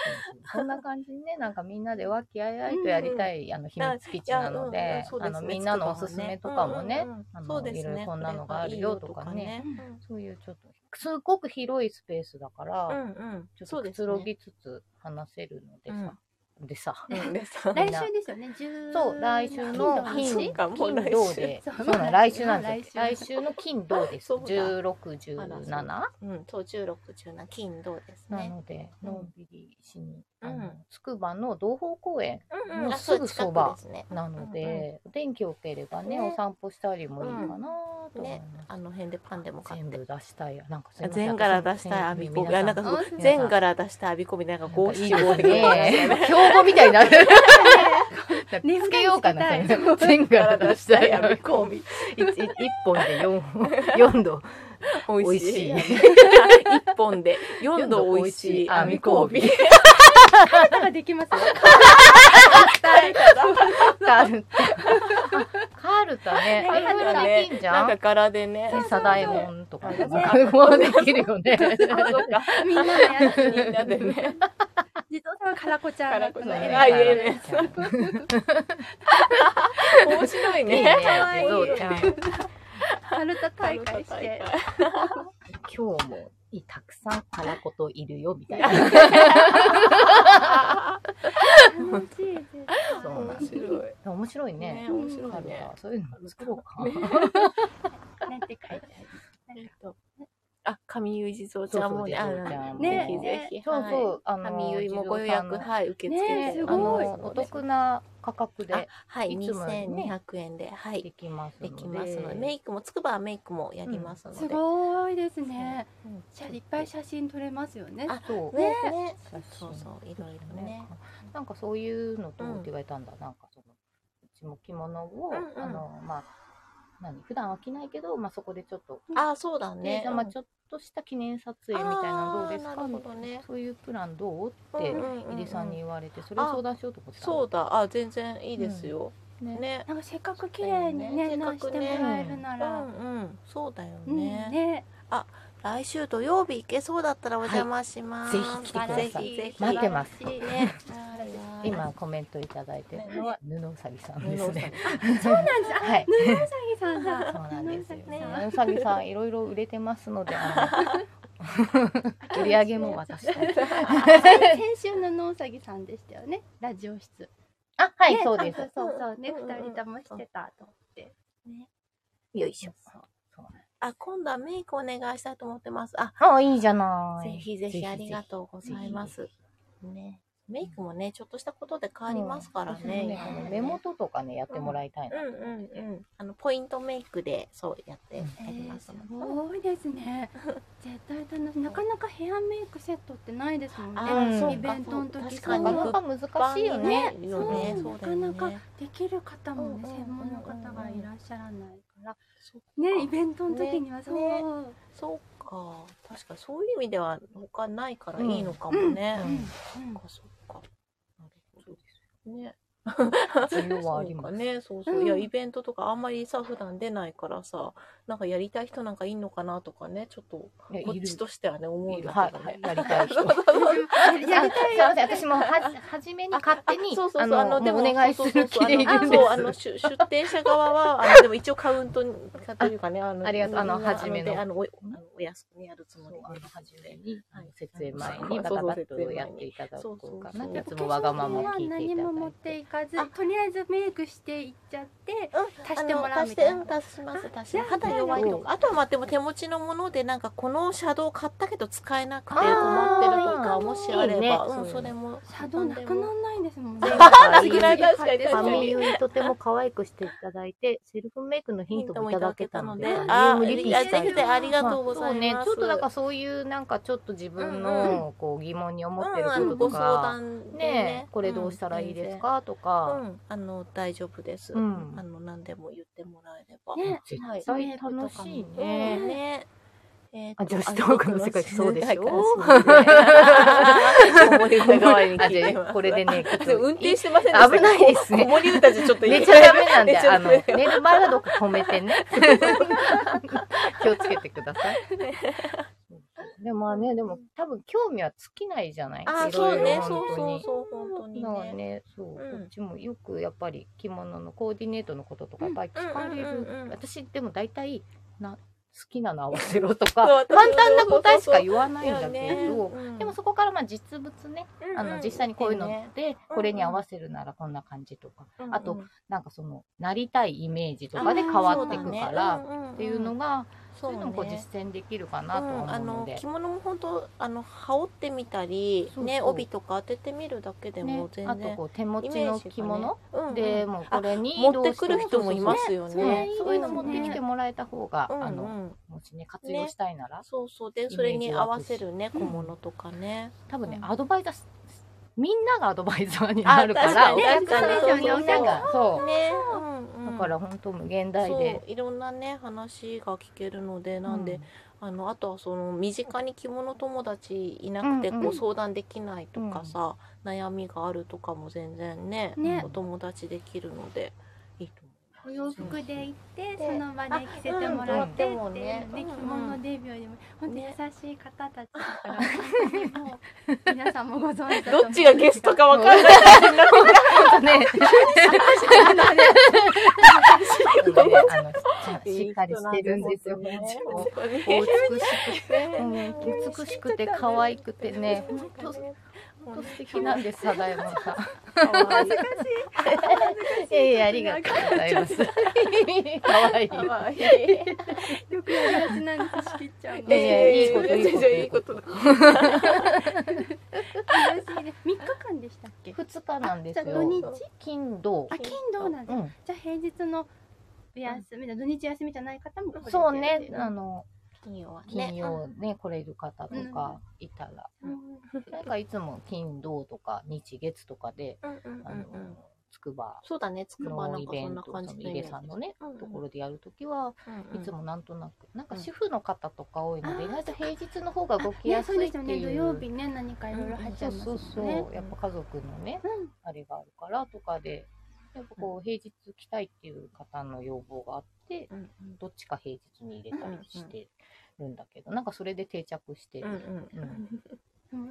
S3: こんな感じにね、なんかみんなで和気あいあいとやりたい、あの秘密基地なので、あのみんなのおすすめとかもね、あの
S2: そうです
S3: いろい
S2: ね。
S3: ろこんなのがあるよとかね、
S2: これがいいよ
S3: そういうちょっと、すごく広いスペースだから、
S2: とかね。うんうん。
S3: ちょっ
S2: そ
S3: と
S2: う
S3: く
S2: で
S3: つ
S2: す
S3: ろ
S2: ね。
S3: ぎつつ話せるのでさ、でさ、
S2: うんで さ
S4: 来週ですよね、10
S3: そう、来週の金、
S2: そう
S3: 金
S2: かもう来週
S3: 土で、
S4: そう
S3: そうなの来週なんですよ。
S4: 来
S3: 来
S4: 週
S3: 週の金土です。
S2: そうだ
S3: 16、
S2: あらそう
S3: 17
S2: だうん、そう、16、17、金、銅です
S3: な
S2: ね。
S3: ので、
S2: うん
S3: のんびりしに、あ
S2: う
S3: の
S2: ん、
S3: つくばの同宝公園
S2: うん
S3: もう
S2: あ
S3: すぐそば
S2: そう近くですね
S3: なので、お天気良ければね、
S2: ね
S3: お散歩したりもいいかなと思い
S2: ね
S3: ま、す。
S2: あの辺でパンでも買っ
S3: 全
S2: て
S3: 部。出したい。なんかすい
S2: あ
S3: ません
S2: 全柄出したいアビコビ。あ、なんかそう
S4: 皆さん
S2: 全柄出したいアビコビ、なんか
S3: こ
S2: 五
S3: うい
S2: 七
S3: いです
S2: 五で ね。
S3: ね。標語みたいになる。
S4: 値札
S3: つけようかな。
S4: つ
S3: それ全柄出した い。
S2: アビ
S3: 一
S2: コビ。
S3: 一本で四本四度。
S2: 美味しい。
S3: 美味し
S2: 一本で四度美味しいアビコビ。
S4: 方ができますよ。
S3: カルタ。カルタね。あれ
S2: なんか
S3: はでき
S2: ね
S3: ん、じ
S2: な
S3: ゃ
S2: んか
S3: ん。
S2: 柄でね。
S3: で、サダエモンとかね。
S2: そう
S3: 作語できるよね。
S2: あ、そうか。
S4: みんなのやつ。
S2: みんなでね。
S4: 地蔵さんはカラコちゃん
S2: 柄
S4: の
S2: こ
S4: こ
S2: そ
S4: の
S2: ね。
S4: 絵。
S2: あ、いえいえ。面白い
S3: いい
S2: ね
S3: ね。
S2: 可愛い。
S3: ゾウちゃん。
S4: カルタ大会して。
S3: 今日もたくさんカラコといるよみたいな。
S4: 楽 しいです。
S3: そうなん
S2: 面
S3: で
S2: 白い。
S3: す。面白いね
S2: ね、。面白
S3: カ
S2: い
S3: ル
S2: ね
S3: タ。そういうの作ろうか。
S4: なんて書いてある。
S2: あ、神ゆい地蔵ちゃんもね。
S3: そう
S2: あ
S3: そう地蔵ちゃんも
S2: ぜひ
S4: ね
S2: ぜひ。
S3: そうそう、
S2: はい。
S3: あ
S2: 神ゆいもご予
S3: 地
S2: 約、
S3: 蔵さんの
S2: はい、受け付け
S4: ね
S2: て
S4: す
S2: お
S3: あ
S2: り
S4: ご
S3: の
S2: ます
S4: い
S3: お
S2: ので。
S3: 得な価格
S2: あ
S3: で
S2: はい、
S3: いつもね
S2: 2200円で、はい
S3: で。きますの
S2: で
S3: で。
S2: きますので、メイクもつくばはメイクもやりますの
S4: す
S2: で、
S4: ごいですね。
S2: うん
S4: じゃあいっぱい写真撮れますよね。
S2: あ
S3: そう
S2: ね
S4: ね
S2: ね
S3: 写真
S2: そうそういろいろね。
S3: なんかそういうのと
S2: うん
S3: って言われたんだ。なんかそのうちも着物を
S2: うんうん
S3: あのまあ何普段飽きないけど、まあ、そこでちょっと、
S2: あ、そうだ
S3: ね
S2: ね。
S3: まあ、ちょっとした記念撮影みたいなのどうです
S2: あ
S3: か
S2: ーなるほどね
S3: そういうプランどうっ
S2: うん
S3: て
S2: う、んうん
S3: 井出さんに言われて、それを相談しようと思ってたの
S2: そうだ。あ、全然いいですよ。
S3: ね
S2: ね。
S4: なんかせっかく綺麗に
S2: そ
S4: ね
S2: うだよね
S4: 直してもらえるな
S2: う
S4: ら、
S2: んうん。そうだよ
S4: うん
S2: ね。
S4: ね
S2: 来週土曜日行けそうだったらお邪魔します。
S3: はいぜひ来てください
S2: ぜひぜひ
S3: 待ってます
S4: 素晴らしいね
S2: ね。
S3: 今コメントいただいて
S2: ね
S3: 布うさぎさん
S2: 布
S3: です
S2: をさ
S3: ね。
S4: そうなんです。あ、
S3: はい、
S4: 布うさぎさんだ。
S3: そうなんですよね
S4: ね。
S3: うさぎさんいろいろ売れてますので、あ の売り上げも渡したい。
S4: 先週の布うさぎさんでしたよね。ラジオ室。
S3: あ、はい、
S4: ね
S3: そうです
S4: あ。そうそうね、
S2: うんうんうん
S4: 二人ともしてたと思って。
S3: よいしょ。
S2: あ、今度はメイクお願いしたいと思ってます。あ、
S3: あ、いいじゃな
S2: ぜ
S3: い。
S2: ひぜひありがとうございます。ね。メイクもね、ちょっとしたことで変わりますから
S3: そうね
S2: ね。今
S3: この
S2: ね
S3: 目元とかね、やってもらいたいな。
S2: うんうんうん。あの、ポイントメイクで、そうやって
S4: え
S2: やりま
S4: ー、
S2: す
S4: す
S2: ので。
S4: ごいですね。絶対楽しい。なかなかヘアメイクセットってないですもんね。
S2: あ
S3: ーそうか
S4: イベントの時
S2: 確
S3: な
S2: かに
S3: か
S4: そう
S3: なか難しいよね。
S2: ね。よね。
S4: そう
S2: そう
S4: な
S2: だ
S4: か
S2: よね
S4: なかできる方
S2: うんう
S4: もね、
S2: んうんうん
S4: 専門の方がいらっしゃらないから、
S2: そっか
S4: ね、イベントの時にはそう、
S2: ねそうか。確かにそういう意味では他ないからいいのかもね。
S3: うん
S2: う
S3: うんん
S2: そっかそっか。なるほどですね。
S3: 需要はあり
S2: そ
S3: ま
S2: うか
S3: す。
S2: ね。そうそう。いや、イベントとかあんまりさ、普段出ないからさ、なんかやりたい人なんかいんのかなとかね、ちょっと、
S3: いやい
S2: こっ
S3: る
S2: ちとしてはね、思う
S3: い
S2: ん
S3: る
S2: だ
S3: は
S2: けど
S3: いは
S2: ね
S3: い。やり たい人。
S4: うんやりたい
S3: あすいません、私もは初めに勝手に
S2: あそうそうそう
S3: あの
S2: で
S3: も
S2: も
S3: うお願いする気でいるんで
S2: そうそうそうあのあ
S3: す。
S2: そうあの出 出店者側はあのでも一応カウントにというかねあの
S3: ありがとうあの
S2: みんな
S3: 初めの
S2: であのおあのお安くにやるつもりで
S3: 初めに
S2: はい
S3: 設営前にバタバタとやっていただこうかな。
S2: そうそうそう
S3: いつもわがまま聞いていた
S4: お化粧品は何も
S3: だ
S4: 持
S3: い
S4: って
S3: て。
S4: いかず
S2: あ
S4: とりあえずメイクしていっちゃって
S2: うん
S4: 足してもらうみたいな
S2: あの足して、うん、足します、足します。
S4: あ
S2: 肌弱いとか。あとはまあ、でも手持ちのもので、なんかこのシャドウ買ったけど使えなくて
S3: あー
S2: 困ってるとか、もしあれば、
S3: いいね
S2: う
S3: そ
S2: ん、そう
S3: いう
S2: れも。
S4: シャドウなくなんないんですもんね。
S2: い
S4: 次の
S2: 確かに
S4: 買
S2: 確
S4: っ
S2: か
S4: て
S2: に
S3: をとても可愛くしていただいて、セルフメイクのヒ
S2: ヒントもいただけたので
S3: あ
S2: あ
S3: 無
S2: ー
S3: 理
S2: リピーターでありがとうご
S3: そう
S2: ざいま
S3: ね、
S2: す
S3: ちょっとなんかそういうなんかちょっと自分
S2: うん
S3: のこう疑問に思ってるこ
S2: うんう
S3: と
S2: んご
S3: と
S2: 相
S3: か、
S2: 談でね
S3: ね、これどうしたらいいですかと
S2: う
S3: か、
S2: ん、あの、大丈夫です。
S3: うん
S2: あの、何でも言ってもらえれば。
S4: ね
S3: 絶
S2: はい
S3: 対楽しいね。
S2: うんね。えーと
S3: あ女子トークの世界そうでしょ
S2: そう思い出代わり に
S3: あ
S2: 聞いて
S3: じ
S2: ま
S3: ゃ
S2: す
S3: あこれでね、ちょっと
S2: 運転してませんでした
S3: 危ないです
S2: 子
S3: ね。
S2: 守歌じゃちょっといい
S3: 寝ちゃダメなんで、
S2: 寝ちゃ
S3: あ
S2: ダ
S3: の、
S2: メ
S3: 寝る場合はどっか止めてね。気をつけてください。でもまあね、でも多分興味は尽きないじゃない
S2: あー
S3: いろい
S2: そ
S3: うろ
S2: ね
S3: 本
S2: そう
S3: 当
S2: そう
S3: に。
S2: そう本当に
S3: まあ
S2: ね
S3: ね、そう、こ
S2: うん
S3: っちもよくやっぱり着物のコーディネートのこととかやっぱり聞かれ
S2: うんうんうんうん
S3: る。私でも大体、な、好きなの合わせろと
S2: そう
S3: か、
S2: 私も
S3: 簡単な答えしか言わないんだ
S2: い
S3: け
S2: やね
S3: ど
S2: う、ん
S3: でもそこからまあ実物ね、あの実際にこういうので、
S2: うん
S3: これに合わせるならこんな感じとか、あと
S2: うんうん
S3: なんかその、なりたいイメージとかで変わっていくから、っていうのが、
S2: そ
S3: そういうのもこう
S2: ね
S3: 実践できるかなとは
S2: あ
S3: 思うの
S2: の
S3: で
S2: 着。物も本当あの羽織ってみたり
S3: そうそう
S2: ね帯とか当ててみるだけで
S3: ね
S2: も全
S3: あ
S2: 然、
S3: とこう手持ちの着物
S2: うんうん
S3: でもうこれに
S2: 持ってくる人もいますすよね
S3: そう
S4: ね
S3: そうそういうの持ってきてもらえた方が、
S2: うんうん
S3: あのもしね活用したいなら、
S2: そうそう
S3: イメー
S2: で
S3: ジ
S2: それに合わせるね
S3: 湧
S2: 小
S3: くし
S2: 物とかね、
S3: 多分ね、
S2: うん
S3: アドバイザーすみんながアドバイザーになるから
S2: あ
S3: お客
S2: 確か
S3: さん
S2: に
S3: で
S2: ね
S3: しょみんながそう
S2: ね、うんうん、
S3: だから本当無限大
S2: そ
S3: で
S2: ういろんなね話が聞けるのでなんで、
S3: う
S2: あのあとはその身近に着物友達いなくて
S3: うん
S2: こ
S3: うん
S2: う相談できないとかさ、悩みがあるとかも全然ね
S4: ね
S2: お友達できるのでいいと思います。
S4: お洋服で行って
S2: そう
S4: その場で着せてもらってっていう
S2: あうんうん
S4: のね
S2: でもねう
S4: 着
S2: んう
S4: 物
S2: ん
S4: デビューでも本当に優
S2: ね
S4: しい方たちだからもう 皆さんもご存知だと
S2: どっちがゲストかわか
S3: か
S2: んない。
S3: 本当ねでもねあのしっかりしてるんですよ本当お美しくて、 うん美しくて可愛くてね本当本当素敵なんですサダエモンさん
S2: 恥ず
S3: いやいや、ありがとうござい ます。かわいい。
S2: かわいい。
S4: よくやりがちなんです仕切っちゃうの
S3: いやいや
S4: 嬉
S3: いいこといいこと
S2: いいこと。
S4: しいね3日間でしたっけ
S3: 二日なんですよ。
S4: じゃあ土日
S3: 金土。
S4: あ金土なん
S3: う
S4: だ
S3: ん。
S4: じゃあ平日のお休みだ土日休みじゃない方も来れてる
S3: そうね、あの、
S2: 金曜はね。
S3: 金曜ね、来れる方とかいたら、
S4: うん
S3: なんかいつも金土とか日月とかで、
S2: うんうんうん
S3: あの、くば
S2: そうだね、つくばな
S3: の
S2: ん
S3: イ
S2: か
S3: ベ
S2: そん
S3: ン
S2: な
S3: ト、そ
S2: 感じ
S3: の
S2: のイ
S3: 井
S2: メ
S3: 出
S2: ージ
S3: さんのね、
S2: うんうん
S3: ところでやるときは、
S2: うん
S3: い
S2: うん
S3: つもなんとなく、なんか
S2: うん
S3: 主婦の方とか多いので、
S4: あー
S3: 意外と平日の方が動きやす
S4: そう
S3: いっ
S4: です
S3: て
S4: よね
S3: いう。
S4: 土曜日ね何かいろいろ入っちゃ
S3: そ
S4: いうます
S3: そ
S4: もん
S3: う
S4: ね
S3: そう、やっぱ家族のね、あれがあるからとかで、やっぱこう平日来たいっていう方の要望があって、
S2: うんうん
S3: どっちか平日に入れたりしてるんだけど、なんかそれで定着してる。
S2: うんうん
S3: うん
S4: うん、うん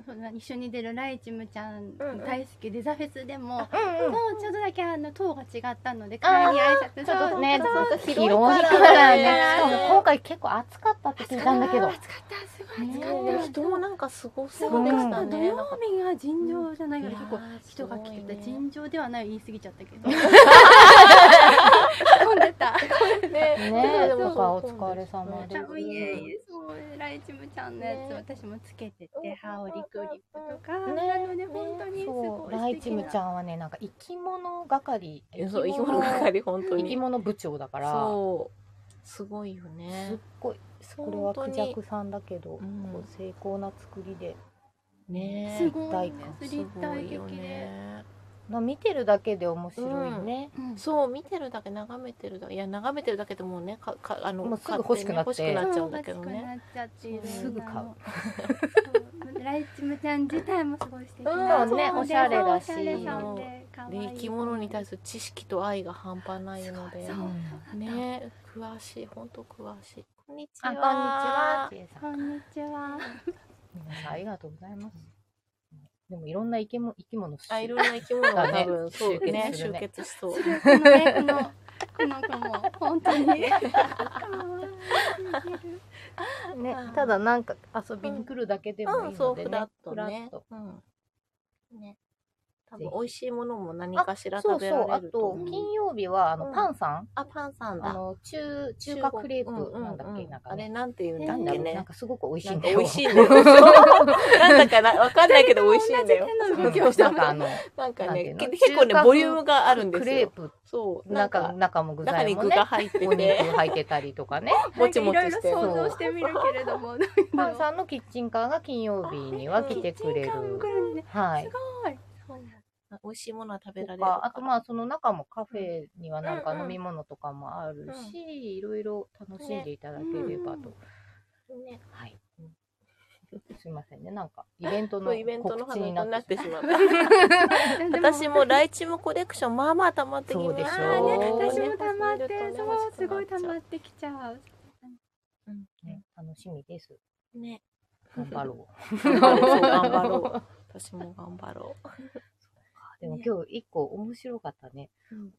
S4: そうだ一緒に出るライチムちゃん
S2: うんうん
S4: 大好きデザフェスでも、も
S2: うんうん
S4: うちょっとだけあの塔が違ったので帰り
S3: あー
S4: 挨拶
S3: ちょっとね、
S4: そ
S3: ちょ
S4: う
S3: っと
S2: 広
S3: 広い
S2: い
S3: か
S2: からね
S3: らね。しかも今回結構暑かったって聞いたんだけど。
S4: 暑かったすごい暑かった、
S2: ね人もなんかすご
S4: す
S2: そう
S4: ご
S2: で
S4: か
S2: し
S4: ったた土
S2: ね。
S4: 曜日が尋常じゃないから結構人が来てて、尋常ではない言い過ぎちゃったけど 混んでた
S2: ね
S3: ねえ、でもさ、お疲れ様で
S4: あ
S3: す。
S4: いえいえそうライチムちゃんのやつ、
S2: ね
S4: 私もつけてて
S2: うん
S4: ハオリクリップとか、
S2: ね
S4: なので本当にす
S3: そ
S4: ご
S3: う、
S4: い
S3: ライチムちゃ
S4: ん
S3: んはね、なんか生き物係。
S2: そう、生き物係、本当
S3: 生
S2: に。
S3: き物部長だから、
S2: そう。すごいよ
S3: すっ
S2: ね。
S3: ごい。これはクジャクさんだけど、こ
S2: うん
S3: う精巧な作りで。
S2: ね
S4: すごい
S3: 大
S4: ね
S3: 感
S4: 立体的で、
S3: な見てるだけで面白いね。
S4: うん
S2: そう見てるだけ眺めてるだけいや眺めてるだけでもうねかかあの
S3: もうすぐ欲しくなって
S2: 勝手に欲しくなっちゃうんだけど
S4: 欲しく
S2: ね
S4: なっちゃっていろんなの
S3: すぐ買う
S4: そうライチムちゃん自体もすごい素敵
S2: うんそうね
S4: そう
S2: おしゃれ
S3: だし
S4: おしゃれさんで可愛
S2: で
S4: い
S2: 生き物に対する知識と愛が半端ないので
S4: そう
S2: ね詳しい本当詳しいこんにち
S3: あ、
S2: は
S3: こんにちは。ちえさん
S4: こんにちは
S3: 皆さんありがとうございます。でもいろんな生き物、生き物
S2: あいろんな生き物が多分そうね
S3: 集結する
S2: 集
S3: ね
S2: 結しそう
S4: このねこのこの子も本 当に可愛すぎる
S3: ね
S2: うん、
S3: ただなんか遊びに来るだけでも
S2: う
S3: いい
S2: んそ
S3: の
S2: う
S3: で
S2: ふ
S3: ね、
S2: らっと
S3: ふらっ
S2: ね
S3: と
S2: うんね多
S3: ぜ
S2: 分
S3: ひ
S2: 美味しいものも何かしら
S3: そ
S2: 食
S3: う
S2: べ
S3: そう
S2: ら
S3: あ
S2: れると
S3: と
S2: 思う
S3: 金曜日はあ
S2: うん
S3: のパンさん、
S2: あパンさん
S3: あ
S2: だ
S3: の中中華クレープなんだっけ、
S2: ううう
S3: なんか
S2: あれ
S3: ね
S2: なんていうんだ
S3: な
S2: っ
S3: んだ
S2: け
S3: ろう、
S2: ね
S3: なんかすごく美味しい
S2: なんん
S3: だ
S2: か
S3: よ
S2: 美 味しいんだよ。 なんだかな、わかんないけど美味しいんだよ。そ
S4: 同
S2: う
S4: じ手の動き
S2: 今
S4: を
S2: 日
S4: して
S2: な
S3: なんんかあ
S2: か、
S3: の
S2: なん
S3: な
S2: か
S3: んてい
S2: ね
S3: う、の
S2: け結構
S3: 中華風
S2: ね、ボリュームがあるんで
S3: ク
S2: す
S3: レー
S2: よ。
S3: プ
S2: そう、な
S3: なん
S2: ん
S3: か
S2: か、
S3: 中も具
S2: 中
S3: 材
S2: に
S3: も
S2: 具
S3: ね
S2: が入って
S3: お肉
S2: て、
S3: 入ってたりとか ね
S2: もちもちして
S4: なんかいろいろ想像してみるけれどもどういう
S3: パン
S4: の
S3: さんのキッチンカーが金曜日には来てくれる
S4: 時間ぐらいね
S3: はい
S4: すごいそうなんだ
S2: 美味しいものは食べ
S3: と
S2: られるから
S3: か。あとまあその中もカフェにはなんか
S2: うんうん
S3: 飲み物とかもあるし、いろいろ楽しんでいただければと、
S4: ね
S2: ね
S3: はいすいませんねなんかイベント
S2: そ
S3: の
S2: うイベントの
S3: 告
S2: 話
S3: 知に
S2: に
S3: な
S2: な
S3: っ
S2: って
S3: し
S2: てしまった。
S4: で も
S2: 私もライチムコレクション、まあまあ溜まってきま
S3: そうでしょ
S4: ああね、私
S3: そう
S4: も溜まって、そう、すごい溜ま
S2: っ
S4: ってきちゃう。
S3: まう、ね、楽しみです
S2: て。ね。
S3: 頑張ろ う
S2: 頑張ろう。私も頑張ろう。
S3: でも今日一個面白かったね、
S2: うん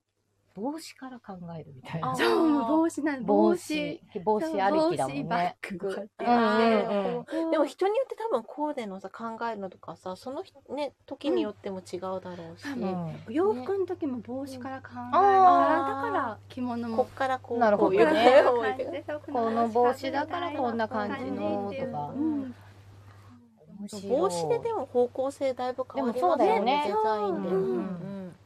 S3: 帽子から考えるみたい
S2: あ
S3: な
S4: そう、もう帽子なの、帽
S3: 帽
S4: 子
S3: 子。帽子歩きだもんね
S2: バッグ買って
S3: うんうん
S2: ね
S3: うん
S2: でも人によって多分コーデのさ考えるのとかさその日ね時によっても違うだろうし、
S4: う
S3: う
S4: ん多
S3: ん
S4: 洋服の時も帽子から考えるから、
S3: あ
S2: ー
S4: だから着物
S2: こ
S4: も。
S2: っからこう
S3: なる
S2: こ
S3: ほ
S2: う
S3: ど
S2: い
S3: ね
S2: うね
S4: こ
S2: こ
S4: う
S2: うい
S4: いう感じ
S2: う
S4: でそう
S3: この帽子だからこんな感じのとか
S4: うん
S3: 面白い
S2: 帽子ででも方向性だいぶ変わり
S3: でもそ
S2: ま
S3: うだ
S2: すよ
S3: よ
S2: ね
S3: ね
S2: デザインで、
S3: うん
S2: うん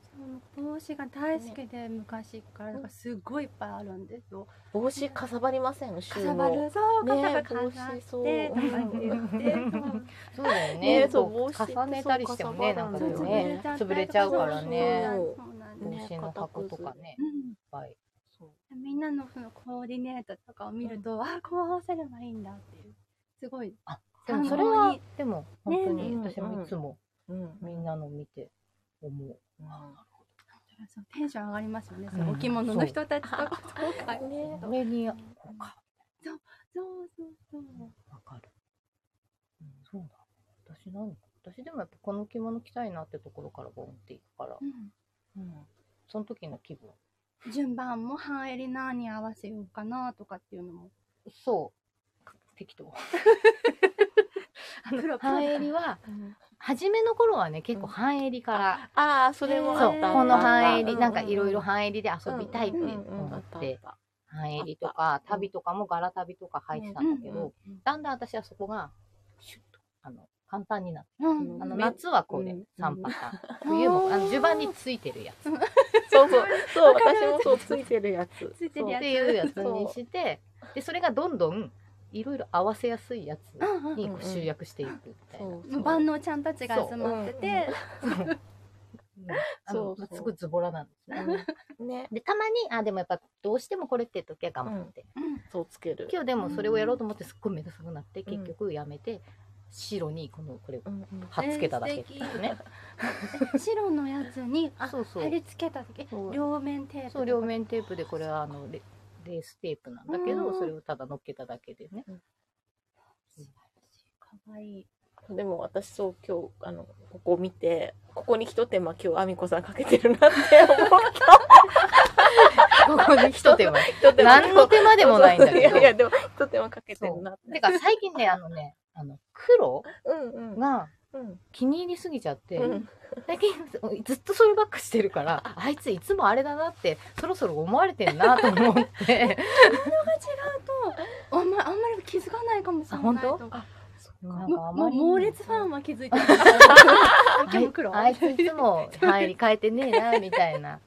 S4: そう帽子が大好きで昔からだからすごいいっぱいあるんですよ。
S2: 帽子かさばりません
S4: か
S2: 収
S4: さば
S2: 納
S4: るそう
S2: ね
S4: 肩が飾っ
S2: 帽子そう
S4: てとか言ってそう
S3: そうだよ
S2: ね
S3: ね
S2: そう
S3: こ
S2: 帽子って
S3: 重ねたりしてもね
S2: そ
S3: な
S2: うんか
S3: か
S2: さばるんだよ
S3: ね潰れちゃうからね
S2: そう
S4: そうなんです
S3: 帽
S2: ね
S3: 子の箱とかねいっ
S4: うん
S3: ぱい
S2: そう
S4: みんなのそのコーディネートとかを見ると、あこう合わせればいいんだっていうすごい
S3: あで
S4: 参
S3: もそれ
S4: 考
S3: は
S4: に
S3: でも本当に
S2: ね
S3: 私もいつも
S2: うん
S3: みんなの見て思う
S4: そうテンション上がりますよね、そ
S3: うん
S4: のお着物
S3: そ
S4: の
S3: う
S4: 人たちとかとかそう
S2: ね
S3: これにこうか
S4: そうそう
S3: わかる、うん、そうだ私なん私でもやっぱこの着物着たいなってところからボンっていくから、
S4: う
S3: うん、その時の気分
S4: ん、順番も半襟何に合わせようかなとかっていうのも
S3: そう適当
S4: プロプロ
S3: 半襟は初めの頃はね結構半襟から、
S2: ああそれ
S4: う
S2: も
S4: ん
S2: あ
S3: そう
S2: った
S3: この半
S2: う
S3: 襟
S2: う
S3: なんかいろいろ半襟で遊びたいって
S2: うんうんうん
S3: 思
S2: あ
S3: っ
S2: ったあ
S3: て
S2: った
S3: 半襟とか旅とかも柄旅とか履いてたんだけど、だんだん私はそこがシュッとあの簡単になって
S4: うん
S3: あの
S2: うん
S3: 夏はこれ
S2: うん
S3: 3パターン、冬もあの序盤についてるやつ
S2: そうそうそう私もそうついてるやつ
S4: ついてるや
S3: っていうやつにしてでそれがどんどんいろいろ合わせやすいやつ
S4: うんうん
S3: にこう集約していくみたいな
S2: そう
S4: もう万能ちゃんたちが集まってて
S3: そうあの
S2: そうそう
S3: すごいズボラなんですね。
S2: ね、
S3: で、たまに、あ、でもやっぱどうしてもこれって時は我慢って。
S2: そうつける。
S3: 今日でもそれをやろうと思ってすっごいめんどくさくなって、
S2: ん
S3: 結局やめて、白にこの、これを
S2: うんうん
S3: 貼っつけただけ
S4: えー
S3: っていうね。
S4: 白のやつにあ
S3: そうそ
S4: 貼
S3: う。
S4: り付けただけ
S3: そう
S4: 両面テープ
S3: そう、両面テープで、これはあのレ、レーステープなんだけ
S4: う
S3: ど、
S4: ん
S3: それをただ乗っけただけでね。
S4: かわいい
S2: でも私そう今日あのここ見てここにひと手間今日あみこさんかけてるなって思った
S3: ここに一手間。
S2: ひと手間
S3: 何の手間でもないんだけど
S2: そうそういやいやでもひと手間かけてるなって
S3: てか最近ね、あのね、あの、黒
S2: うんうん
S3: が
S2: うん
S3: 気に入りすぎちゃって、
S2: うん
S3: 最近ずっとそればっかしてるから、あいついつもあれだなって、そろそろ思われてんなと思って、
S4: あんまあんまり気づかないかもしれ
S3: あ
S4: ない
S3: 本
S4: と
S3: 当
S4: 思う
S3: なんかあ
S4: も
S3: ま
S4: う
S3: り
S4: 猛烈ファンは気づいてる今日も黒
S3: あいあいついつも入り替えてねえな、みたいな。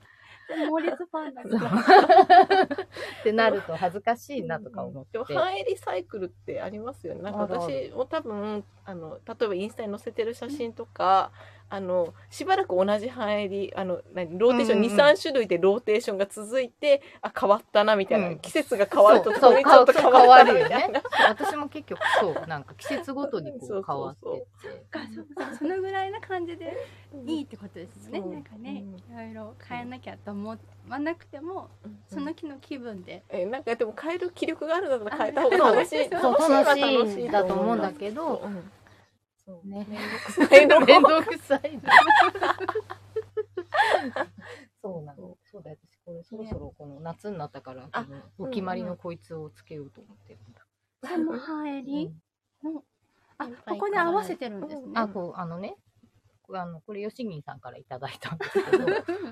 S4: 猛烈ファンだ
S3: そうってなると恥ずかしいなとか思って。
S2: でも半襟サイクルってありますよねなんか
S3: あるあ
S2: 私も多分あの例えばインスタに載せてる写真とか、あのしばらく同じ半襟あの何ローテーション
S3: うんうん
S2: 23
S3: うん、
S2: 3種類でローテーションが続いてあ変わったなみたいな、
S3: うん
S2: 季節が変わると
S3: そう
S2: ともにちょっと
S3: そう
S2: 変わる
S3: 変わる
S2: み
S3: よ
S2: たいな
S3: ね。私も結局そう、なんか季節ごとにこ
S2: そうそう
S3: う
S2: そう
S3: 変わってって。
S4: かそうかそのぐらいな感じでいいってことですよね
S2: そう
S4: なんかね
S2: うん
S4: いろいろ変えなきゃと思わなくてもその日の気分で
S2: えなんかでも変える気力があるなら
S4: あ
S2: 変えた方が楽しい
S3: そう
S2: は
S3: 楽しいんだと思うんだけ
S2: そう
S3: ど、
S2: うんそ う
S3: ね。
S2: めんどくさ
S3: め
S2: い
S3: ん
S2: の
S3: どくさいね。 そうなの。そうだよ。私これそろそろこの夏になったから、
S2: あ
S3: このお決まりのこいつをつけようと思ってるんだ。
S4: でも半襟あ
S2: いっぱ
S4: こ
S2: い
S4: こで合わせてるんです
S2: う
S4: ね
S2: ん
S3: あ、こうあのね、これあのこれ吉銀さんからいただいたんです けど、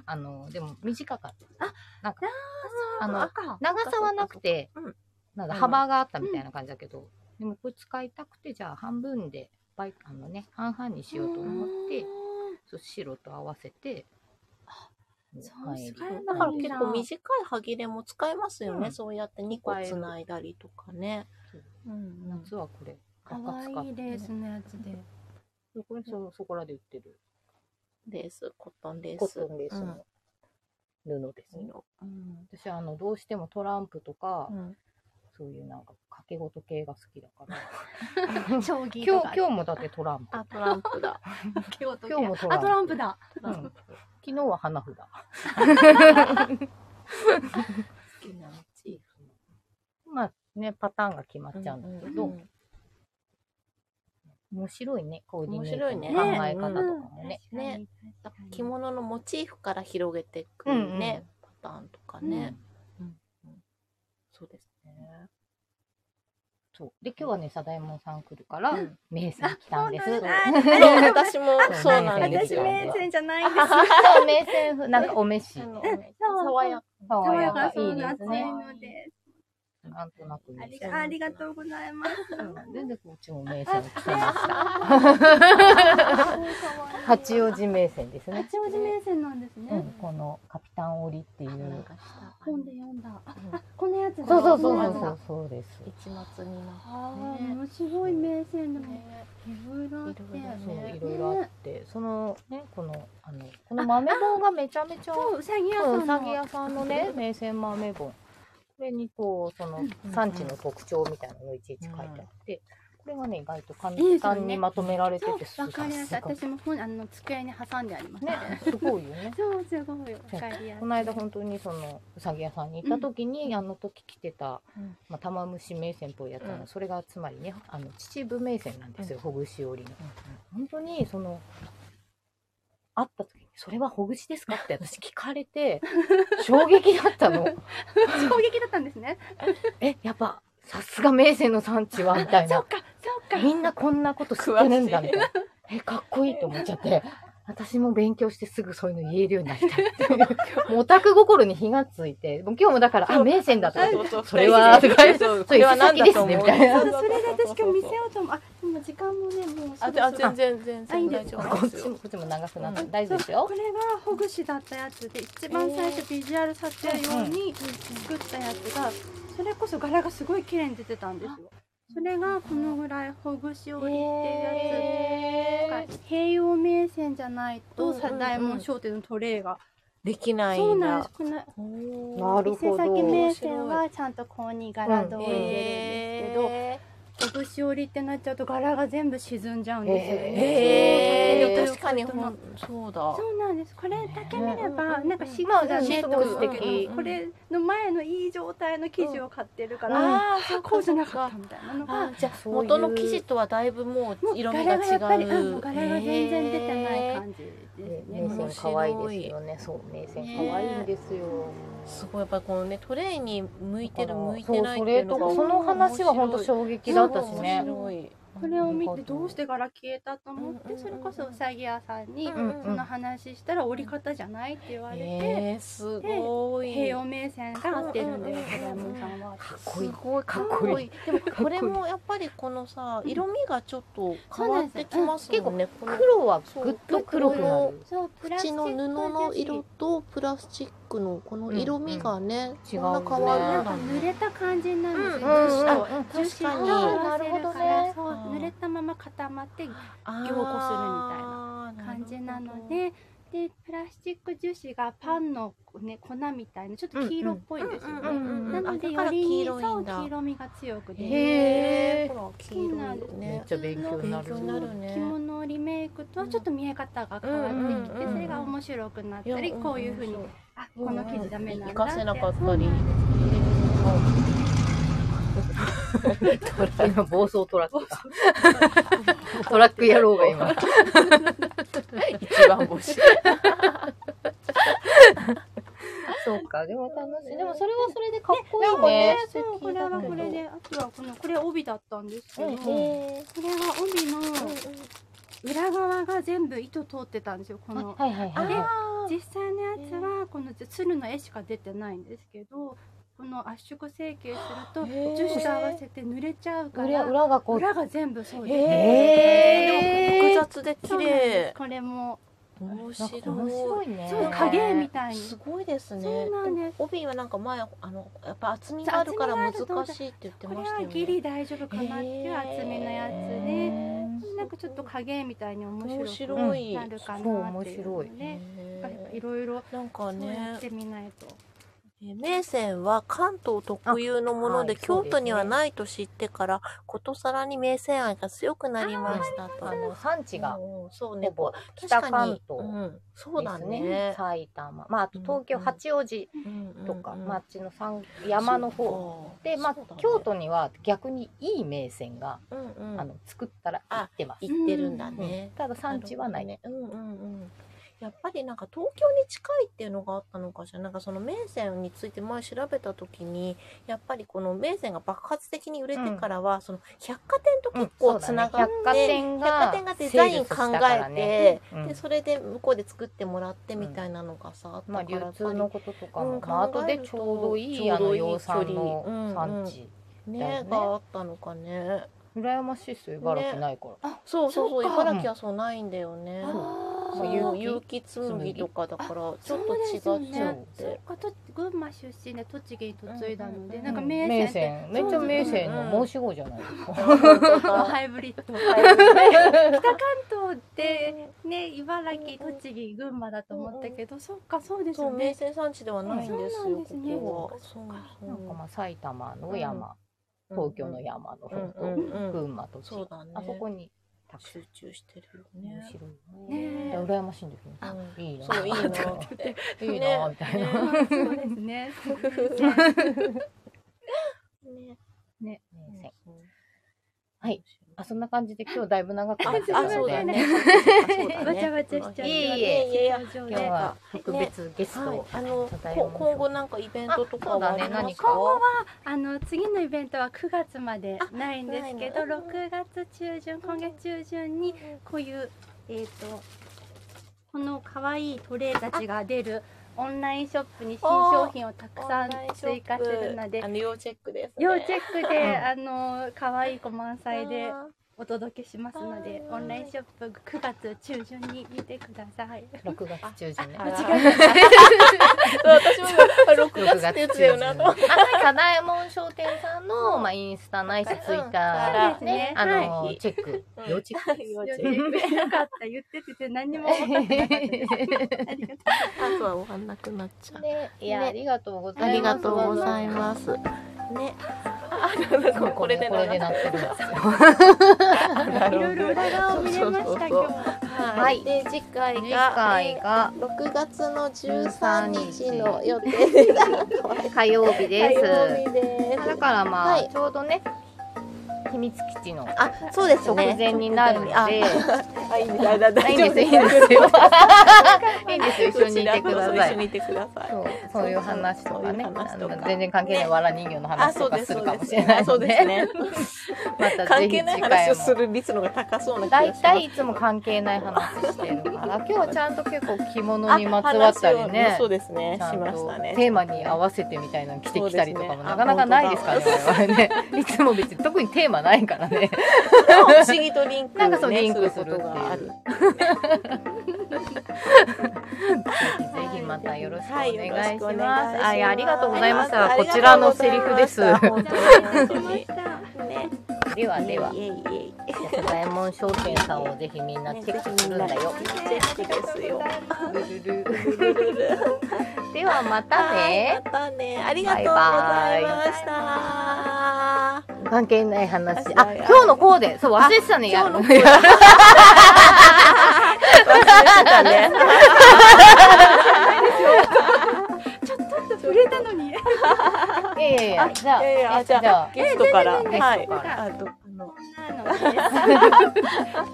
S3: あのでも短かった。
S4: あ、
S3: なんかあの
S2: の
S3: 長さはなくて
S2: うん、
S3: なんか
S2: あの
S3: 幅があったみたいな感じだけど、でもこれ使いたくてじゃあ半分で倍あのね半々にしようと思って、そう白と合わせて。
S4: そう
S3: はい
S4: 使えばいいん
S2: だから結構短い歯切れも使えますよね、
S3: うん
S2: そうやって2個つないだりとかね
S3: そう。
S2: うんうん
S3: 夏はこれ。
S4: かわいいレースのやつで
S3: これそそこらで売ってる。
S2: レース、コットンレース。
S3: コットンレースの布ですね。
S2: の。うん
S3: 私あのどうしてもトランプとか、
S2: うん
S3: そういうなんか掛け事系が好きだ から。
S4: 将棋
S3: 今
S4: と
S3: 日
S4: か
S3: 今日もだってトランプ。
S2: あ、トランプだ。
S4: 今
S3: 今日もトランプ
S4: あトランプだ
S3: うん昨日は花札。
S2: 好きなチ
S3: まあねパターンが決ま
S2: ー
S3: っ
S2: フ
S3: ちゃうんだけ
S2: う
S3: ど、
S2: ん
S3: 面白いねコーディネー
S2: 面白い
S3: ト
S2: ね
S3: の考え方とかもね。
S4: 確かに確かに
S2: 着物のモチーフから広げていくね、パターンとかね。そうですね。
S3: そうで今日はねサダエモンさん来るから、
S2: うん
S3: メイさん来たんです。
S4: そうなん
S2: そ
S4: だ
S2: う、私もそうなんです
S4: 私
S2: よ。
S4: 名線じゃないんです
S3: そう名線風なんかお召し
S2: あの
S4: 爽
S2: 爽
S4: や
S2: や
S4: か
S2: か。
S3: 爽
S4: 爽
S3: や
S4: や
S3: か
S4: か
S3: い
S4: そう
S3: いで
S4: な暑
S3: す
S4: い
S3: ね。
S4: ので
S3: なんとなく
S4: あ
S3: 名
S4: り
S3: 線。
S4: がありがとうございます
S3: うん全然こっちも名線を来てました。
S4: 八
S3: 八王子名線ですね。
S4: 八王子名線なんです
S3: うん
S4: ね、
S3: このカピタン折りってい
S2: なん
S3: う。
S2: かした
S4: 本で読んだああこのやつだ
S3: そうそうそう
S4: この
S3: そ
S4: や
S3: う
S4: つ
S3: そ
S4: だ
S3: うそうです。
S2: 一末にな
S4: ああ、面白い名線でも
S2: ね。
S4: いろいろあっ
S2: い
S4: て、
S2: ろいろ
S3: そう
S2: ね
S3: いろいろあって、そのねこのあのこの豆本がめちゃめちゃ。
S4: そう、うさぎ屋
S3: そう
S4: さ
S3: うんさぎ
S4: の。
S3: 屋さんのね名線豆本これにこうその産地の特徴みたいなのをいちいち書いてあって、これがね意外と簡
S4: いいですよね
S3: 単にまとめられてて
S4: そう、わかりやすい。
S3: さすが
S4: 私も本、あの、机に挟んでありますね。
S3: ねすごいよね
S4: そう、すごい、わかりやすい。
S3: この間本当にそのうさぎ屋さんに行った時に、あの時着てた、
S2: うん
S3: まあ、玉虫名線っぽいやつなの、
S2: うん
S3: それがつまりねあの秩父名線なんですよ、
S2: うん
S3: ほぐし織りの。本当にその会った時に「それはほぐしですか?」 って私聞かれて衝撃だったの。
S4: 衝撃だったんですね。
S3: えやっぱさすが名声の産地はみたい
S4: そ
S3: な
S4: っか、そっか。
S3: みんなこんなこと知ってるんだみたいなえかっこいいと思っちゃって私も勉強してすぐそういうの言えるようになりたいっていうもうオタク心に火がついてもう今日もだからあ名声だと思って
S2: そうそう
S3: それは
S2: そうそうそれは何だと思う
S3: それは何だと
S4: そうそうそれで私今日見せようと思う。あ、でも時間もね、もうそ
S2: あ、
S4: ろ
S2: じゃあ
S4: そろ。
S2: 全然全
S4: あいい
S2: 然
S4: んで
S2: 大丈
S4: すか
S3: あ
S2: 夫
S3: こっ
S2: です
S3: ち
S2: よ。
S3: もこっちも長くなった
S2: う
S3: 大丈夫ですよ
S4: これがほぐしだったやつで、一番最初ビジュアル撮影用に作ったやつが、それこそ柄がすごい綺麗に出てたんですよ。それがこのぐらいほぐし折りっていうやつ。
S2: え
S4: か併用銘線じゃない
S2: うん
S4: と
S2: うんうん
S4: 左大門商店のトレイが、
S2: できない
S4: そうんなん
S2: だ
S4: ですこの
S2: なる
S4: 伊
S2: ほ
S4: 勢
S2: ど
S4: 崎銘線はちゃんとこうに柄通り入れるんですけど、
S2: え
S4: お節折りってなっちゃうと柄が全部沈んじゃうんですよね
S2: ー、
S3: え
S2: え
S3: ー
S2: ー、でも確かにほ
S4: そうん
S2: そうだ
S4: そうなんですこれだけ見れば、
S2: うん
S4: なんかシッ
S2: まあ
S4: クだねと
S2: まあ
S4: 思
S2: シッ
S4: う
S2: ク
S4: けど、
S2: うん
S4: これの前のいい状態の生地を買ってるから、あ
S2: ああ
S4: ーこうじゃなかったみたいなのが
S2: あじゃあ
S3: そういう
S2: 元の生地とはだいぶも
S4: も
S2: う
S4: う
S2: 色
S4: 柄
S2: 味
S4: が
S2: が
S4: やっぱ
S2: 違
S4: り、うん、も
S2: う
S4: う柄が全然出てない感じで
S3: ね
S4: す
S3: 名
S4: ね。もう
S3: 線可愛いですよね。そう、名線可愛いんですよ。
S2: すごいやっぱりこのねトレイに向いてる
S3: だから
S2: 向いてない
S3: そ
S2: っ
S3: うそ
S2: てい
S3: れ
S2: うの
S3: と
S2: が
S3: か、その話は本当
S2: 面
S3: 衝撃だったし
S2: 白い
S3: ね。
S2: 面白い
S4: これを見て
S3: なるほど
S4: どうして柄消えたと思って、
S2: うん
S4: それこそうさぎ屋さんに、
S2: うん
S3: うん
S4: その話したら折り方じゃないって言われて、
S2: えー、すごい
S4: 平洋名線が合ってるんだよ、
S2: うん
S4: 子供さんは。
S3: かっこいい
S2: すごいかっこいい でもこれもやっぱりこのさ色味がちょっと変わってきますもんねこの
S3: 黒はぐっと黒くなる。
S4: そうプラスチ
S2: 口
S4: ッ
S2: の
S4: ク
S2: 布の色とプラスチックのこの色味が
S3: う
S2: ね、
S3: ん
S2: こんな変
S4: 樹
S2: わ
S4: 脂
S2: る
S4: なん
S2: ん
S4: か
S2: だ
S4: 濡れた感じになるんです
S2: う
S4: よ、
S2: んうん
S4: 樹
S2: うん
S4: 脂
S2: あ
S4: を。
S2: 確かに
S4: 樹脂を合わせる
S3: なるほど
S4: から、
S3: ね
S4: そう
S2: うん
S4: 濡れたまま固まって
S2: あー
S4: 凝固するみたい感じなのででプラスチック樹脂がパンの、ね、粉みたいなちょっと黄色っぽいんですよね、
S2: うんうんうんうん
S4: なので
S2: あだから
S4: より
S2: 黄
S4: 黄
S2: 色
S4: 色
S2: いんだ
S4: 黄色みが強く出る
S2: へえ
S3: へー
S2: ほら黄色いよ
S3: めっ
S2: ね
S3: ちゃ勉強になる。
S2: 勉強になるね
S4: 着物リメイクとはちょっと見え方が変わってきて、
S2: うんうんうんうん
S4: それが面白くなったり、こういうふうに、あこの生地ダメなんだって
S2: 活かせなかったり
S4: そうなんです
S3: 今暴走トラッ クが。トラック野郎が今。一番星。そうか、でも楽しい。でもそれはそれでかっこいいね。
S4: そうこれはこれであとはこのこれ帯だったんですけど、
S3: うん
S4: これは帯の裏側が全部糸通ってたんですよこ
S3: あ
S4: の
S3: はいはいはいはい。
S2: あ
S4: 実際のやつはこの鶴の絵しか出てないんですけどこの圧縮成形すると
S2: へー
S4: 樹脂と合わせて濡れちゃうから
S3: 裏
S4: 裏
S3: 裏がこう。
S4: が全部そう
S2: ー
S4: です。
S2: へ
S3: へー
S2: ー複雑で
S4: そ
S2: 綺
S4: うなんです
S2: 麗
S4: これも
S3: なんか面
S2: 面白
S3: 白
S2: い
S3: いね。
S4: そう影絵みたいに
S2: すごいですね
S4: そうなんです
S2: 帯はなんか前あのやっぱ厚みがあるから難しいって言って
S4: これ
S2: ました
S4: は
S2: よ
S4: ギ
S2: ね
S4: リ大丈夫かなっていう厚みのやつ
S3: へ
S4: で、
S3: ー
S4: なんかちょっと影絵みたいに面
S2: 面
S4: 白
S2: 白
S4: く
S2: い
S4: なるかなっていうので、ね、い
S2: へ
S4: ろいろ
S2: ーなんか
S4: そうや
S2: ね
S4: ってみないと。
S2: えー銘仙は関東特有のもの
S3: あは
S2: で、
S3: い
S2: 京都には
S3: そうですね
S2: ないと知ってから、ことさらに銘仙愛が強くなりましたと。
S3: あの産地が
S2: うんそうね
S3: ほ、ぼ
S2: 確
S3: 北
S2: かに
S3: 関東
S2: うん、そうだ
S3: ですね
S2: ね。。
S3: 埼玉、まああと東京
S2: うん
S3: 八王子
S2: うんうんうん
S3: とか、まああっちの山山の方。
S2: そうか
S3: で、まあ
S2: そうだね
S3: 京都には逆にいい名船が
S2: うんうん
S3: あの作ったら行ってます。
S2: 行ってるんだね。
S3: ただ産地はない。
S2: ね。うんうんうん。やっぱりなんか東京に近いっていうのがあったのかしら。なんかその銘仙について前調べた時に、やっぱりこの銘仙が爆発的に売れてからは、その百貨店と結構つながって、
S3: 百貨店が
S2: 百貨店がデザイン考えて、
S3: うん
S2: でそれで向こうで作ってもらってみたいなのがさ、あった
S3: まあ
S2: から
S3: 流通のこととか
S2: う
S3: も、
S2: ん
S3: まあ後
S2: 考
S3: で
S2: えると
S3: ちょうどい
S2: ちょうどい
S3: い
S2: い
S3: あの養蚕
S2: 距離うんう
S3: の
S2: ん
S3: 産地、
S2: ね
S3: だよね
S2: があったのかね
S3: 羨ましいっすよ茨城ないから、
S2: あそうそうそう
S4: そっか
S2: 茨城はそうないんだよね、
S3: まあ
S2: そう
S3: 有機
S2: 有機紬とかだからちょっと
S4: そうで
S2: 違
S4: すよ
S2: っちゃっ
S4: ね。
S2: て、
S4: そうかと群馬出身で栃木に嫁いだので、
S2: うん
S4: なんか
S3: うん
S4: 名
S3: 名
S4: 線
S3: 泉めっちゃ名泉の申し子じゃないですか、
S4: の ハイブリッド。関東ってね茨城栃木群馬だと思ったけど、そっかそうです
S2: そ
S4: よ
S2: う名
S4: ね。
S2: 声産地ではないんですよ、
S4: そうなんですね
S2: ここはそうそう
S3: なんかまあ埼玉の山、東京の山の方と、
S2: うんうんうん
S3: 群馬と、
S2: そうだね
S3: あそこにたくさん
S2: 集中してるよ
S3: 面
S2: ね
S3: 白いねい
S4: ね
S3: や羨ましいんですよ、
S2: う
S3: いいな
S2: そういいな
S3: いいなみたいな、
S2: ね
S4: そうですね。
S2: ね
S4: ね
S3: 名泉
S2: そう
S3: はいあそんな感じで今日だいぶ長くなっちゃ
S2: あ
S3: っ
S2: あ
S3: た
S2: そ
S3: の
S2: うだ
S3: で、
S2: ねあそうだね
S4: わちゃわちゃしちゃう。
S3: いえい
S2: えいえいえ
S4: 今
S3: 今日は特別ゲストを、
S2: はい、あの
S3: ただいま
S2: こ今後なんかイベントとかは
S3: あそうだね
S2: あります
S3: 何か
S4: あの次のイベントは9月までないんですけど、
S2: あないの
S4: 6月中旬、今月中旬にこういうえっ、とこの可愛いトレイたちが出るオンラインショップに新商品をたくさん追加するので
S2: あ、の要チェックです、ね、
S4: 要チェック
S3: うん
S4: であの可愛い子満載で
S2: あ
S4: お届けしますので、
S2: は
S4: オ
S2: い
S4: ンラインショップ9月中旬に見てください。
S3: 6月中旬ね
S2: あ
S3: あ
S2: 間違えた私も今六月ってやつだよなと思って
S3: あなんか大門商店さんの、まあ、インスタないしツイッタ
S2: あ
S3: ー
S2: ら
S4: そうですね。
S3: あの、
S2: はい
S3: チェック幼稚園
S4: 幼
S2: 幼
S4: 稚
S2: 稚
S4: 園
S2: 園
S4: くれなかった言っててて何も分かってなか ったです。ありがと
S2: あとはお花なくなっちゃう。
S3: ね、いや、
S2: ね
S3: ありがとうございます。
S2: ありがとうございます。ね。あ、
S3: わざわざ。これで、これでなってるんですよ。
S4: う。いろいろ裏側を見れました今日。
S2: は
S3: はい
S2: い。で次回が
S3: 次回が
S2: えー6月の13日の予定で
S3: 火曜日で
S2: 火
S3: す。
S2: 曜日です。
S3: だからまあ、
S2: はい
S3: ちょうどね秘密基地の
S2: あ、そうです
S3: 直
S2: ね。
S3: 前になるので、
S2: あ、あいいんだだ
S3: あいい
S2: 大
S3: ん
S2: 丈
S3: で
S2: 夫
S3: すよいいん
S2: よ。
S3: ですよいいんですよ一緒にいてくだ
S2: そう
S3: さ
S2: 一緒に
S3: い
S2: いてください。
S3: そうそういう話とかね
S2: そういう話とか
S3: あの全然関係ないわら人形の
S2: あ、
S3: 話
S2: そ
S3: と
S2: うで
S3: か
S2: す
S3: す
S2: そ
S3: る
S2: う
S3: か
S2: で
S3: も
S2: す
S3: しれない
S2: あそ
S3: の
S2: うです
S3: で
S2: ね。
S3: また
S2: 関
S3: ぜひ
S2: 係ない
S3: 次
S2: 話
S3: 回
S2: を
S3: も
S2: する率の方が高そうな気がし
S3: 大
S2: ます。
S3: 体いつも関係ない話してる から今日はちゃんと結構着物にまつわったり
S2: あ話
S3: ね
S2: をそうですね。
S3: ちゃ
S2: し
S3: ん
S2: まし
S3: と
S2: たね。
S3: テーマに合わせてみたいなの着てきたりとかも、
S2: そうですね
S3: なかなかないですからね
S2: あ
S3: 我々ねいつも別に特にテーマないからね
S2: 不思議とリンク、ね、
S3: なんかそうリンクするってい
S2: こ
S3: う
S2: とがある。
S3: ぜひまたよろしくお
S2: はい、よろ
S3: 願い
S2: し
S3: し
S2: くお願いし
S3: ま。
S2: ますす。
S3: あいやありがとうございまし
S2: あ
S3: た。こ
S2: り
S3: ち
S2: がとうございました
S3: らのセリフです。
S2: 本
S4: 本
S2: 当
S4: 当に
S2: に
S4: ありがとうございました。
S2: ね、
S3: ではでは、
S2: いえいえい
S3: ドラえもん商店さんをぜひみんな
S2: えね
S3: チェックするんだよ。
S2: チェックですよ。
S3: ルルル
S2: ルルルル
S3: ではまた
S2: はい
S3: ね。
S2: またね。ありがとうございました。
S3: 関係ない話。
S2: はい
S3: あ、今日のコーデ。そう、忘れてたね。やる
S2: 今日の
S3: のやる
S2: 忘れてたね。
S4: 触れたのに。
S3: いやいやいや。 じゃあ、
S2: いやい
S3: え
S2: や
S3: っとじゃあ、
S2: ゲストから。
S3: 全然
S2: は
S3: ゲ
S2: い。
S3: ストから
S2: あと、あの、
S4: なのです。
S2: はい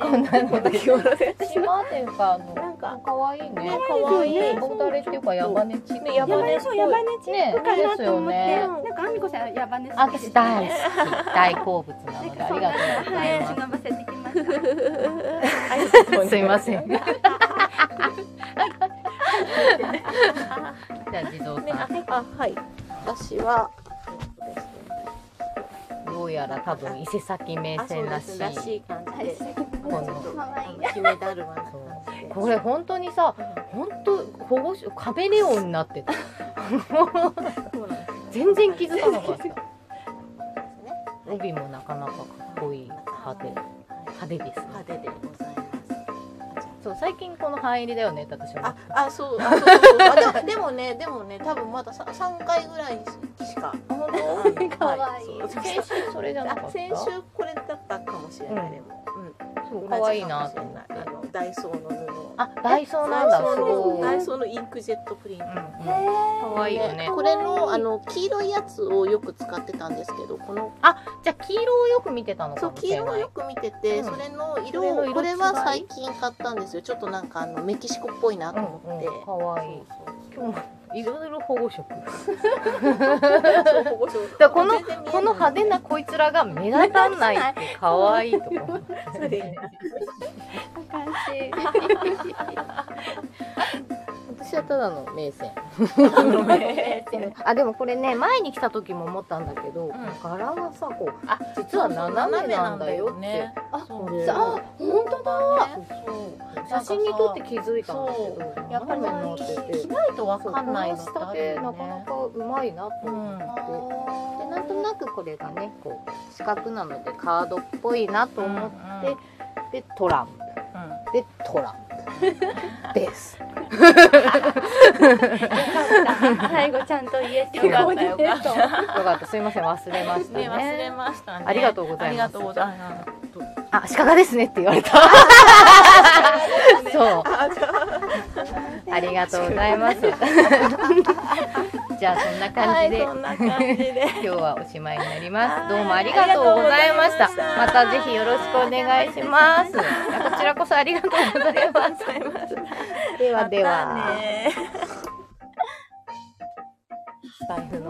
S4: こんな
S3: こんな
S4: ね。
S3: ので。
S2: 着物で。
S3: 島というか、あ
S2: なん
S3: の
S2: か、
S3: 可愛いね。
S2: 可愛いね
S3: ボーダレっていうか、ヤバネチックな。
S2: ねヤバ
S4: 山
S2: ネ
S4: 根そう山根チックかなと思っ
S3: ね
S4: て、
S2: ですよね
S4: なんかあみこさん山根好
S3: あ
S4: きです
S3: 私大好き。大好物な
S4: なん
S3: ので、
S4: か
S3: あ
S4: そ
S3: り
S4: んな
S3: がとうござい
S4: はい
S3: ます。
S4: 忍ばせてきました。
S3: すいません。じゃあ、地蔵
S2: ね、
S3: さ
S2: あ、あはい。私は、そうですね
S3: ん、どうやら多分伊勢崎名
S2: あそう
S3: 線
S2: で
S3: ら
S2: す
S3: し
S2: ねらし
S3: い。
S2: い感じで、
S3: この
S2: ちょっと
S4: 可愛い
S2: 決めだるまな感じで。
S3: これ本当にさ、本当保護種カメレオンになってた。
S2: そうなんですよ
S3: 全然気づかなかった。帯もなかなかかっこいい派手派手ですね。
S2: 派手でございます。
S3: そう最近この範囲入りだよねって私も。
S2: あ、あ、そう、あ、そうそうそうあでも、で もね、でもね、多分まださ、三回ぐらいしか。
S3: 本
S2: か
S4: 可愛い
S3: 先週それじゃなかった。
S2: 先週これだったかもしれない、でも。うん
S3: そう可愛いなと思って。
S2: あのダイソーの布。
S3: あダイソーなんだ。
S2: ダイソー
S3: そ
S2: の
S3: う。
S2: ダイソーのインクジェットプリント。
S3: うんうん
S4: 可
S3: 可愛いよね
S2: これのあの黄色いやつをよく使ってたんですけど、この
S3: じゃあ黄色をよく見てたのか
S2: そう
S3: もし
S2: 黄
S3: れ
S2: 色を
S3: ない
S2: よ。く見てて、
S3: うん
S2: それの
S3: そ
S2: 色
S3: れの
S2: を
S3: 色
S2: これは
S3: 違い
S2: 最近買ったんですよちょっとなんかあのメキシコっぽいなと思って、
S3: うんうん可愛い今日いろいろ保護色。だ
S2: だ
S3: からこのこの派手なこいつらが目立たないって可愛いところ。
S2: そうですね
S4: 感 じ。
S3: 私はただの名線。
S2: ね
S3: あでもこれね前に来た時も思ったんだけど、
S2: ん
S3: 柄がさこう
S2: あ
S3: 実は斜めなんだよって。
S2: あそうね
S3: さあ本当だ。
S2: そう
S3: 写真に撮って気づいたんだけど、
S2: やっぱり
S3: 斜めになってて
S2: 着ないとわかんないの
S3: そう
S2: って
S3: この
S2: あ
S3: 仕
S2: る
S3: 立て
S2: よ
S3: な
S2: ね
S3: かなかうまいなと思って。でなんとなくこれがねこう四角なのでカードっぽいなと思って、でトランプでトラ ンプです。
S4: 最後ちゃんと言えて
S2: よかったよか
S3: よ
S2: った
S3: かったすいません忘れましたね。
S2: ね忘れましたね
S3: ありがとうございます
S2: ありがとうございます
S3: あ鹿がですねって言われ た。そう。ありがとうございます。 じゃあそんな感じで
S2: はい、そんな感じ で
S3: 今日はおしまいになりま
S2: はい
S3: す。どうもありがとうございまし
S2: あ
S3: た
S2: りがとうござい。ま
S3: ま
S2: した
S3: たぜひよろしくお願いします。こちらこそありがとうございます。ではでは。
S2: またね
S3: 財布の